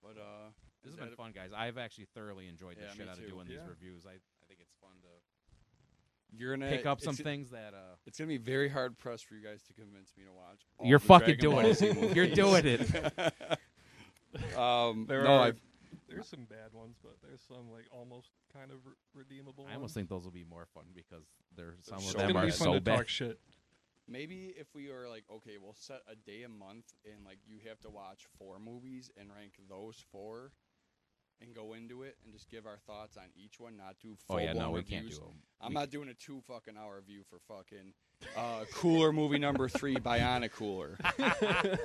Speaker 2: But uh,
Speaker 3: This
Speaker 2: is
Speaker 3: has been
Speaker 2: that
Speaker 3: fun, guys. I've actually thoroughly enjoyed the
Speaker 2: Yeah,
Speaker 3: shit
Speaker 2: me
Speaker 3: out of
Speaker 2: too.
Speaker 3: doing
Speaker 4: Yeah.
Speaker 3: these reviews. I, I think it's fun to
Speaker 2: it? You're gonna
Speaker 3: pick up
Speaker 2: it's-
Speaker 3: some things that uh,
Speaker 2: It's gonna be very hard pressed for you guys to convince me to watch. all
Speaker 3: You're
Speaker 2: the
Speaker 3: fucking
Speaker 2: Dragon Ball
Speaker 3: doing it.
Speaker 2: Z
Speaker 3: You're
Speaker 2: movies.
Speaker 3: doing it.
Speaker 2: um,
Speaker 4: There
Speaker 2: no,
Speaker 4: are
Speaker 2: I've,
Speaker 4: there's some bad ones, but there's some like almost kind of re- redeemable.
Speaker 3: I almost think those will be more fun because they're some
Speaker 2: so
Speaker 3: of
Speaker 4: it's
Speaker 2: many.
Speaker 3: them are
Speaker 4: gonna be fun
Speaker 3: so
Speaker 4: to
Speaker 3: bad.
Speaker 4: talk shit.
Speaker 2: maybe if we were like, okay, we'll set a day a month, and like you have to watch four movies and rank those four, and go into it and just give our thoughts on each one. Not do full
Speaker 3: Oh yeah, no,
Speaker 2: blown
Speaker 3: we
Speaker 2: reviews.
Speaker 3: can't do them.
Speaker 2: I'm
Speaker 3: We-
Speaker 2: not doing a two fucking hour review for fucking uh, Cooler movie number three, Bionic Cooler.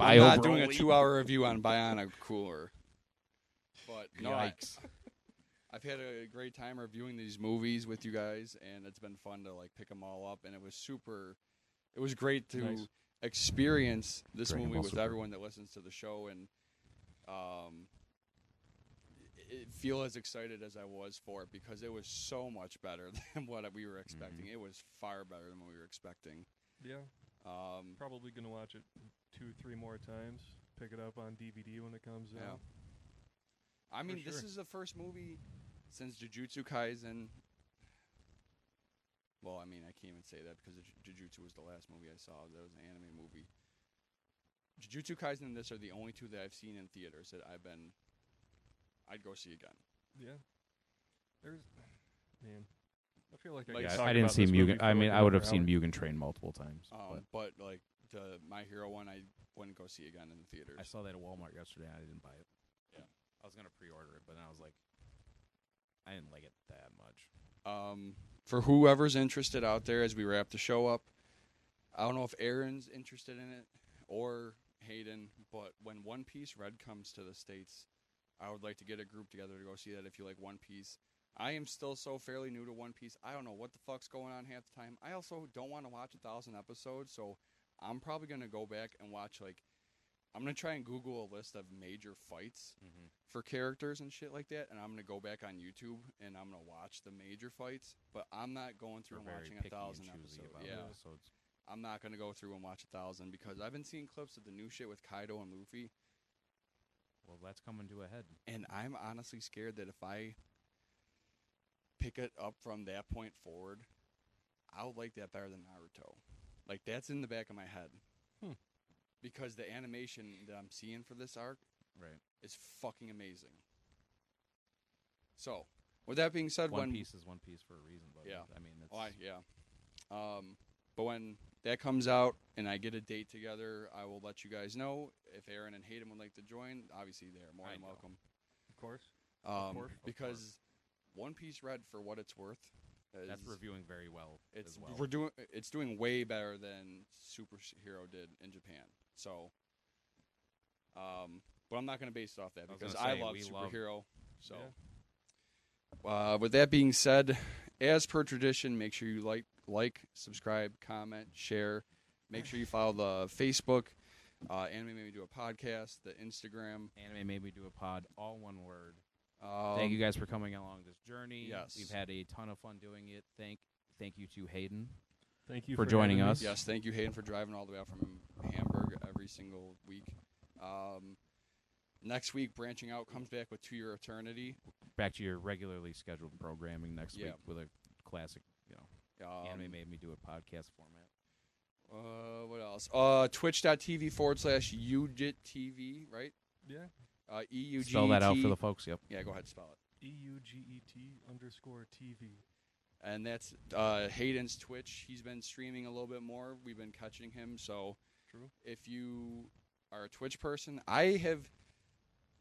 Speaker 2: I'm not doing a two hour review on Bionic Cooler. But no, I,
Speaker 3: Yikes.
Speaker 2: I've had a great time reviewing these movies with you guys, and it's been fun to like pick them all up. And it was super. It was great to
Speaker 4: Nice.
Speaker 2: experience this
Speaker 3: Dragon
Speaker 2: movie
Speaker 3: Ball
Speaker 2: with
Speaker 3: Super.
Speaker 2: everyone that listens to the show, and um, i- i- feel as excited as I was for it because it was so much better than what we were expecting. It was far better than what we were expecting.
Speaker 4: Yeah,
Speaker 2: Um,
Speaker 4: probably gonna watch it two, three more times. Pick it up on DVD when it comes
Speaker 2: Yeah.
Speaker 4: out.
Speaker 2: I mean, this
Speaker 4: sure.
Speaker 2: is the first movie since Jujutsu Kaisen. Well, I mean, I can't even say that because Ju- Jujutsu was the last movie I saw. That was an anime movie. Jujutsu Kaisen and this are the only two that I've seen in theaters that I've been. I'd go see again.
Speaker 4: Yeah. There's, man, I feel like I,
Speaker 2: Like,
Speaker 4: could
Speaker 2: I-
Speaker 4: talk
Speaker 3: I didn't
Speaker 4: about
Speaker 3: see
Speaker 4: this movie
Speaker 3: Mugen.
Speaker 4: for
Speaker 3: I
Speaker 4: like
Speaker 3: mean, I
Speaker 4: another
Speaker 3: would have
Speaker 4: hour.
Speaker 3: seen Mugen Train multiple times.
Speaker 2: Um, but. like the My Hero one, I wouldn't go see again in the theaters.
Speaker 3: I saw that at Walmart yesterday. and I didn't buy it.
Speaker 2: Yeah.
Speaker 3: I was gonna pre-order it, but then I was like, I didn't like it that much.
Speaker 2: um, for whoever's interested out there as we wrap the show up. I don't know if Aaron's interested in it or Hayden, but when One Piece Red comes to the States, I would like to get a group together to go see that if you like One Piece. I am still so fairly new to One Piece. I don't know what the fuck's going on half the time. I also don't want to watch a thousand episodes, so I'm probably going to go back and watch, like, I'm going to try and Google a list of major fights
Speaker 3: Mm-hmm.
Speaker 2: for characters and shit like that, and I'm gonna go back on YouTube and I'm gonna watch the major fights. But I'm not going through
Speaker 3: We're
Speaker 2: and
Speaker 3: very
Speaker 2: watching
Speaker 3: picky
Speaker 2: a thousand
Speaker 3: and choosy
Speaker 2: episodes.
Speaker 3: about
Speaker 2: Yeah,
Speaker 3: episodes.
Speaker 2: I'm not gonna go through and watch a thousand because I've been seeing clips of the new shit with Kaido and Luffy,
Speaker 3: Well, that's coming to a head.
Speaker 2: and I'm honestly scared that if I pick it up from that point forward, I'll like that better than Naruto. Like that's in the back of my head.
Speaker 4: Hmm.
Speaker 2: Because the animation that I'm seeing for this arc
Speaker 3: Right.
Speaker 2: is fucking amazing. So, with that being said,
Speaker 3: One
Speaker 2: when
Speaker 3: Piece is One Piece for a reason, but
Speaker 2: Yeah.
Speaker 3: I mean, it's
Speaker 2: Oh, I, yeah. Um, but when that comes out and I get a date together, I will let you guys know if Aaron and Hayden would like to join. Obviously, they are more
Speaker 3: I
Speaker 2: than
Speaker 3: know.
Speaker 2: welcome.
Speaker 4: Of course.
Speaker 2: Um,
Speaker 4: course, of course.
Speaker 2: because One Piece Red, for what it's worth, is,
Speaker 3: that's reviewing very well.
Speaker 2: it's
Speaker 3: as well.
Speaker 2: we're doing it's doing way better than superhero did in Japan. So, um, but I'm not going to base it off that
Speaker 3: I was
Speaker 2: because
Speaker 3: gonna
Speaker 2: I
Speaker 3: say,
Speaker 2: love
Speaker 3: we love-
Speaker 2: superhero. so, uh, with that being said, as per tradition, make sure you like, like, subscribe, comment, share. Make sure you follow the Facebook, uh, Anime Maybe Do a Podcast, the Instagram.
Speaker 3: Anime made me do a pod, all one word.
Speaker 2: Um,
Speaker 3: thank you guys for coming along this journey.
Speaker 2: yes.
Speaker 3: we've had a ton of fun doing it. Thank, thank you to Hayden.
Speaker 4: Thank you
Speaker 3: For joining
Speaker 4: having me.
Speaker 3: us.
Speaker 2: Yes, thank you, Hayden, for driving all the way out from Hamburg every single week. Um, Next week, branching out comes back with Two Year Eternity.
Speaker 3: Back to your regularly scheduled programming next
Speaker 2: Yeah.
Speaker 3: week with a classic, you know,
Speaker 2: Um,
Speaker 3: anime made me do a podcast format.
Speaker 2: Uh, what else? Uh, twitch.tv forward slash UGIT TV, right?
Speaker 4: Yeah.
Speaker 2: Uh, EUGIT.
Speaker 3: Spell that out for the folks. Yep.
Speaker 2: Yeah, go ahead, spell it.
Speaker 4: E U G E T underscore TV.
Speaker 2: And that's uh, Hayden's Twitch. He's been streaming a little bit more. We've been catching him. So
Speaker 4: True.
Speaker 2: if you are a Twitch person, I have,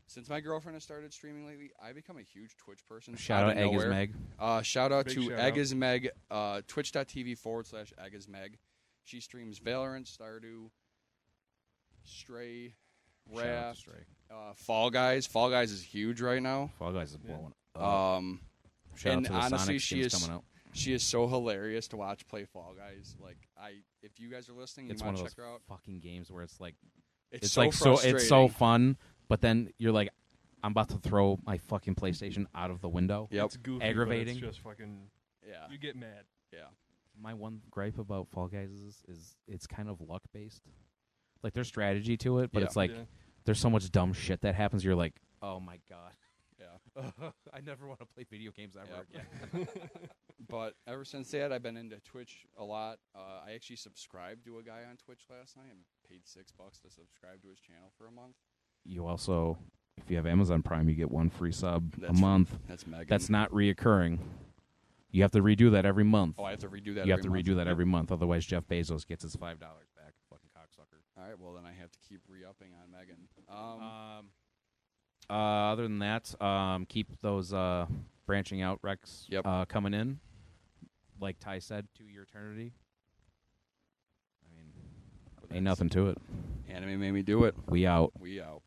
Speaker 2: since my girlfriend has started streaming lately, I've become a huge Twitch person.
Speaker 3: Shout out
Speaker 2: of
Speaker 3: Egg is
Speaker 2: nowhere.
Speaker 3: Meg.
Speaker 2: Uh, shout out
Speaker 4: Big
Speaker 2: to
Speaker 4: shout out.
Speaker 2: Agasmeg, uh, twitch.tv forward slash Agasmeg. She streams Valorant, Stardew, Stray,
Speaker 3: Shout out to
Speaker 2: Raft,
Speaker 3: Stray.
Speaker 2: uh, Fall Guys. Fall Guys is huge right now.
Speaker 3: Fall Guys is
Speaker 4: Yeah.
Speaker 3: blowing up.
Speaker 2: Um,
Speaker 3: Shout
Speaker 2: and
Speaker 3: out to the
Speaker 2: honestly,
Speaker 3: Sonic
Speaker 2: she
Speaker 3: skins
Speaker 2: is-
Speaker 3: coming out.
Speaker 2: she is so hilarious to watch play Fall Guys. Like I, if you guys are listening, you
Speaker 3: It's one
Speaker 2: want
Speaker 3: of
Speaker 2: to
Speaker 3: those
Speaker 2: check her out.
Speaker 3: fucking games where it's like
Speaker 2: It's,
Speaker 3: it's,
Speaker 2: so
Speaker 3: like so it's
Speaker 2: frustrating.
Speaker 3: so fun, but then you're like, I'm about to throw my fucking PlayStation out of the window.
Speaker 2: Yep.
Speaker 4: It's goofy, but it's
Speaker 3: Aggravating.
Speaker 4: just fucking.
Speaker 2: yeah,
Speaker 4: You get mad.
Speaker 3: My one gripe about Fall Guys is, is it's kind of luck based. Like there's strategy to it, but
Speaker 2: Yeah.
Speaker 3: it's like
Speaker 4: Yeah.
Speaker 3: there's so much dumb shit that happens. You're like, oh my god,
Speaker 2: yeah.
Speaker 3: I never want to play video games ever
Speaker 2: Yep.
Speaker 3: again.
Speaker 2: But ever since that, I've been into Twitch a lot. Uh, I actually subscribed to a guy on Twitch last night and paid six bucks to subscribe to his channel for a month.
Speaker 3: You also, if you have Amazon Prime, you get one free sub
Speaker 2: That's
Speaker 3: a
Speaker 2: right.
Speaker 3: month.
Speaker 2: That's Megan.
Speaker 3: That's not reoccurring. You have to redo that every month.
Speaker 2: Oh, I have to redo that.
Speaker 3: you have
Speaker 2: every
Speaker 3: to
Speaker 2: month?
Speaker 3: redo that every month, otherwise Jeff Bezos gets his five dollars back. Fucking cocksucker.
Speaker 2: All right. Well, then I have to keep re-upping on Megan. Um,
Speaker 3: Um, uh, other than that, um, keep those uh, branching out Rex
Speaker 2: Yep.
Speaker 3: uh, coming in. Like Ty said, to your eternity. I mean,
Speaker 2: but
Speaker 3: ain't
Speaker 2: that's-
Speaker 3: nothing to it.
Speaker 2: Anime made me do it.
Speaker 3: We out.
Speaker 2: We out.